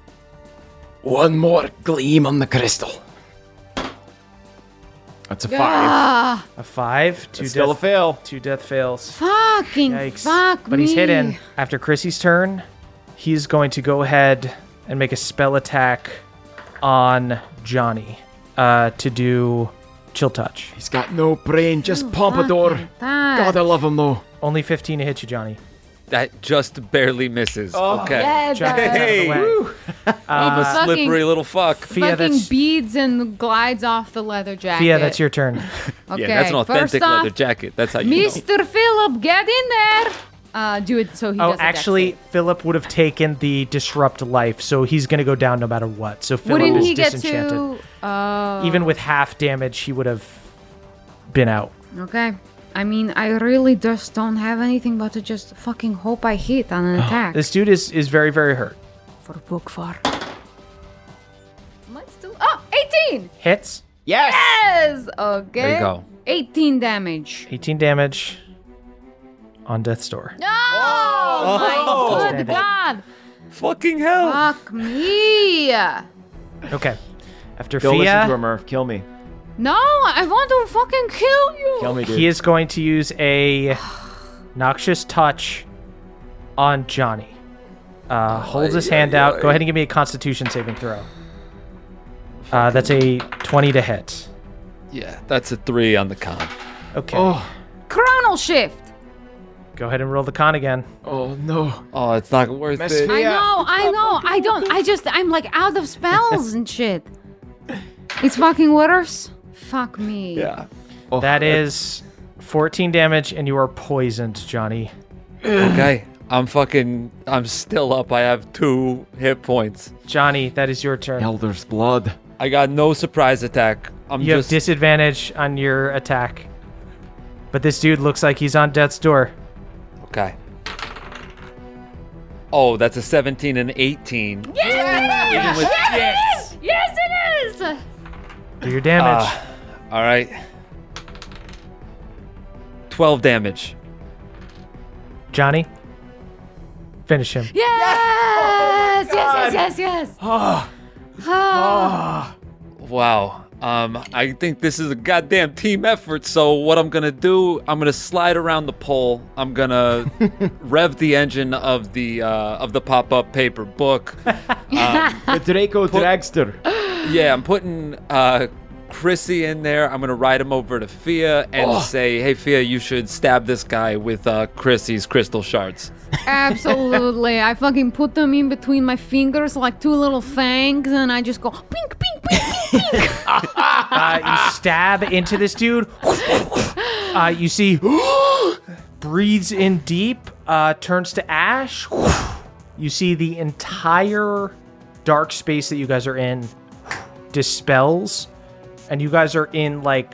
E: one more gleam on the crystal. That's a five.
D: Ah,
A: A five. Two
E: It's still a
A: death,
E: fail.
A: two death fails.
D: fucking
A: Yikes.
D: fuck me.
A: but he's hidden. After Chrissy's turn, he's going to go ahead and make a spell attack on Johnny uh, to do chill touch.
E: He's got no brain, just pompadour.
D: Fucking Oh, fuck.
E: God, I love him though.
A: Only 15 to hit you, Johnny.
B: That just barely misses. okay.
D: Yeah,
A: Johnny
D: the-
B: Hey,
A: out of the way.
B: I'm
A: Uh,
B: a
D: fucking-
B: slippery little fuck.
A: Fia,
D: fucking
A: that's,
D: beads and glides off the leather jacket.
A: Fia, that's your
D: [laughs]
A: turn.
D: Okay,
B: Yeah, that's an authentic
D: first off,
B: leather jacket. That's how you know.
D: Mr. Philip, get in there. Uh, do it so he
A: Oh,
D: doesn't.
A: actually, Philip would have taken the disrupt life, so he's going to go down no matter what. So Philip
D: wouldn't
A: is
D: he get
A: disenchanted.
D: to? Uh,
A: Even with half damage, he would have been out.
D: okay. I mean, I really just don't have anything but to just fucking hope I hit on
B: Ah,
D: an attack.
A: This dude is is very very hurt.
D: for book far. Let's do. Oh, 18!
A: Hits
E: Yes!
D: Yes! Okay.
B: There you go.
D: 18 damage.
A: 18 damage on death's door.
D: No! Oh, my good god!
B: Fucking hell.
D: Fuck me!
A: Okay. After
E: Go listen to her,
A: Fia,
E: Merv. Kill me.
D: No, I want to fucking kill you!
E: Kill me, dude.
A: he is going to use a noxious touch on Johnny. Uh, holds his hand out. Go ahead and give me a Constitution saving throw. Uh, that's a 20 to hit.
B: Yeah, that's a three on the con.
A: Okay.
B: Oh.
D: Chronal shift!
A: Go ahead and roll the con again.
E: Oh no.
B: Oh, it's not worth
E: Mess
B: it.
E: me
D: I
E: Yeah.
D: know, I know, I don't, I just, I'm like out of spells and shit. It's fucking worse. Fuck me.
B: Yeah. Oh,
A: That is 14 damage, and you are poisoned, Johnny.
B: Okay. I'm fucking. I'm still up. I have two hit points.
A: Johnny, that is your turn.
E: Elder's blood.
B: I got no surprise attack. I'm
A: You
B: just.
A: have disadvantage on your attack. But this dude looks like he's on death's door.
B: okay. Oh, that's a 17 and 18.
F: Yes,
B: Even with-
F: yes, it is! Yes, it is!
A: Do your damage.
B: Ah, all right. 12 damage.
A: Johnny, finish him. Oh,
F: Yes! yes, yes, yes, yes. Ah.
B: Wow. Um, I think this is a goddamn team effort. So what I'm gonna do, I'm gonna slide around the pole. I'm
A: [laughs]
B: gonna rev the engine of the uh, of the pop-up paper book.
E: The Draco Dragster.
B: Yeah, I'm putting uh, Chrissy in there. I'm gonna ride him over to Fia and say, "Hey, Fia, you should stab this guy with uh, Chrissy's crystal shards."
D: Absolutely. I fucking put them in between my fingers like two little fangs, and I just go pink, pink, pink, pink, pink.
A: Uh, you stab into this dude. Uh, you see, [gasps] breathes in deep, uh, turns to ash. You see the entire dark space that you guys are in dispels, and you guys are in like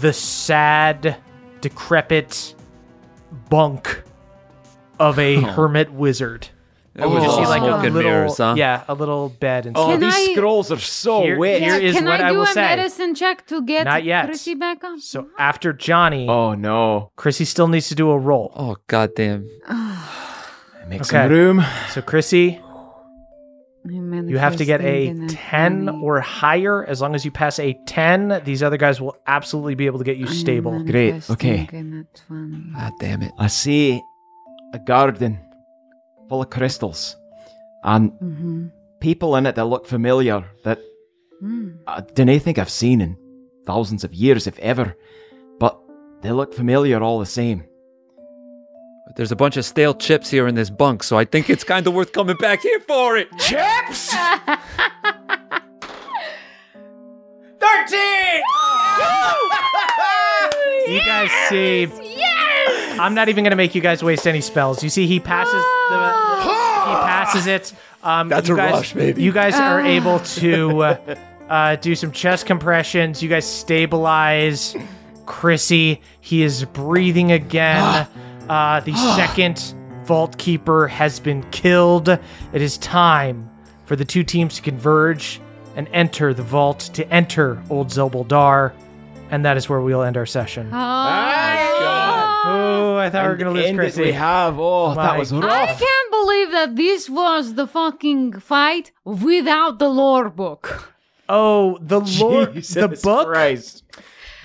A: the sad, decrepit bunk of
B: [laughs]
A: a hermit wizard.
B: It
D: Oh,
B: was
A: You
B: Oh. all
A: see, like
B: smoke
A: a
B: and mirrors,
A: little,
B: huh?
A: yeah, a little bed and
E: Oh,
D: Can
E: these
D: I-
E: scrolls are so
A: Here-
E: wet.
A: here is
D: Can
A: what
D: I
A: I
D: do
A: will
D: a
A: say.
D: medicine check to get
A: Not yet.
D: Chrissy back up?
A: So after Johnny,
E: Oh no.
A: Chrissy still needs to do a roll.
B: Oh goddamn!
E: Make
A: Okay.
E: some room.
A: So Chrissy,
D: Hey, man,
A: you
D: if
A: have
D: I
A: to get
D: stink
A: a
D: in that
A: 10
D: funny-
A: or higher. As long as you pass a 10, these other guys will absolutely be able to get you
D: Hey,
A: stable.
D: man, if I
E: Great, okay.
D: stink in that funny-
B: God damn it!
E: I see a garden full of crystals and
D: Mhm.
E: people in it that look familiar that
D: Mm.
E: I don't think I've seen in thousands of years, if ever. But they look familiar all the same.
B: There's a bunch of stale chips here in this bunk, so I think it's kind of worth coming back here for it.
E: Chips! 13!
A: You guys save. Yes! I'm not even going to make you guys waste any spells. You see, he passes the. He passes it. Um, That's you
B: a
A: guys,
B: rush, baby.
A: You guys are able to uh, uh, do some chest compressions. You guys stabilize Chrissy. He is breathing again.
B: Ah!
A: uh, the second Vault Keeper has been killed. It is time for the two teams to converge and enter the vault to enter Old Zelboldar. And that is where we'll end our session. Oh, I thought we were going to lose
E: End it
A: Chrissy.
E: we have. Oh,
A: My
E: that was
D: I
E: rough.
D: can't believe that this was the fucking fight without the lore book.
A: Oh,
E: [laughs]
A: the Lord, the
E: [laughs] Jesus
A: book,
E: Christ.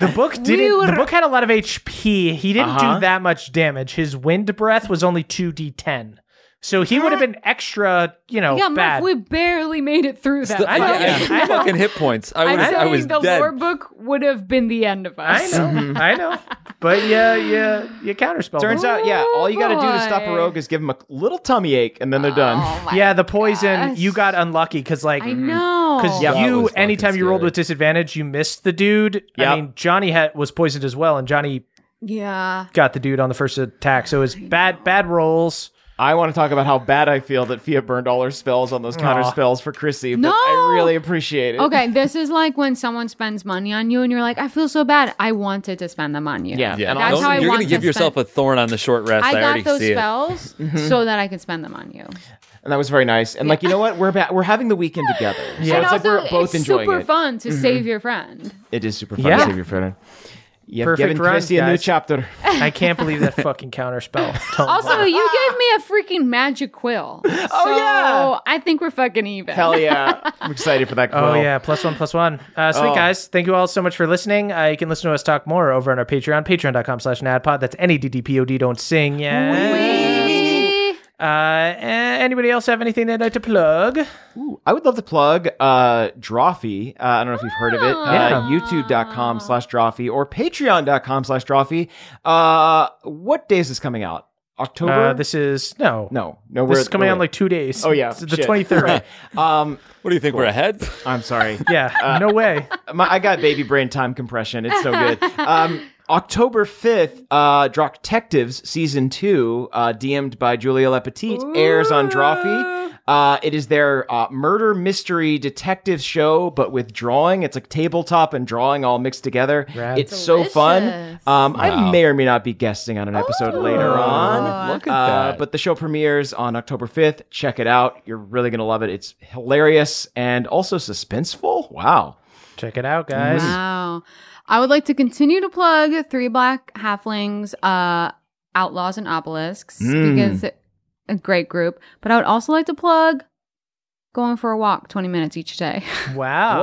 A: the book didn't.
D: were-
A: The book had a lot of HP. He didn't
E: Uh-huh.
A: do that much damage. His wind breath was only two d10, so he would have been extra. You know,
D: yeah,
A: Oh, bad.
D: Murph,
A: [laughs]
D: we barely made it through that.
B: Still- I,
A: know.
B: I had two
A: I know.
B: [laughs] fucking hit points. I,
D: I'm
B: was,
D: saying
B: I was
D: the
B: dead.
D: lore book would have been the end of
A: I
D: us.
A: know, I know, but yeah, yeah, you counterspell.
E: Mm-hmm. Turns
A: them.
E: out, yeah, all you gotta do to stop
D: boy.
E: a rogue is give him a little tummy ache, and then they're done.
A: yeah, the poison. You got unlucky because like.
D: Oh I know.
A: Because
E: Yeah. That
A: you,
B: was fucking
A: anytime you rolled
B: scary.
A: with disadvantage, you missed the dude. I
E: Yep.
A: mean, Johnny had, was poisoned as well, and Johnny
D: yeah.
A: got the dude on the first attack. So it was bad, bad rolls.
E: I want to talk about how bad I feel that Fia burned all her spells on those counter spells for Chrissy, but
D: No!
E: I really appreciate it.
D: Okay, this is like when someone spends money on you and you're like, I feel so bad. I wanted to spend the money. on you."
E: Yeah.
B: Yeah,
E: And
D: That's
B: don't-
D: how I
B: you're
D: want
B: gonna give
D: to
B: yourself a
D: spend-
B: thorn on the short rest. I,
D: I
B: already
D: got those
B: see it.
D: spells so that I can spend them on you.
E: And that was very nice. And like, you know what? We're ba- we're having the weekend together. So
D: and
E: it's like
D: also,
E: we're both
D: it's
E: enjoying
D: super
E: it.
D: fun to save your friend.
E: It is super fun
A: Yeah.
E: to save your friend. You've
A: Perfect
E: given
A: run,
E: Chrissy a new
A: guys.
E: chapter.
A: I can't believe that fucking counter spell. Don't
D: Also,
A: lie.
D: you gave me a freaking magic quill. Oh so
E: yeah.
D: I think we're fucking even. [laughs]
E: Hell yeah. I'm excited for that quill.
A: Oh yeah, plus one, plus one. Uh, sweet
E: Oh.
A: guys, thank you all so much for listening. Uh, you can listen to us talk more over on our Patreon, patreon.com/slash nadpod. That's N A D D P O D. Don't sing, yeah. Uh, eh, anybody else have anything they'd like to plug?
E: Ooh, I would love to plug uh, Drawfee. Uh, I don't know if you've heard of it.
D: Ah.
A: Yeah.
E: Uh, YouTube.com slash Drawfee or Patreon.com slash Drawfee. Uh, what day is this coming out? October?
A: Uh, this is no,
E: no, no.
A: This
E: we're-
A: is coming
E: no,
A: out in
E: wait.
A: like two days.
E: Oh yeah,
A: It's the
E: shit.
A: twenty third.
E: um,
B: What do you think? We're ahead.
E: I'm sorry.
A: [laughs] yeah, no
E: Uh,
A: way.
E: My, I got baby brain time compression. It's so good. Um, October 5th, uh, Droctectives Season 2, uh, DM'd by Julia Lepetit, airs on Drawfee. Uh, it is their uh, murder mystery detective show, but with drawing. It's like tabletop and drawing all mixed together.
A: Rad.
E: It's so fun.
D: Delicious.
E: Um, I may or may not be guesting on an episode later on.
B: Look at
E: Uh,
B: that.
E: but the show premieres on October 5th. Check it out. You're really going to love it. It's hilarious and also
B: Oh,
E: suspenseful. Wow.
A: Check it out, guys.
E: [laughs]
D: Wow. I would like to continue to plug Three Black Halflings, uh, Outlaws and Obelisks,
E: Mm.
D: because it, a great group. But I would also like to plug going for a walk 20 minutes each day.
A: Wow.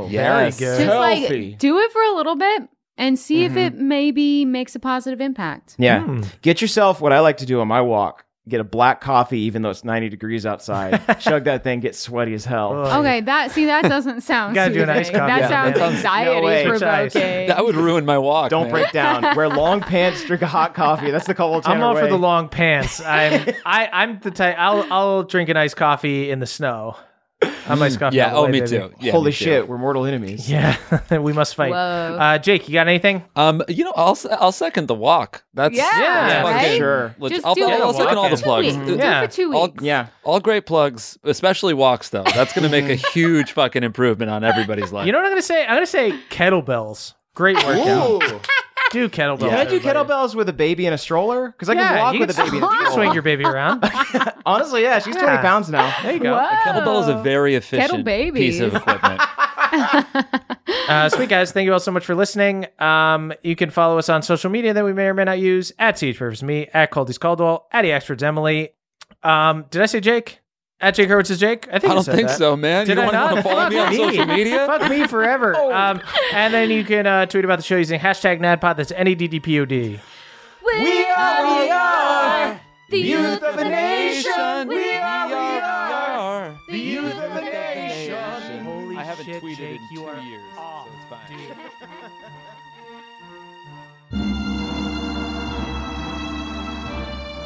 E: Whoa.
B: Yes.
A: Very
D: Just
A: good.
E: Healthy.
D: like do it for a little bit and see if it maybe makes a positive impact.
E: Yeah.
A: Hmm.
E: Get yourself what I like to do on my walk. Get a black coffee, even though it's 90 degrees
A: [laughs]
E: outside. Chug that thing, get sweaty as hell.
A: Oh,
D: Okay, that see that doesn't [laughs] sound
A: Gotta do an iced
D: soothing.
A: coffee
D: That
A: on
D: sounds
A: that.
D: anxiety
E: No way.
A: It's ice.
D: provoking.
B: That would ruin my walk.
E: Don't
B: man.
E: break
A: [laughs]
E: down. Wear long pants, drink a hot coffee. That's the Caldwell Tanner
A: I'm all
E: way.
A: for the long pants.
E: [laughs]
A: I'm I, I'm the type. I'll I'll drink an iced coffee in the snow. I'm iced coffee.
B: Yeah.
A: all
B: Oh,
A: the way,
B: me
A: baby.
B: too. Yeah,
E: Holy
B: me too.
E: shit, we're mortal enemies.
A: Yeah, [laughs] we must fight.
D: Whoa.
A: Uh, Jake, you got anything?
B: Um, you know, I'll s- I'll second the walk. That's
D: Yeah,
A: Yeah,
B: fucking
D: right?
E: Sure.
B: leg-
D: Just
B: I'll,
D: do
B: I'll
D: it.
B: second all the
D: Two
B: plugs.
D: weeks. Do
A: Yeah.
D: it for two
B: All-
D: weeks.
E: Yeah.
B: All great plugs, especially walks though. That's gonna make a huge fucking improvement on everybody's life.
A: You know what I'm gonna say? I'm gonna say kettlebells. Great workout. Do kettlebells.
E: Can I do
A: everybody.
E: kettlebells with a baby in a stroller? Because I can
A: Yeah,
E: walk
A: you
E: with a
A: can
E: baby
A: s- [laughs]
E: in a
A: you
E: stroller.
A: can swing your baby
E: [laughs]
A: around.
E: Honestly, yeah, she's
A: Yeah.
E: 20 pounds now.
A: There you go.
B: kettlebell is a very efficient
D: babies.
B: piece of equipment.
D: [laughs]
A: uh, sweet guys, thank you all so much for listening. Um, you can follow us on social media that we may or may not use at CH Purpose Me, at Caldy's Caldwell, at Experts Emily. Um, did I say Jake? At Jake Hurwitz is Jake? I think
B: I don't
A: said
B: think
A: that.
B: so, [laughs] man.
A: Did
B: you
A: I
B: wanna-
A: not?
B: wanna follow
A: Fuck
B: me on social media?
A: [laughs]
B: Oh.
A: Fuck me forever. Um, and then you can uh, tweet about the show using hashtag NADPOD. That's N A D D P O D.
E: We are, we are,
D: the
E: youth of a nation.
D: We
E: are, we are,
D: the
E: youth of a nation.
A: Holy
B: I haven't
A: shit,
B: tweeted
A: Jake,
B: in
A: you
B: two
A: are
B: years,
A: off,
B: so it's fine.
A: dude.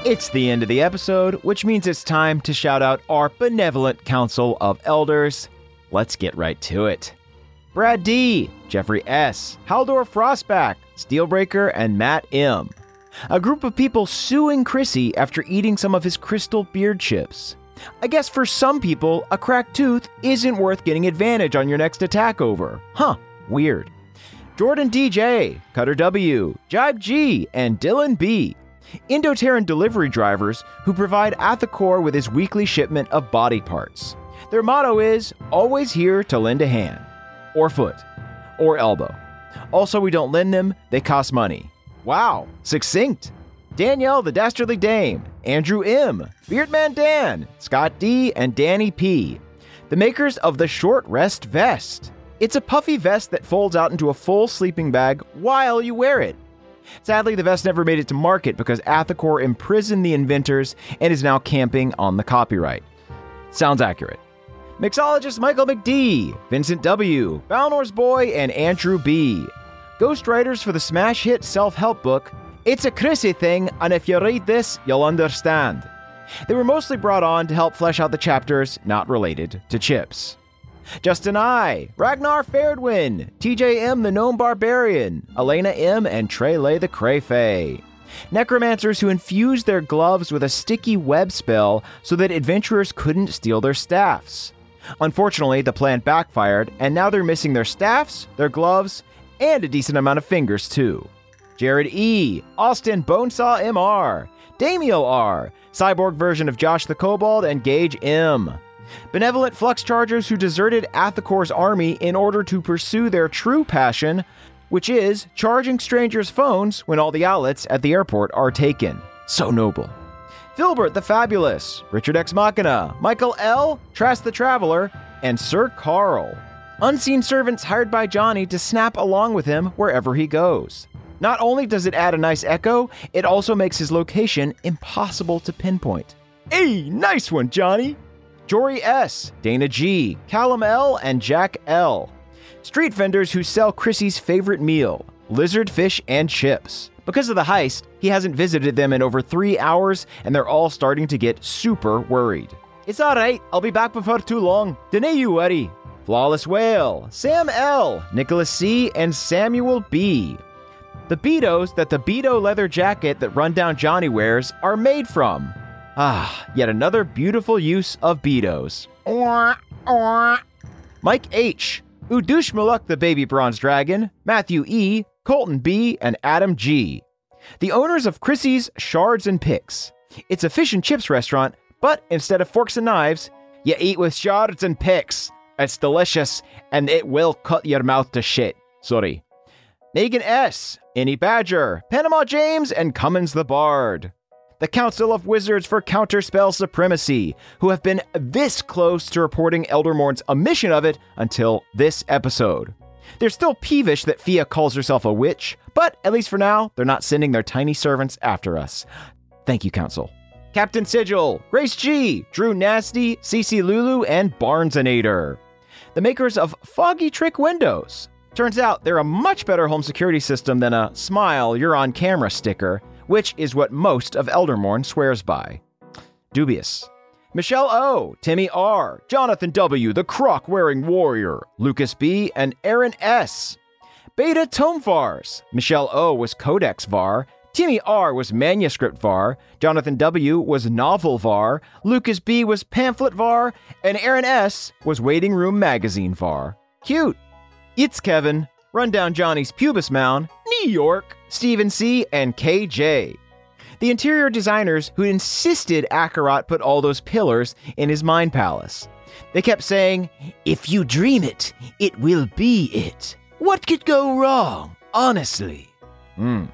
C: It's the end of the episode, which means it's time to shout out our benevolent council of elders. Let's get right to it. Brad D, Jeffrey S, Haldor Frostback, Steelbreaker, and Matt M. A group of people suing Chrissy after eating some of his crystal beard chips. I guess for some people, a cracked tooth isn't worth getting advantage on your next attack over. Huh, weird. Jordan DJ, Cutter W, Jibe G, and Dylan B. Indoterran delivery drivers who provide Athacor with his weekly shipment of body parts. Their motto is always here to lend a hand, or foot, or elbow. Also, we don't lend them, they cost money. Wow, succinct. Danielle the Dastardly Dame, Andrew M., Beardman Dan, Scott D., and Danny P. The makers of the Short Rest Vest. It's a puffy vest that folds out into a full sleeping bag while you wear it. Sadly, the vest never made it to market because Athacor imprisoned the inventors and is now camping on the copyright. Sounds accurate. Mixologist Michael McD, Vincent W., Balnor's Boy, and Andrew B. Ghostwriters for the smash hit self help book, It's a Chrissy Thing, and if you read this, you'll understand. They were mostly brought on to help flesh out the chapters not related to chips. Justin I, Ragnar Fairdwin, TJM the Gnome Barbarian, Elena M, and Trele the Crayfay. Necromancers who infused their gloves with a sticky web spell so that adventurers couldn't steal their staffs. Unfortunately, the plan backfired, and now they're missing their staffs, their gloves, and a decent amount of fingers, too. Jared E, Austin Bonesaw MR, Damiel R, cyborg version of Josh the Kobold, and Gage M. Benevolent flux chargers who deserted Athacor's army in order to pursue their true passion, which is charging strangers' phones when all the outlets at the airport are taken. So noble. Filbert the Fabulous, Richard X Machina, Michael L., Trask the Traveler, and Sir Carl. Unseen servants hired by Johnny to snap along with him wherever he goes. Not only does it add a nice echo, it also makes his location impossible to pinpoint. Hey, nice one, Johnny! Jory S., Dana G., Callum L., and Jack L. Street vendors who sell Chrissy's favorite meal, lizard fish and chips. Because of the heist, he hasn't visited them in over three hours, and they're all starting to get super worried. It's alright, I'll be back before too long. Dene you worry. Flawless Whale, Sam L., Nicholas C., and Samuel B. The Beatos that the Beto leather jacket that Rundown Johnny wears are made from. Ah, yet another beautiful use of Beatos. Mike H., Udush Maluk the Baby Bronze Dragon, Matthew E., Colton B., and Adam G. The owners of Chrissy's Shards and Picks. It's a fish and chips restaurant, but instead of forks and knives, you eat with shards and picks. It's delicious, and it will cut your mouth to shit. Sorry. Megan S., Innie Badger, Panama James, and Cummins the Bard. The Council of Wizards for Counterspell Supremacy, who have been this close to reporting Eldermorn's omission of it until this episode. They're still peevish that Fia calls herself a witch, but at least for now, they're not sending their tiny servants after us. Thank you, Council. Captain Sigil, Grace G, Drew Nasty, CC Lulu, and Barnesonator. The makers of Foggy Trick Windows. Turns out they're a much better home security system than a smile, you're on camera sticker, which is what most of Eldermorn swears by. Dubious. Michelle O, Timmy R, Jonathan W, the croc wearing warrior, Lucas B, and Aaron S. Beta Tome Vars. Michelle O was Codex Var. Timmy R was Manuscript Var. Jonathan W was Novel Var. Lucas B was Pamphlet Var. And Aaron S was Waiting Room Magazine Var. Cute. It's Kevin. Run down Johnny's Pubis Mound. New York. Stephen C. and KJ. The interior designers who insisted Akarat put all those pillars in his mind palace. They kept saying, If you dream it, it will be it. What could go wrong, honestly? Hmm.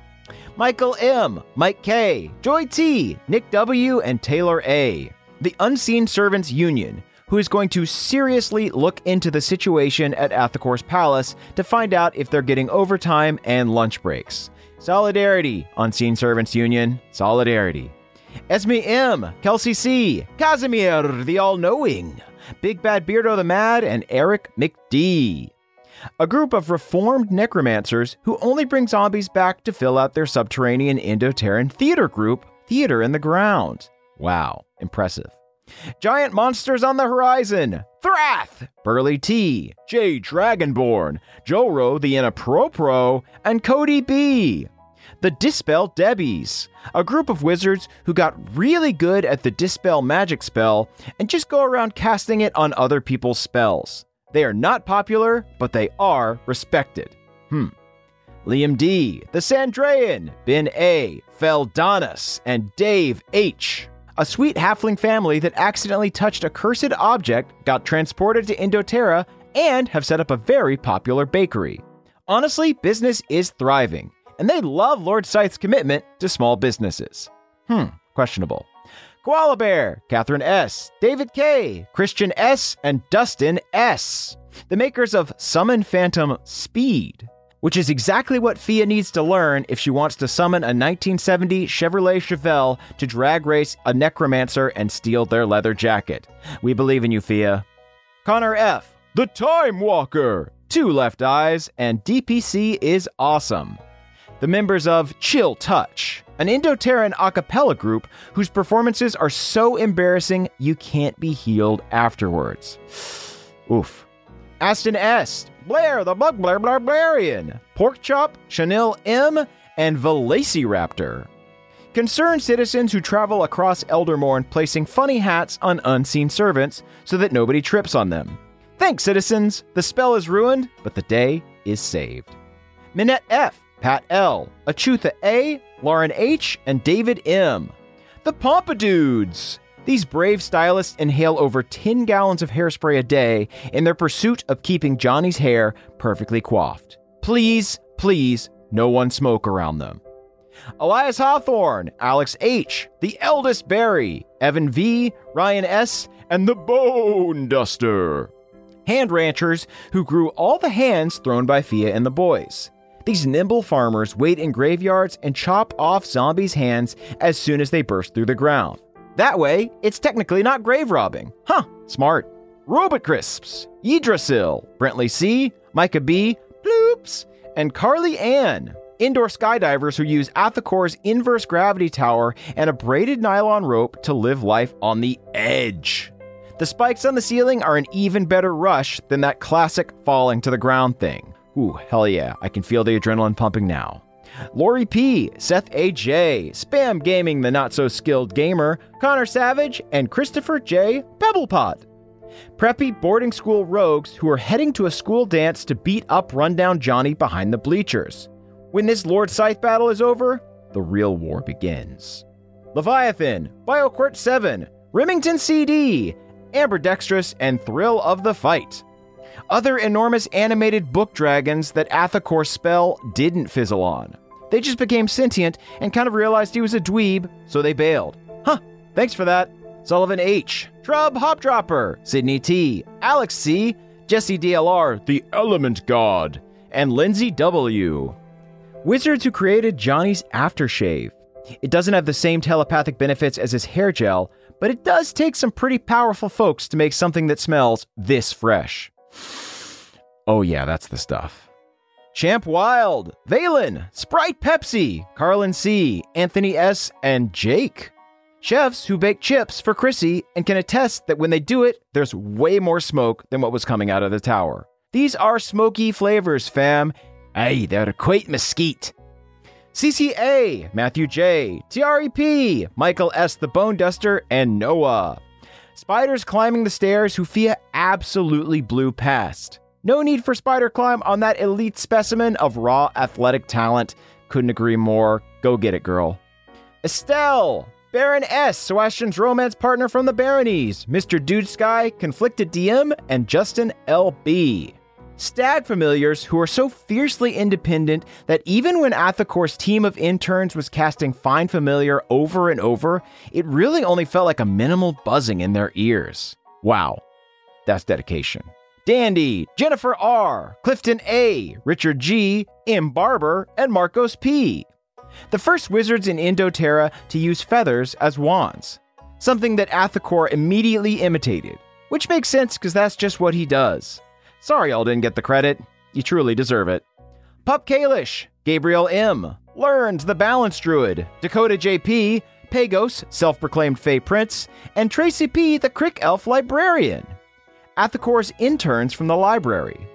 C: Michael M., Mike K., Joy T., Nick W., and Taylor A., the Unseen Servants Union, who is going to seriously look into the situation at Athacor's Palace to find out if they're getting overtime and lunch breaks. Solidarity, Unseen Servants Union, solidarity. Esme M., Kelsey C., Casimir the All Knowing, Big Bad Beardo the Mad, and Eric McD a group of reformed necromancers who only bring zombies back to fill out their subterranean Indo-Terran theater group, Theater in the Ground. Wow, impressive. Giant monsters on the horizon. Thrath, Burly T, J Dragonborn, Joro the Inapropro, and Cody B. The Dispel Debbies, a group of wizards who got really good at the Dispel magic spell and just go around casting it on other people's spells. They are not popular, but they are respected. Hmm. Liam D., The Sandrayan, Ben A., Feldonis, and Dave H. A sweet halfling family that accidentally touched a cursed object, got transported to Indoterra, and have set up a very popular bakery. Honestly, business is thriving, and they love Lord Scythe's commitment to small businesses. Hmm, questionable. Koala Bear, Catherine S., David K., Christian S., and Dustin S., the makers of Summon Phantom Speed, which is exactly what Fia needs to learn if she wants to summon a 1970 Chevrolet Chevelle to drag race a necromancer and steal their leather jacket. We believe in you, Fia. Connor F., The Time Walker, Two Left Eyes, and DPC is awesome the members of Chill Touch, an Indo-Terran a cappella group whose performances are so embarrassing you can't be healed afterwards. [sighs] Oof. Aston S, Blair the Bug Blair Barbarian, Porkchop, Chanel M, and Velociraptor. Concerned citizens who travel across Eldermorn placing funny hats on unseen servants so that nobody trips on them. Thanks, citizens! The spell is ruined, but the day is saved. Minette F, Pat L, Achutha A, Lauren H, and David M. The Pompadoods! These brave stylists inhale over 10 gallons of hairspray a day in their pursuit of keeping Johnny's hair perfectly coiffed. Please, please, no one smoke around them. Elias Hawthorne, Alex H, The Eldest Barry, Evan V, Ryan S, and The Bone Duster. Hand ranchers who grew all the hands thrown by Fia and the boys. These nimble farmers wait in graveyards and chop off zombies' hands as soon as they burst through the ground. That way, it's technically not grave robbing. Huh, smart. Robot Crisps, Ydrasil, Brentley C, Micah B, Bloops, and Carly Ann. Indoor skydivers who use Athacor's inverse gravity tower and a braided nylon rope to live life on the edge. The spikes on the ceiling are an even better rush than that classic falling to the ground thing. Ooh, hell yeah, I can feel the adrenaline pumping now. Lori P, Seth A.J., Spam Gaming the Not So Skilled Gamer, Connor Savage, and Christopher J. Pebblepot. Preppy boarding school rogues who are heading to a school dance to beat up rundown Johnny behind the bleachers. When this Lord Scythe battle is over, the real war begins. Leviathan, BioQuart 7, Remington CD, Ambidextrous, and Thrill of the Fight. Other enormous animated book dragons that Athacor's spell didn't fizzle on. They just became sentient and kind of realized he was a dweeb, so they bailed. Huh, thanks for that. Sullivan H, Trub Hopdropper, Sydney T, Alex C, Jesse DLR, the Element God, and Lindsay W. Wizards who created Johnny's aftershave. It doesn't have the same telepathic benefits as his hair gel, but it does take some pretty powerful folks to make something that smells this fresh. Oh, yeah, that's the stuff. Champ Wild, Valen, Sprite Pepsi, Carlin C, Anthony S, and Jake. Chefs who bake chips for Chrissy and can attest that when they do it, there's way more smoke than what was coming out of the tower. These are smoky flavors, fam. Aye, they're quite mesquite. CCA, Matthew J, TREP, Michael S. the Bone Duster, and Noah. Spiders climbing the stairs who Fia absolutely blew past. No need for spider climb on that elite specimen of raw athletic talent. Couldn't agree more. Go get it, girl. Estelle, Baron S, Sebastian's romance partner from the Baronies, Mr. Dude Sky, Conflicted DM, and Justin LB. Stag familiars who are so fiercely independent that even when Athacor's team of interns was casting Find Familiar over and over, it really only felt like a minimal buzzing in their ears. Wow, that's dedication. Dandy, Jennifer R., Clifton A., Richard G., M. Barber, and Marcos P. The first wizards in Indoterra to use feathers as wands, something that Athacor immediately imitated, which makes sense because that's just what he does. Sorry y'all didn't get the credit. You truly deserve it. Pup Kalish, Gabriel M, Learns the Balance Druid, Dakota JP, Pagos, self-proclaimed Fey Prince, and Tracy P, the Crick Elf Librarian. Athacor's interns from the library.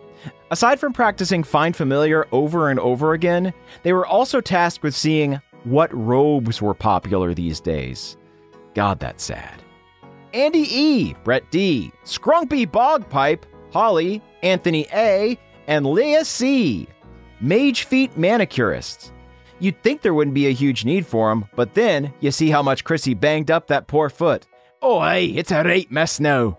C: Aside from practicing Find Familiar over and over again, they were also tasked with seeing what robes were popular these days. God, that's sad. Andy E., Brett D., Scrumpy Bogpipe, Holly, Anthony A., and Leah C., Mage Feet Manicurists. You'd think there wouldn't be a huge need for them, but then you see how much Chrissy banged up that poor foot. Oh, hey, it's a right mess now.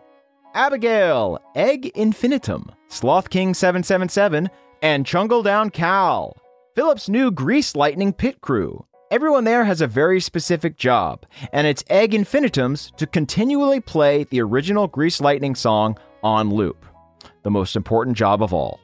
C: Abigail, Egg Infinitum, Sloth King 777, and Chungle Down Cal. Philip's new Grease Lightning Pit Crew. Everyone there has a very specific job, and it's Egg Infinitums to continually play the original Grease Lightning song on loop. The most important job of all.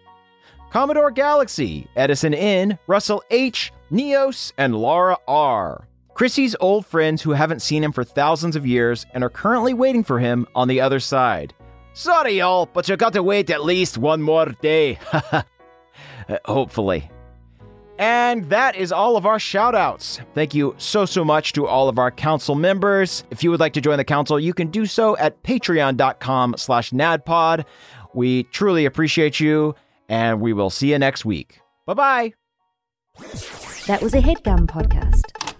C: Commodore Galaxy, Edison N, Russell H, Neos, and Laura R. Chrissy's old friends who haven't seen him for thousands of years and are currently waiting for him on the other side. Sorry, y'all, but you gotta wait at least one more day. [laughs] Uh, Hopefully. And that is all of our shout outs. Thank you so, so much to all of our council members. If you would like to join the council, you can do so at patreon.com slash nadpod. We truly appreciate you, and we will see you next week. Bye bye.
I: That was a headgum podcast.